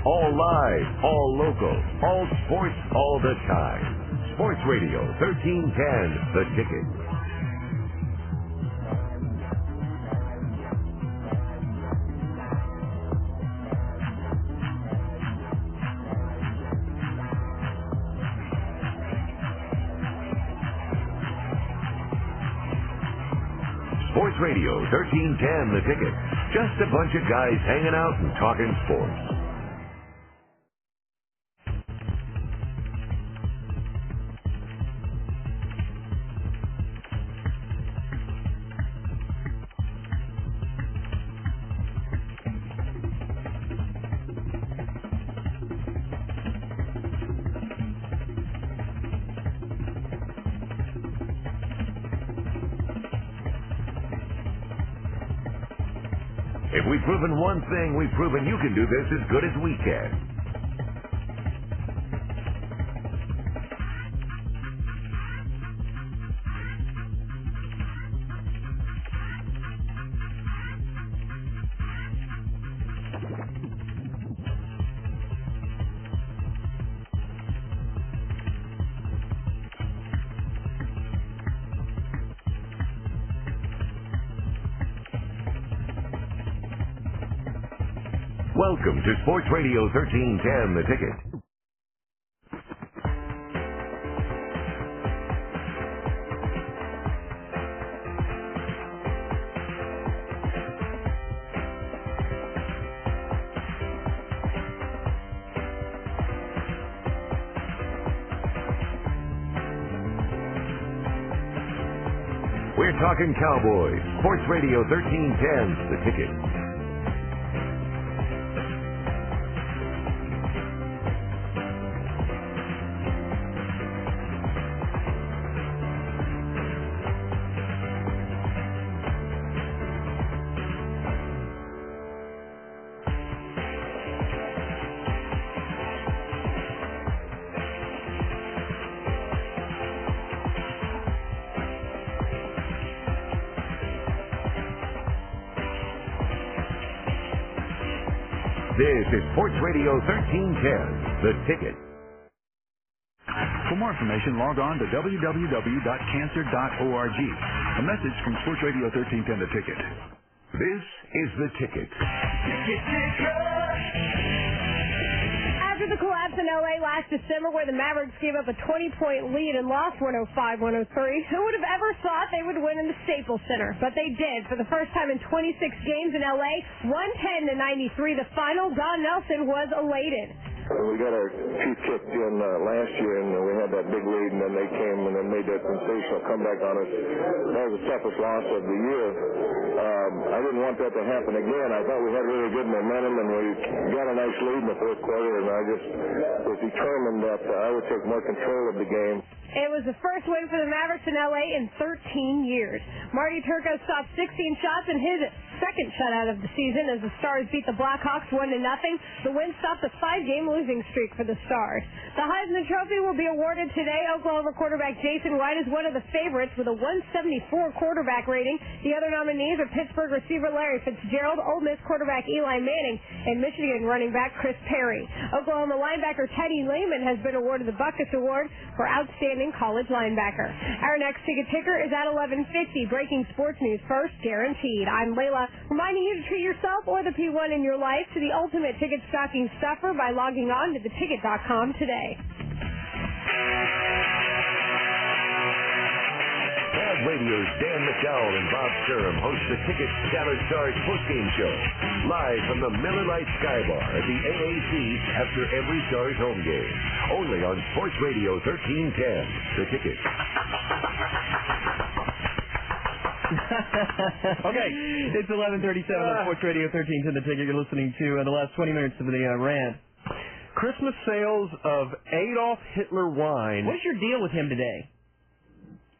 Speaker 1: All live, all local, all sports, all the time. Sports Radio 1310, The Ticket. Sports Radio 1310, The Ticket. Just a bunch of guys hanging out and talking sports. If we've proven one thing, we've proven you can do this as good as we can. Welcome to Sports Radio 1310, The Ticket. We're talking Cowboys. Sports Radio 1310, The Ticket. This is Sports Radio 1310, The Ticket.
Speaker 4: For more information, log on to www.cancer.org. A message from Sports Radio 1310 The Ticket.
Speaker 1: This is The Ticket.
Speaker 3: After the collapse in LA last December, where the Mavericks gave up a 20 point lead and lost 105 103, who would have ever thought they would win in the Staples Center? But they did. For the first time in 26 games in LA, 110 to 93, the final, Don Nelson was elated.
Speaker 6: We got our teeth kicked in uh, last year, and we had that big lead, and then they came and then made that sensational comeback on us. That was the toughest loss of the year. Um, I didn't want that to happen again. I thought we had really good momentum, and we got a nice lead in the fourth quarter, and I just was determined that uh, I would take more control of the game.
Speaker 3: It was the first win for the Mavericks in LA in 13 years. Marty Turco stopped 16 shots in his second shutout of the season as the Stars beat the Blackhawks 1 to nothing. The win stopped a five-game losing streak for the Stars. The Heisman Trophy will be awarded today. Oklahoma quarterback Jason White is one of the favorites with a 174 quarterback rating. The other nominees are Pittsburgh receiver Larry Fitzgerald, Ole Miss quarterback Eli Manning, and Michigan running back Chris Perry. Oklahoma linebacker Teddy Lehman has been awarded the Buckus Award for outstanding college linebacker. Our next ticket ticker is at 11:50. Breaking sports news first, guaranteed. I'm Layla, reminding you to treat yourself or the P1 in your life to the ultimate ticket stocking stuffer by logging on to theticket.com today.
Speaker 1: Bad Radio's Dan McDowell and Bob Sturm host the Ticket Salad Stars postgame show live from the Miller Lite Sky Bar at the AAC after every Stars home game. Only on Sports Radio 1310, The Ticket.
Speaker 9: okay, it's 11:37 on Sports Radio 13 to the ticket. You're listening to uh, the last 20 minutes of the uh, rant.
Speaker 7: Christmas sales of Adolf Hitler wine.
Speaker 9: What's your deal with him today?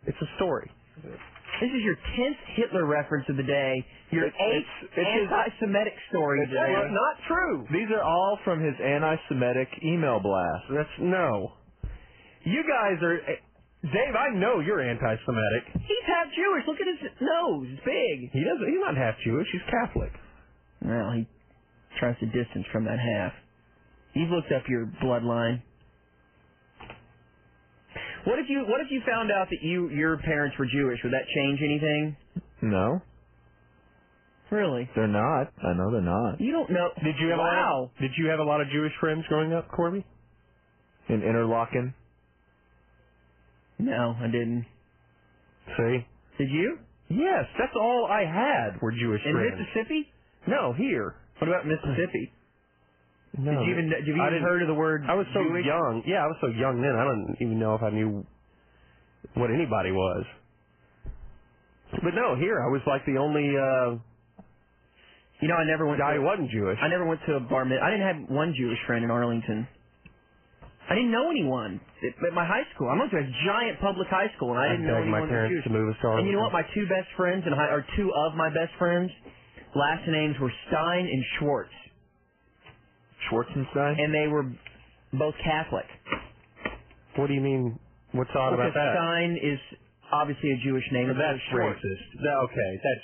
Speaker 7: It's a story.
Speaker 9: This is your tenth Hitler reference of the day. Your
Speaker 7: It's-
Speaker 9: eighth
Speaker 7: it's- it's his-
Speaker 9: anti-Semitic story
Speaker 7: It's
Speaker 9: today.
Speaker 7: not true.
Speaker 40: These are all from his anti-Semitic email blast.
Speaker 7: That's no. You guys are, eh, Dave. I know you're anti-Semitic.
Speaker 9: He's half Jewish. Look at his nose; it's big.
Speaker 7: He doesn't. He's not half Jewish. He's Catholic.
Speaker 9: Well, he tries to distance from that half. You've looked up your bloodline. What if you What if you found out that you your parents were Jewish? Would that change anything?
Speaker 41: No,
Speaker 9: Really?
Speaker 41: they're not. I know they're not.
Speaker 9: You don't know.
Speaker 7: Did you have a
Speaker 9: wow?
Speaker 7: lot of, Did you have a lot of Jewish friends growing up, Corby?
Speaker 41: In Interlaken.
Speaker 9: No, I didn't.
Speaker 7: See?
Speaker 9: Did you?
Speaker 7: Yes, that's all Oh, I had were Jewish
Speaker 9: In
Speaker 7: friends.
Speaker 9: Mississippi?
Speaker 7: No, here.
Speaker 9: What about Mississippi?
Speaker 42: No.
Speaker 9: Did you even Did you
Speaker 42: I
Speaker 9: even
Speaker 42: didn't-
Speaker 9: heard of the word?
Speaker 42: I was so
Speaker 9: Jewish?
Speaker 42: young. Yeah, I was so young then. I don't even know if I knew what anybody was. But no, here I was like the only. uh
Speaker 9: You know, I never went.
Speaker 42: Guy
Speaker 9: to,
Speaker 42: who wasn't Jewish.
Speaker 9: I never went to a bar mitzvah. I didn't have one Jewish friend in Arlington. I didn't know anyone at- at my high school. I went to a giant public high school, and I didn't know
Speaker 42: begged
Speaker 9: anyone
Speaker 42: my
Speaker 9: who was
Speaker 42: parents
Speaker 9: Jewish.
Speaker 42: to move us to
Speaker 9: And you know what?
Speaker 42: Arlington.
Speaker 9: My two best friends and I, or two of my best friends, last names were Stein and Schwartz.
Speaker 41: Schwarzenstein.
Speaker 9: And they were both Catholic.
Speaker 42: What do you mean? What's odd about
Speaker 9: because
Speaker 42: that?
Speaker 9: Stein is obviously a Jewish name.
Speaker 42: So
Speaker 9: and so
Speaker 42: that's
Speaker 9: is Schwartz.
Speaker 7: Okay, that's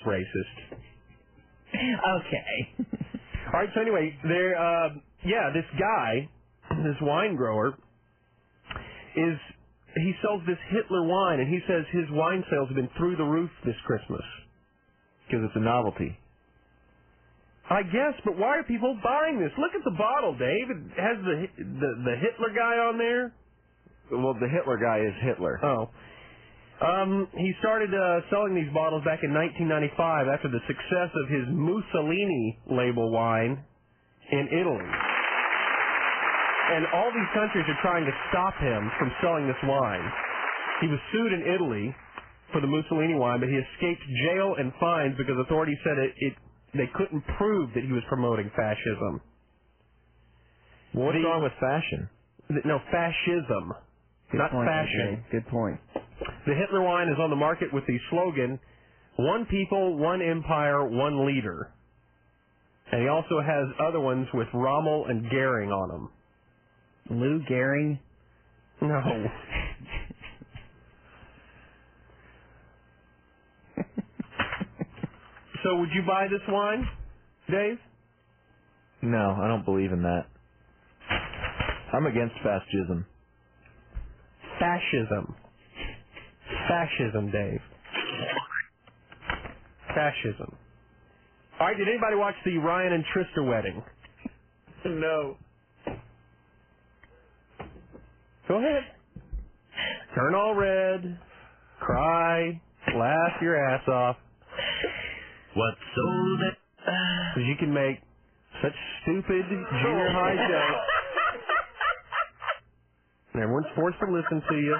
Speaker 7: racist.
Speaker 9: Okay.
Speaker 7: All right. So anyway, there. Uh, yeah, this guy, this wine grower, is he sells this Hitler wine, and he says his wine sales have been through the roof this Christmas.
Speaker 41: Because it's a novelty.
Speaker 7: I guess, but why are people buying this? Look at the bottle, Dave. It has the the, the Hitler guy on there.
Speaker 41: Well, the Hitler guy is Hitler.
Speaker 7: Oh. Um, he started uh, selling these bottles back in 1995 after the success of his Mussolini label wine in Italy. And all these countries are trying to stop him from selling this wine. He was sued in Italy for the Mussolini wine, but he escaped jail and fines because authorities said it, it they couldn't prove that he was promoting fascism.
Speaker 41: What's wrong with fashion?
Speaker 7: Th- No, fascism,
Speaker 9: Good
Speaker 7: not
Speaker 9: point,
Speaker 7: fashion.
Speaker 9: AJ. Good point.
Speaker 7: The Hitler wine is on the market with the slogan, one people, one empire, one leader. And he also has other ones with Rommel and Goering on them.
Speaker 9: Lou Gehring.
Speaker 7: No. so would you buy this wine, Dave?
Speaker 41: No, I don't believe in that. I'm against fascism.
Speaker 7: Fascism. Fascism, Dave. Fascism. All right, did anybody watch the Ryan and Trista wedding?
Speaker 41: No.
Speaker 7: Go ahead. Turn all red, cry, laugh your ass off. What's so that? Because you can make such stupid junior high jokes, and everyone's forced to listen to you.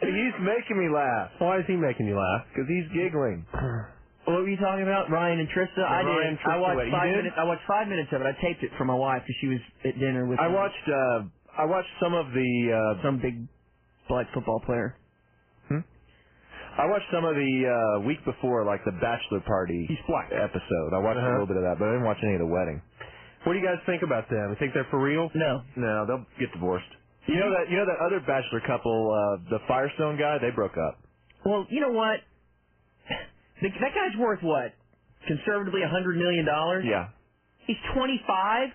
Speaker 41: he's making me laugh.
Speaker 7: Why is he making you laugh?
Speaker 41: Because he's giggling.
Speaker 9: What were you talking about, Ryan and Trista? I did.
Speaker 41: Ryan and Trista
Speaker 9: I watched
Speaker 41: wedding. You
Speaker 9: five
Speaker 41: did?
Speaker 9: minutes. I watched five minutes of it. I taped it for my wife because she was at dinner with.
Speaker 41: I
Speaker 9: me.
Speaker 41: watched. uh I watched some of the. Uh,
Speaker 9: some big black football player.
Speaker 41: I watched some of the uh week before, like the bachelor party episode. I watched
Speaker 7: Uh-huh.
Speaker 41: a little bit of that, but I didn't watch any of the wedding.
Speaker 7: What do you guys think about them? You think they're for real?
Speaker 9: No.
Speaker 41: No, they'll get divorced.
Speaker 7: Hmm?
Speaker 41: You know that. You know that other bachelor couple, uh the Firestone guy. They broke up.
Speaker 9: Well, you know what? The, that guy's worth what? Conservatively, a hundred million dollars.
Speaker 41: Yeah.
Speaker 9: He's twenty-five.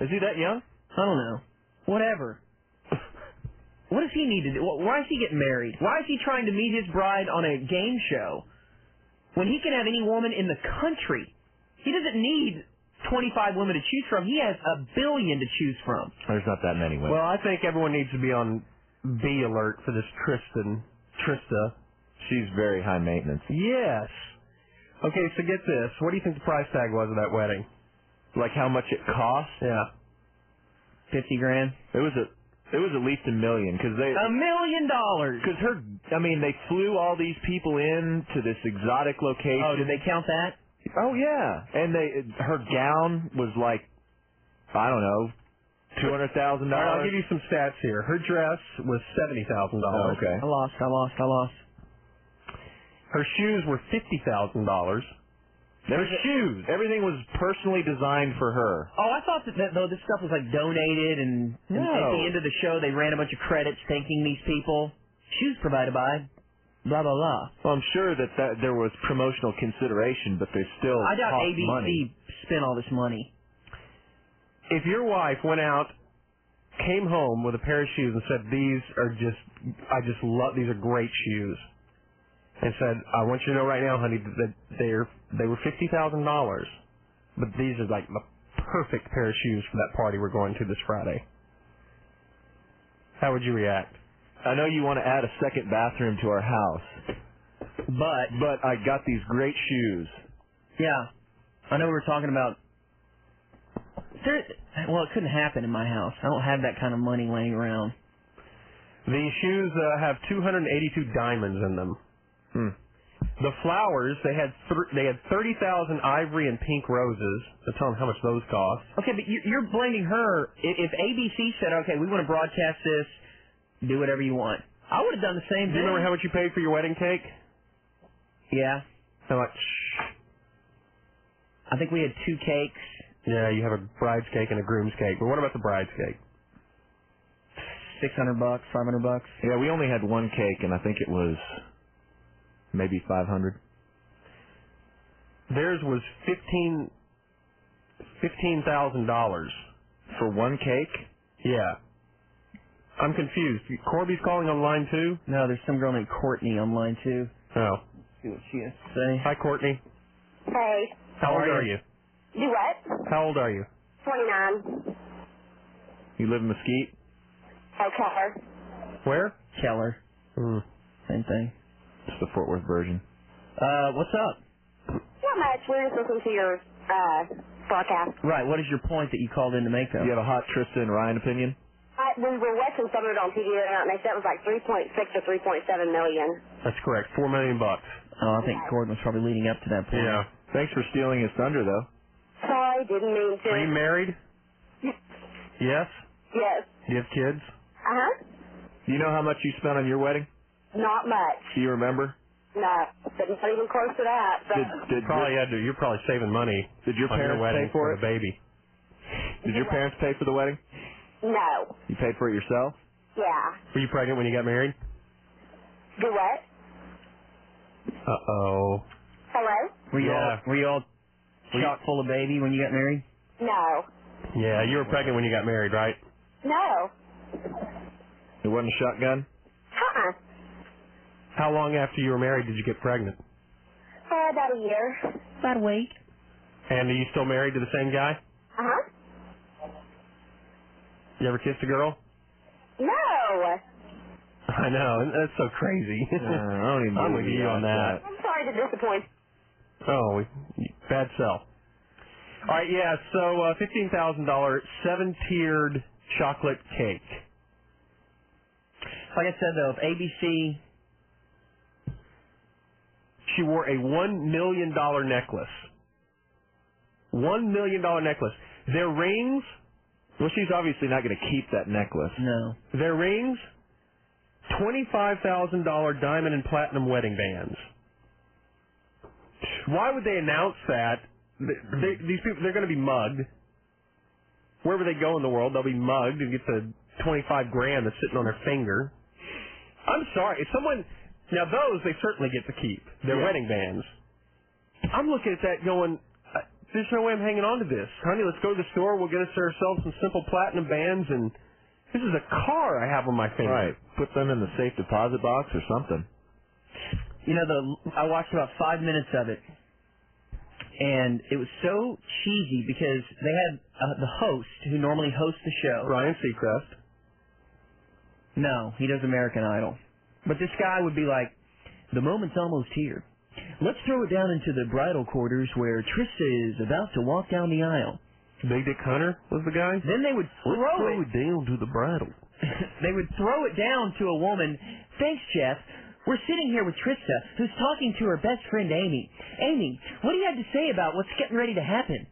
Speaker 41: Is he that young?
Speaker 9: I don't know. Whatever. What does he need to do? Wh- Why is he getting married? Why is he trying to meet his bride on a game show when he can have any woman in the country? He doesn't need 25 women to choose from. He has a billion to choose from.
Speaker 41: There's not that many women.
Speaker 7: Well, I think everyone needs to be on B alert for this Tristan. Trista.
Speaker 41: She's very high maintenance.
Speaker 7: Yes. Okay, so get this. What do you think the price tag was of that wedding?
Speaker 41: Like how much it cost?
Speaker 7: Yeah.
Speaker 9: 50 grand.
Speaker 41: It was a. It was at least a million because they.
Speaker 9: A million dollars.
Speaker 41: Because her, I mean, they flew all these people in to this exotic location.
Speaker 9: Oh, did they count that?
Speaker 41: Oh yeah, and they her gown was like, I don't know, two hundred thousand
Speaker 7: All right, I'll
Speaker 41: dollars.
Speaker 7: give you some stats here. Her dress was seventy thousand
Speaker 41: Oh,
Speaker 7: dollars.
Speaker 41: okay.
Speaker 9: I lost. I lost. I lost.
Speaker 7: Her shoes were fifty thousand dollars. Her shoes.
Speaker 41: Everything was personally designed for her.
Speaker 9: Oh, I thought that, that though this stuff was like donated, and, and
Speaker 41: No.
Speaker 9: at the end of the show they ran a bunch of credits thanking these people. Shoes provided by blah blah blah.
Speaker 16: Well, I'm sure that, that there was promotional consideration, but there's still
Speaker 9: I doubt
Speaker 16: cost
Speaker 9: ABC
Speaker 16: money.
Speaker 9: spent all this money.
Speaker 7: If your wife went out, came home with a pair of shoes and said, "These are just, I just love these are great shoes," and said, "I want you to know right now, honey, that they're they were fifty thousand dollars, but these are like the perfect pair of shoes for that party we're going to this Friday." How would you react?
Speaker 16: I know you want to add a second bathroom to our house,
Speaker 9: but
Speaker 16: but I got these great shoes.
Speaker 9: Yeah, I know we were talking about. There, well, it couldn't happen in my house. I don't have that kind of money laying around.
Speaker 7: The shoes uh, have 282 diamonds in them.
Speaker 16: Hmm.
Speaker 7: The flowers they had thr they had 30,000 ivory and pink roses. So tell them how much those cost.
Speaker 9: Okay, but you're, you're blaming her. I- If ABC said, "Okay, we want to broadcast this, do whatever you want," I would have done the same thing.
Speaker 7: Do you remember how much you paid for your wedding cake?
Speaker 9: Yeah,
Speaker 7: How much?
Speaker 9: I think we had two cakes.
Speaker 7: Yeah, you have a bride's cake and a groom's cake. But what about the bride's cake?
Speaker 9: Six hundred bucks, five hundred bucks.
Speaker 16: Yeah, we only had one cake, and I think it was maybe 500.
Speaker 7: Theirs was fifteen fifteen thousand dollars
Speaker 16: for one cake.
Speaker 7: Yeah. I'm confused. Corby's calling on line two.
Speaker 9: No, there's some girl named Courtney on line two.
Speaker 7: Oh.
Speaker 9: see what she has to say.
Speaker 7: Hi, Courtney.
Speaker 5: Hey,
Speaker 7: How old are you?
Speaker 5: do what?
Speaker 7: How old are you?
Speaker 5: 29.
Speaker 16: You live in Mesquite?
Speaker 5: Okay.
Speaker 7: Where? Hmm.
Speaker 9: Keller. Same thing.
Speaker 16: It's the Fort Worth version.
Speaker 9: Uh, what's up?
Speaker 5: Not much. We're just listening to your uh, broadcast.
Speaker 9: Right. What is your point that you called in to make? Though?
Speaker 16: You have a hot Tristan Ryan opinion?
Speaker 5: I, we were watching some of it on TV the other night, and they said it was like 3.6 or 3.7 million.
Speaker 7: That's correct. Four million bucks.
Speaker 9: Oh, I think Gordon was probably leading up to that point.
Speaker 7: Yeah.
Speaker 16: Thanks for stealing his thunder, though.
Speaker 5: Sorry, didn't mean to.
Speaker 7: Are you married? Yes.
Speaker 5: Yes.
Speaker 7: Do you have kids?
Speaker 5: Uh huh.
Speaker 16: Do you know how much you spent on your wedding?
Speaker 5: Not much.
Speaker 16: Do you remember?
Speaker 5: No, but not even close to that. So.
Speaker 7: probably had to. You're probably saving money.
Speaker 16: Did your
Speaker 7: on
Speaker 16: parents
Speaker 7: your wedding
Speaker 16: pay for it?
Speaker 7: the baby?
Speaker 16: Did your parents pay for the wedding?
Speaker 5: No.
Speaker 16: You paid for it yourself?
Speaker 5: Yeah.
Speaker 7: Were you pregnant when you got married?
Speaker 5: Do what?
Speaker 7: Uh oh.
Speaker 5: Hello?
Speaker 9: Were you all
Speaker 7: Yeah.
Speaker 9: were you all chock full of baby when you got married?
Speaker 5: No.
Speaker 7: Yeah, you were pregnant when you got married, right?
Speaker 5: No.
Speaker 16: It wasn't a shotgun.
Speaker 5: Uh-uh.
Speaker 7: How long after you were married did you get pregnant?
Speaker 5: Uh, about a year.
Speaker 9: About a week.
Speaker 7: And are you still married to the same guy?
Speaker 5: Uh-huh.
Speaker 7: You ever kissed a girl?
Speaker 5: No.
Speaker 7: I know. and That's so crazy.
Speaker 16: I don't even
Speaker 7: I'm
Speaker 16: believe
Speaker 7: with you
Speaker 16: you
Speaker 7: on
Speaker 16: asked
Speaker 7: that.
Speaker 5: I'm sorry to disappoint.
Speaker 7: Oh, we- bad sell. All right, yeah. So uh, fifteen thousand dollar seven tiered chocolate cake.
Speaker 9: Like I said though, if ABC
Speaker 7: She wore a one million dollar necklace. One million dollar necklace. Their rings.
Speaker 16: Well, she's obviously not going to keep that necklace.
Speaker 9: No.
Speaker 7: Their rings. Twenty-five thousand dollar diamond and platinum wedding bands. Why would they announce that? Th-
Speaker 16: Hmm.
Speaker 7: They, these people, they're going to be mugged. Wherever they go in the world, they'll be mugged and get the twenty-five grand that's sitting on their finger. I'm sorry. If someone now those they certainly get to keep their
Speaker 16: Yeah.
Speaker 7: wedding bands. I'm looking at that going. uh, There's no way I'm hanging on to this, honey. Let's go to the store. We'll get us ourselves some simple platinum bands, and this is a car I have on my finger.
Speaker 16: Right. Put them in the safe deposit box or something.
Speaker 9: you know the I watched about five minutes of it, and it was so cheesy because they had uh, the host who normally hosts the show,
Speaker 7: Ryan Seacrest.
Speaker 9: No, he does American Idol, but this guy would be like, "The moment's almost here. Let's throw it down into the bridal quarters where Trista is about to walk down the aisle."
Speaker 7: Big Dick Hunter was the guy.
Speaker 9: Then they would throw it.
Speaker 7: down to the bridal.
Speaker 9: they would throw it down to a woman. Thanks, Jeff. We're sitting here with Trista, who's talking to her best friend Amy. Amy, what do you have to say about what's getting ready to happen?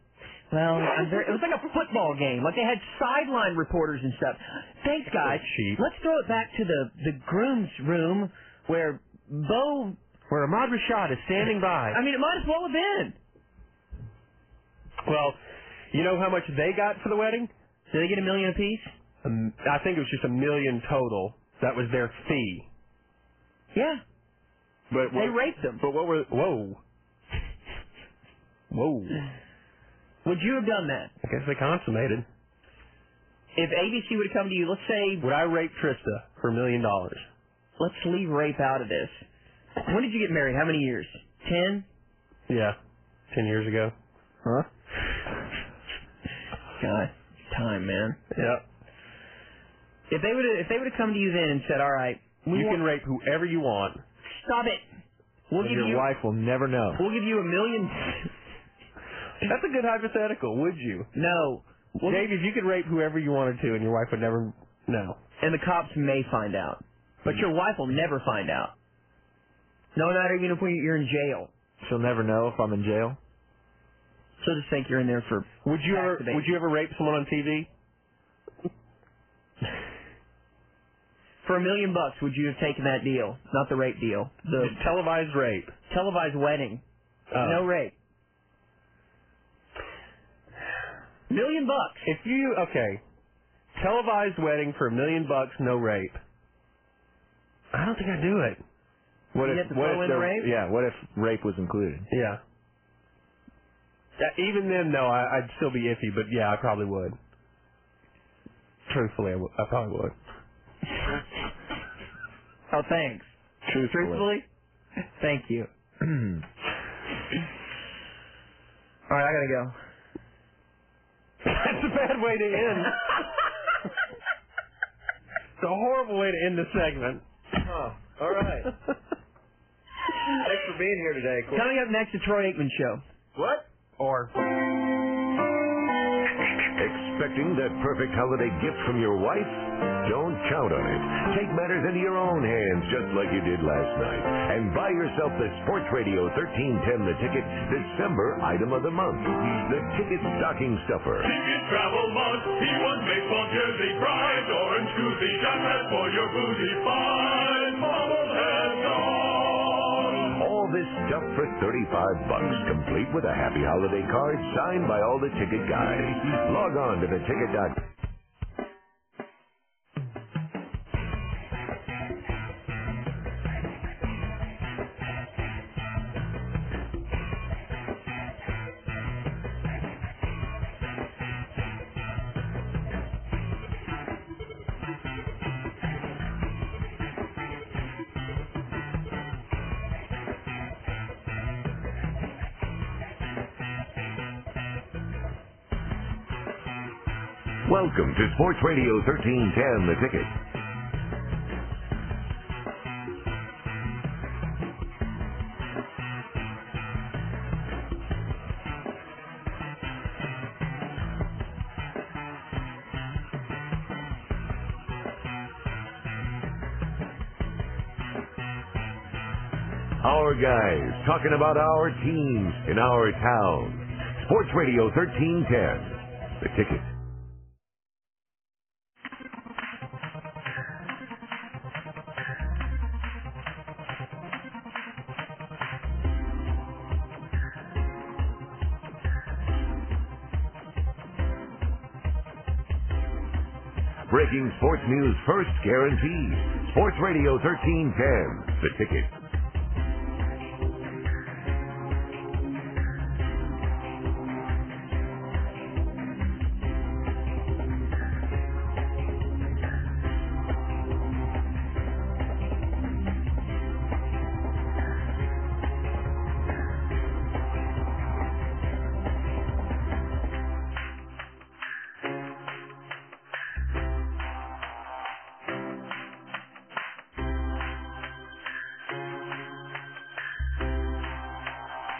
Speaker 9: Well, I'm very, it was like a football game. Like they had sideline reporters and stuff. Thanks, guys. Let's throw it back to the the groom's room where Bo,
Speaker 43: Where Ahmad Rashad is standing by.
Speaker 9: I mean, it might as well have been.
Speaker 7: Well, you know how much they got for the wedding?
Speaker 9: Did they get a million apiece?
Speaker 7: Um, I think it was just a million total. That was their fee.
Speaker 9: Yeah.
Speaker 44: But
Speaker 9: They raped them.
Speaker 44: But what were? Whoa.
Speaker 7: Whoa.
Speaker 9: Would you have done that?
Speaker 7: I guess they consummated.
Speaker 9: If ABC would have come to you, let's say,
Speaker 7: Would I rape Trista for a million dollars?
Speaker 9: let's leave rape out of this. When did you get married? How many years? Ten?
Speaker 7: Yeah. Ten years ago. Huh?
Speaker 9: God, time, man.
Speaker 7: Yeah.
Speaker 9: If they would have, if they would have come to you then and said, "All right, we
Speaker 16: You
Speaker 9: want,
Speaker 16: can rape whoever you want.
Speaker 9: stop it. We'll
Speaker 16: and
Speaker 9: give
Speaker 16: your
Speaker 9: you
Speaker 16: wife will never know.
Speaker 9: we'll give you a million.
Speaker 7: That's a good hypothetical, would you?
Speaker 9: No.
Speaker 7: Dave, if you could rape whoever you wanted to and your wife would never know. Mm.
Speaker 9: And the cops may find out, but your wife will never find out. No, not even if we, you're in jail.
Speaker 16: She'll never know if I'm in jail.
Speaker 9: She'll just think you're in there for.
Speaker 7: Would you ever would you ever rape someone on TV?
Speaker 9: For a million bucks, would you have taken that deal? Not the rape deal. The Oh,
Speaker 7: televised rape.
Speaker 9: Televised wedding. No rape. Million bucks.
Speaker 7: If you okay. Televised wedding for a million bucks, no rape. I don't think I do it.
Speaker 16: What
Speaker 7: You
Speaker 16: if
Speaker 7: have to
Speaker 16: what
Speaker 7: throw
Speaker 16: if
Speaker 7: in the
Speaker 16: there-
Speaker 7: rape?
Speaker 16: Yeah, what if rape was included?
Speaker 7: Yeah. That- even then, no, I, I'd still be iffy, but yeah, I probably would. Truthfully, I, w- I probably would.
Speaker 9: Oh, thanks.
Speaker 7: Truthfully.
Speaker 9: Thank you. All right, I gotta go.
Speaker 7: That's a bad way to end. it's a horrible way to end the segment.
Speaker 16: All right. Thanks for being here today,
Speaker 9: Coming up next, the Troy Aikman Show.
Speaker 16: What?
Speaker 9: Or
Speaker 1: Expecting that perfect holiday gift from your wife? Don't count on it. Take matters into your own hands, just like you did last night, and buy yourself the Sports Radio 1310 The Ticket December item of the month. The Ticket Stocking Stuffer.
Speaker 45: Ticket travel month. He won baseball jersey prize, orange koozie, shot hat for your boozy fine. Bobbleheads on.
Speaker 1: All this stuff for 35 bucks, complete with a happy holiday card signed by all the ticket guys. Log on to the ticket dot. Welcome to Sports Radio 1310 The Ticket. Our guys talking about our teams in our town. Sports Radio 1310 The Ticket. Breaking sports news first guaranteed. Sports Radio 1310, the ticket.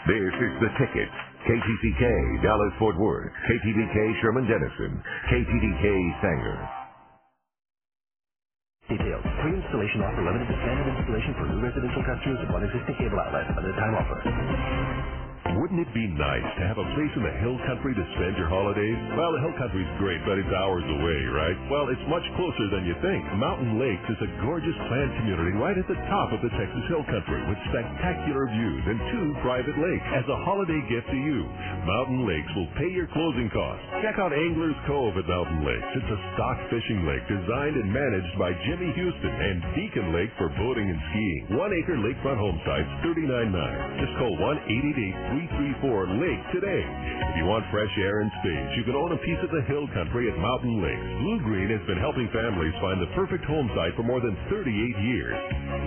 Speaker 1: This is the ticket. KTCK, Dallas Fort Worth. KTDK, Sherman Denison. KTDK, Sanger.
Speaker 26: Details. Free installation offer limited to standard installation for new residential customers of one existing cable outlet. Other time offer.
Speaker 6: Wouldn't it be nice to have a place in the hill country to spend your holidays? Well, the hill country's great, but it's hours away, right? Well, it's much closer than you think. Mountain Lakes is a gorgeous planned community right at the top of the Texas hill country with spectacular views and two private lakes as a holiday gift to you. Mountain Lakes will pay your closing costs. Check out Angler's Cove at Mountain Lakes. It's a stock fishing lake designed and managed by Jimmy Houston and Beacon Lake for boating and skiing. One acre lakefront home sites, 39.9. Just call 1-888-334-LAKE today. If you want fresh air and space, you can own a piece of the hill country at Mountain Lakes. Blue Green has been helping families find the perfect home site for more than 38 years.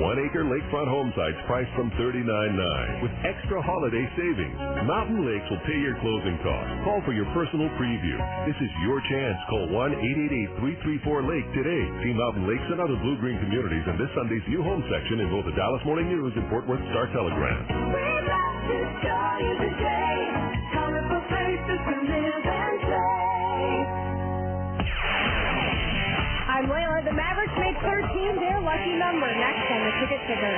Speaker 6: One acre lakefront home sites priced from 39.9 with extra holiday savings. Mountain Lakes will pay your closing costs. Call for your personal preview. This is your chance. Call 1-888-334-LAKE today. See Mountain Lakes and other Blue Green communities in this Sunday's new home section in both the Dallas Morning News and Fort Worth Star Telegram.
Speaker 3: I'm Layla. The Mavericks made 13 their lucky number. Next on the ticket ticker.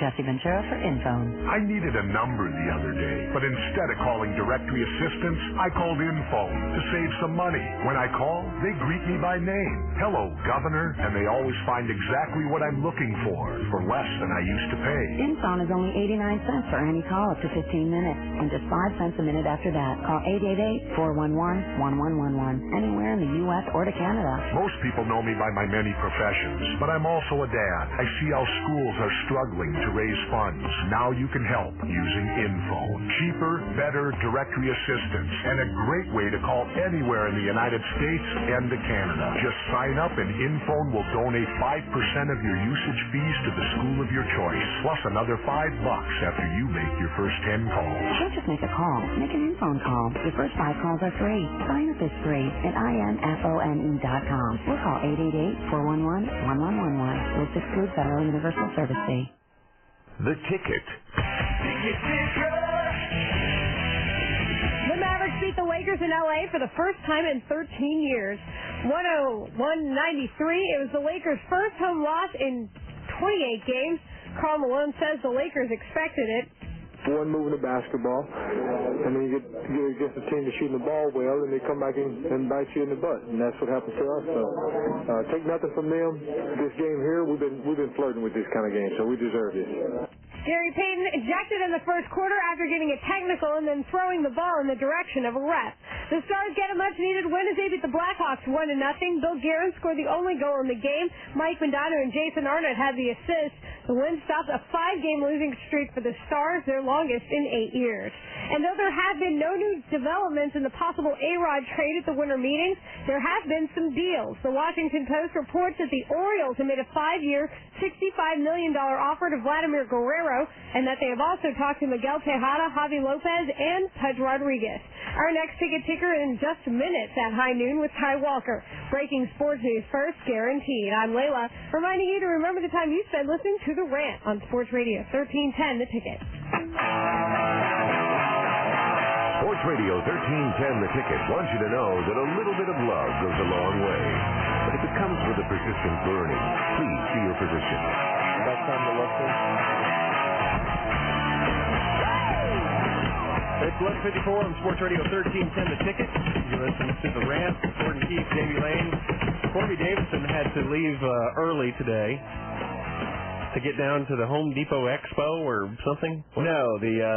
Speaker 27: Jesse Ventura for Info.
Speaker 26: I needed a number the other day, but instead of calling directory assistance, I called InPhone to save some money. When I call, they greet me by name. Hello, Governor, and they always find exactly what I'm looking for for less than I used to pay.
Speaker 27: Infone is only 89 cents for any call up to 15 minutes, and just 5 cents a minute after that. Call 888-411-1111 anywhere in the U.S. or to Canada.
Speaker 26: Most people know me by my many professions, but I'm also a dad. I see how schools are struggling to raise funds. Now you can help using InPhone. Cheaper, better directory assistance, and a great way to call anywhere in the United States and to Canada. Just sign up and InPhone will donate 5% of your usage fees to the school of your choice, plus another 5 bucks after you make your first 10 calls.
Speaker 27: Don't just make a call. Make an Infone call. Your first five calls are free. Sign up is free at infone.com E or call 888-411-1111. This excludes Federal Universal Service Fee.
Speaker 1: The ticket.
Speaker 3: The Mavericks beat the Lakers in LA for the first time in 13 years. 101-93. It was the Lakers' first home loss in 28 games. Carl Malone says the Lakers expected it.
Speaker 16: one moving the basketball, and then you get, you get against a team that's shooting the ball well, and they come back and, and bite you in the butt, and that's what happened to us. So uh, take nothing from them. This game here, we've been we've been flirting with this kind of game, so we deserve it.
Speaker 3: Gary Payton ejected in the first quarter after getting a technical and then throwing the ball in the direction of a ref. The Stars get a much needed win as they beat the Blackhawks 1 to nothing. Bill Guerin scored the only goal in the game. Mike Mandano and Jason Arnott had the assist. The win stopped a five game losing streak for the Stars, their longest in eight years. And though there have been no new developments in the possible A Rod trade at the winter meetings, there have been some deals. The Washington Post reports that the Orioles have made a five year, $65 million offer to Vladimir Guerrero, and that they have also talked to Miguel Tejada, Javi Lopez, and Pudge Rodriguez. Our next ticket ticker in just minutes at high noon with Ty Walker. Breaking sports news first, guaranteed. I'm Layla, reminding you to remember the time you spend listening to The Rant on Sports Radio 1310, The Ticket.
Speaker 1: Sports Radio 1310 The Ticket wants you to know that a little bit of love goes a long way. But if it comes with a persistent burning, please see your physician.
Speaker 7: It's 1154 on Sports Radio 1310, The Ticket. You listen to The Rant. Gordon Keith, Davey Lane. Corby Davidson had to leave uh, early today to get down to the Home Depot Expo or something.
Speaker 9: No, the uh,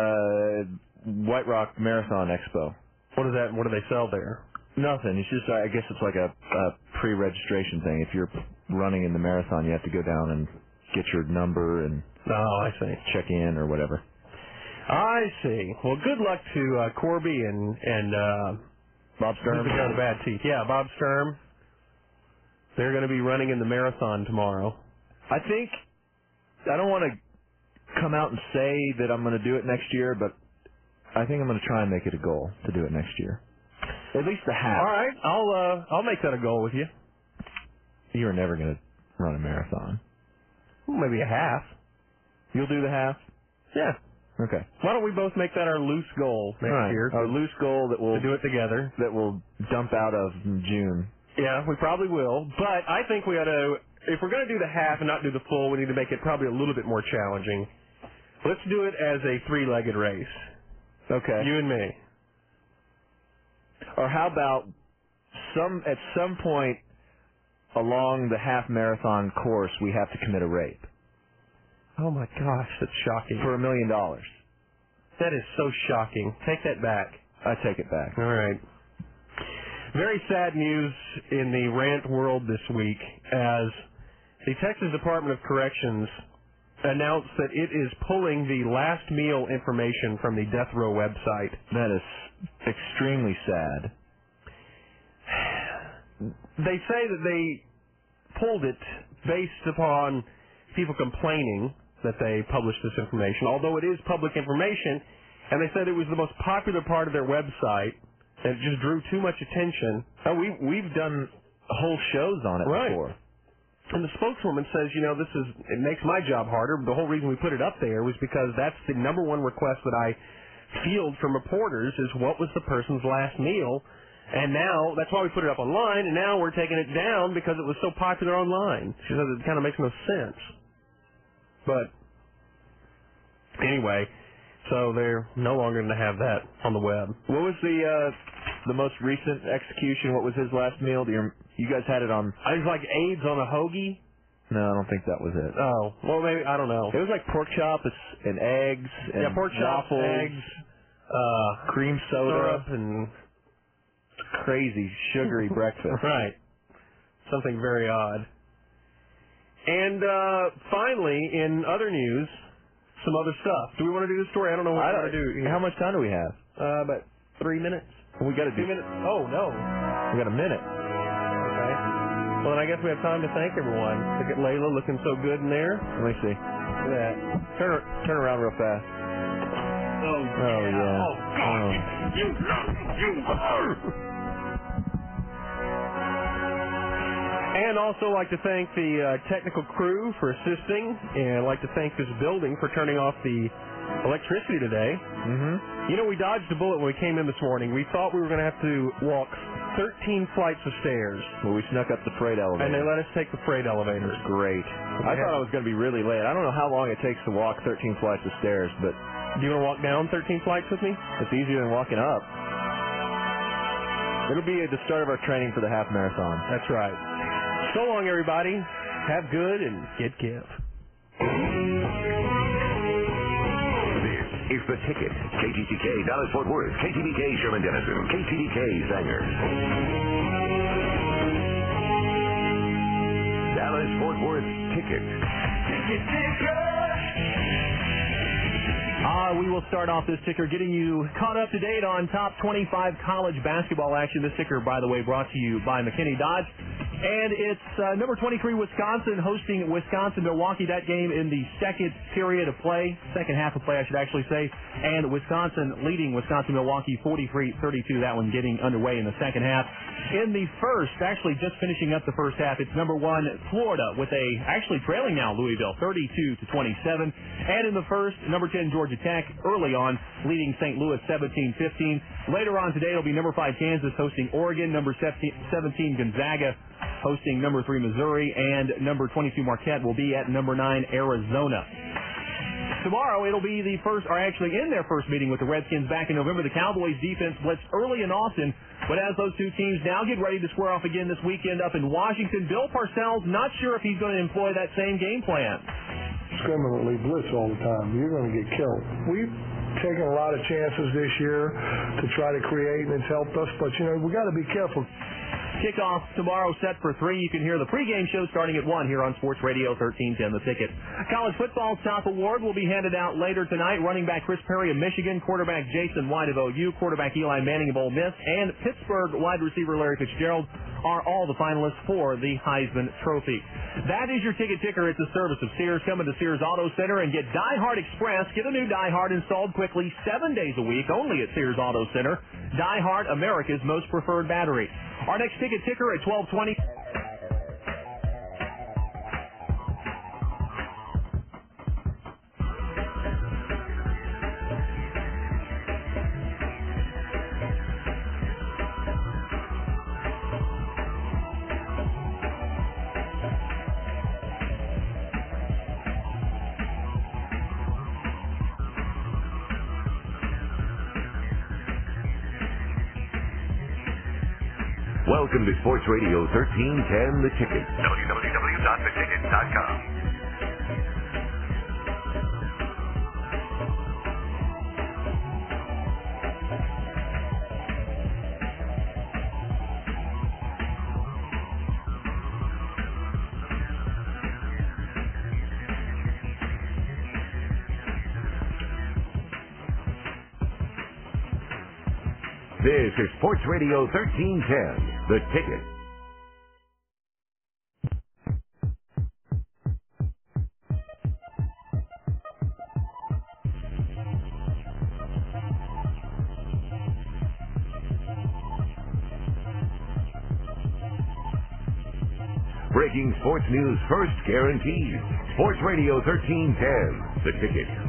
Speaker 9: White Rock Marathon Expo.
Speaker 7: What is that? What do they sell there?
Speaker 9: Nothing. It's just I guess it's like a, a pre-registration thing. If you're running in the marathon, you have to go down and get your number and
Speaker 7: oh, I see.
Speaker 9: Check in or whatever.
Speaker 7: I see. Well, good luck to uh, Corby and and uh,
Speaker 9: Bob
Speaker 7: Sturm. Got the bad teeth. Yeah, Bob Sturm. They're going to be running in the marathon tomorrow.
Speaker 9: I think I don't want to come out and say that I'm going to do it next year, but I think I'm going to try and make it a goal to do it next year. At least the half.
Speaker 7: All right, I'll uh, I'll make that a goal with you.
Speaker 9: You're never going to run a marathon.
Speaker 7: Well, maybe a half.
Speaker 9: You'll do the half.
Speaker 7: Yeah.
Speaker 9: Okay.
Speaker 7: Why don't we both make that our loose goal next
Speaker 9: All right.
Speaker 7: year?
Speaker 9: A loose goal that we'll
Speaker 7: do it together.
Speaker 9: That we'll dump out of in June.
Speaker 7: Yeah, we probably will. But I think we ought to, if we're going to do the half and not do the full, we need to make it probably a little bit more challenging. Let's do it as a three-legged race. Okay.
Speaker 9: You and me.
Speaker 7: Or how about some at some point along the half marathon course we have to commit a rape?
Speaker 9: Oh my gosh, that's shocking.
Speaker 7: For a million dollars.
Speaker 9: That is so shocking. Take that back.
Speaker 7: I take it back.
Speaker 9: All right. Very sad news in the rant world this week as the Texas Department of Corrections announced that it is pulling the last meal information from the death row website.
Speaker 7: That is extremely sad.
Speaker 9: They say that they pulled it based upon people complaining that they published this information, although it is public information, and they said it was the most popular part of their website and it just drew too much attention.
Speaker 7: Oh, we we've done whole shows on it
Speaker 9: Right.
Speaker 7: before.
Speaker 9: And the spokeswoman says, you know, this is it makes my job harder. The whole reason we put it up there was because that's the number one request that I field from reporters is what was the person's last meal. And now that's why we put it up online, and now we're taking it down because it was so popular online. She says it kind of makes no sense. But anyway, so they're no longer going to have that on the web.
Speaker 7: What was the uh the most recent execution? What was his last meal? Do you, you guys had it on?
Speaker 9: I was like AIDS on a hoagie.
Speaker 7: No, I don't think that was it.
Speaker 9: Oh, well, maybe I don't know.
Speaker 7: It was like pork chops and eggs and
Speaker 9: yeah, pork chops,
Speaker 7: waffles,
Speaker 9: eggs, uh,
Speaker 7: cream soda,
Speaker 9: syrup, and
Speaker 7: crazy sugary breakfast.
Speaker 9: Right. Something very odd. And uh, finally, in other news, some other stuff. Do we want to do the story? I don't know what
Speaker 7: I
Speaker 9: we
Speaker 7: don't
Speaker 9: want to do. here.
Speaker 7: How much time do we have?
Speaker 9: Uh, about three minutes.
Speaker 7: We got to do.
Speaker 9: Two minutes. Oh no.
Speaker 7: We got a minute.
Speaker 9: Okay. Well, then I guess we have time to thank everyone. Look at Layla looking so good in there.
Speaker 7: Let me see.
Speaker 9: Look at that.
Speaker 7: Turn turn around real fast.
Speaker 46: Oh,
Speaker 7: Oh yeah.
Speaker 46: Oh, God. You, you, you.
Speaker 9: And also like to thank the uh, technical crew for assisting, and I'd like to thank this building for turning off the electricity today.
Speaker 7: Mm-hmm.
Speaker 9: You know, we dodged a bullet when we came in this morning. We thought we were going to have to walk 13 flights of stairs,
Speaker 7: Well, we snuck up the freight elevator.
Speaker 9: and they let us take the freight elevator.
Speaker 7: It's great. I thought I was going to be really late. I don't know how long it takes to walk 13 flights of stairs, but
Speaker 9: Do you want to walk down 13 flights with me?
Speaker 7: it's easier than walking up. It'll be at the start of our training for the half marathon.
Speaker 9: That's right. So long, everybody. Have good and get give.
Speaker 1: This is The Ticket. KTTK Dallas Fort Worth. KTBK Sherman Denison. KTDK Sanger. Dallas Fort Worth Ticket.
Speaker 7: Ah, we will start off this ticker getting you caught up to date on top 25 college basketball action. This ticker, by the way, brought to you by McKinney Dodge. And it's uh, number 23, Wisconsin, hosting Wisconsin Milwaukee. That game in the second period of play, second half of play, I should actually say. And Wisconsin leading Wisconsin Milwaukee 43 32. That one getting underway in the second half. In the first, actually just finishing up the first half, it's number one, Florida, with a actually trailing now Louisville 32 to 27. And in the first, number 10, Georgia Tech, early on, leading St. Louis 17 15. Later on today, it'll be number 5, Kansas hosting Oregon, number 17, Gonzaga hosting number 3, Missouri, and number 22, Marquette will be at number 9, Arizona. Tomorrow it'll be the first, or actually in their first meeting with the Redskins back in November. The Cowboys defense blitzed early and often, but as those two teams now get ready to square off again this weekend up in Washington, Bill Parcells not sure if he's going to employ that same game plan.
Speaker 16: discriminately blitz all the time. You're going to get killed. We've taken a lot of chances this year to try to create, and it's helped us. But you know, we got to be careful.
Speaker 7: Kickoff tomorrow set for 3. You can hear the pregame show starting at 1 here on Sports Radio 1310 The Ticket. College football's top award will be handed out later tonight. Running back Chris Perry of Michigan, quarterback Jason White of OU, quarterback Eli Manning of Ole Miss, and Pittsburgh wide receiver Larry Fitzgerald are all the finalists for the Heisman Trophy. That is your ticket ticker. It's a service of Sears. Come into Sears Auto Center and get Die Hard Express. Get a new Die Hard installed quickly seven days a week only at Sears Auto Center. Die Hard, America's most preferred battery. Our next ticket ticker at 1220.
Speaker 1: Welcome to Sports Radio 1310 The Ticket.
Speaker 4: www.theticket.com.
Speaker 1: This is Sports Radio 1310 The Ticket. Breaking sports news first guaranteed. Sports Radio 1310 The Ticket.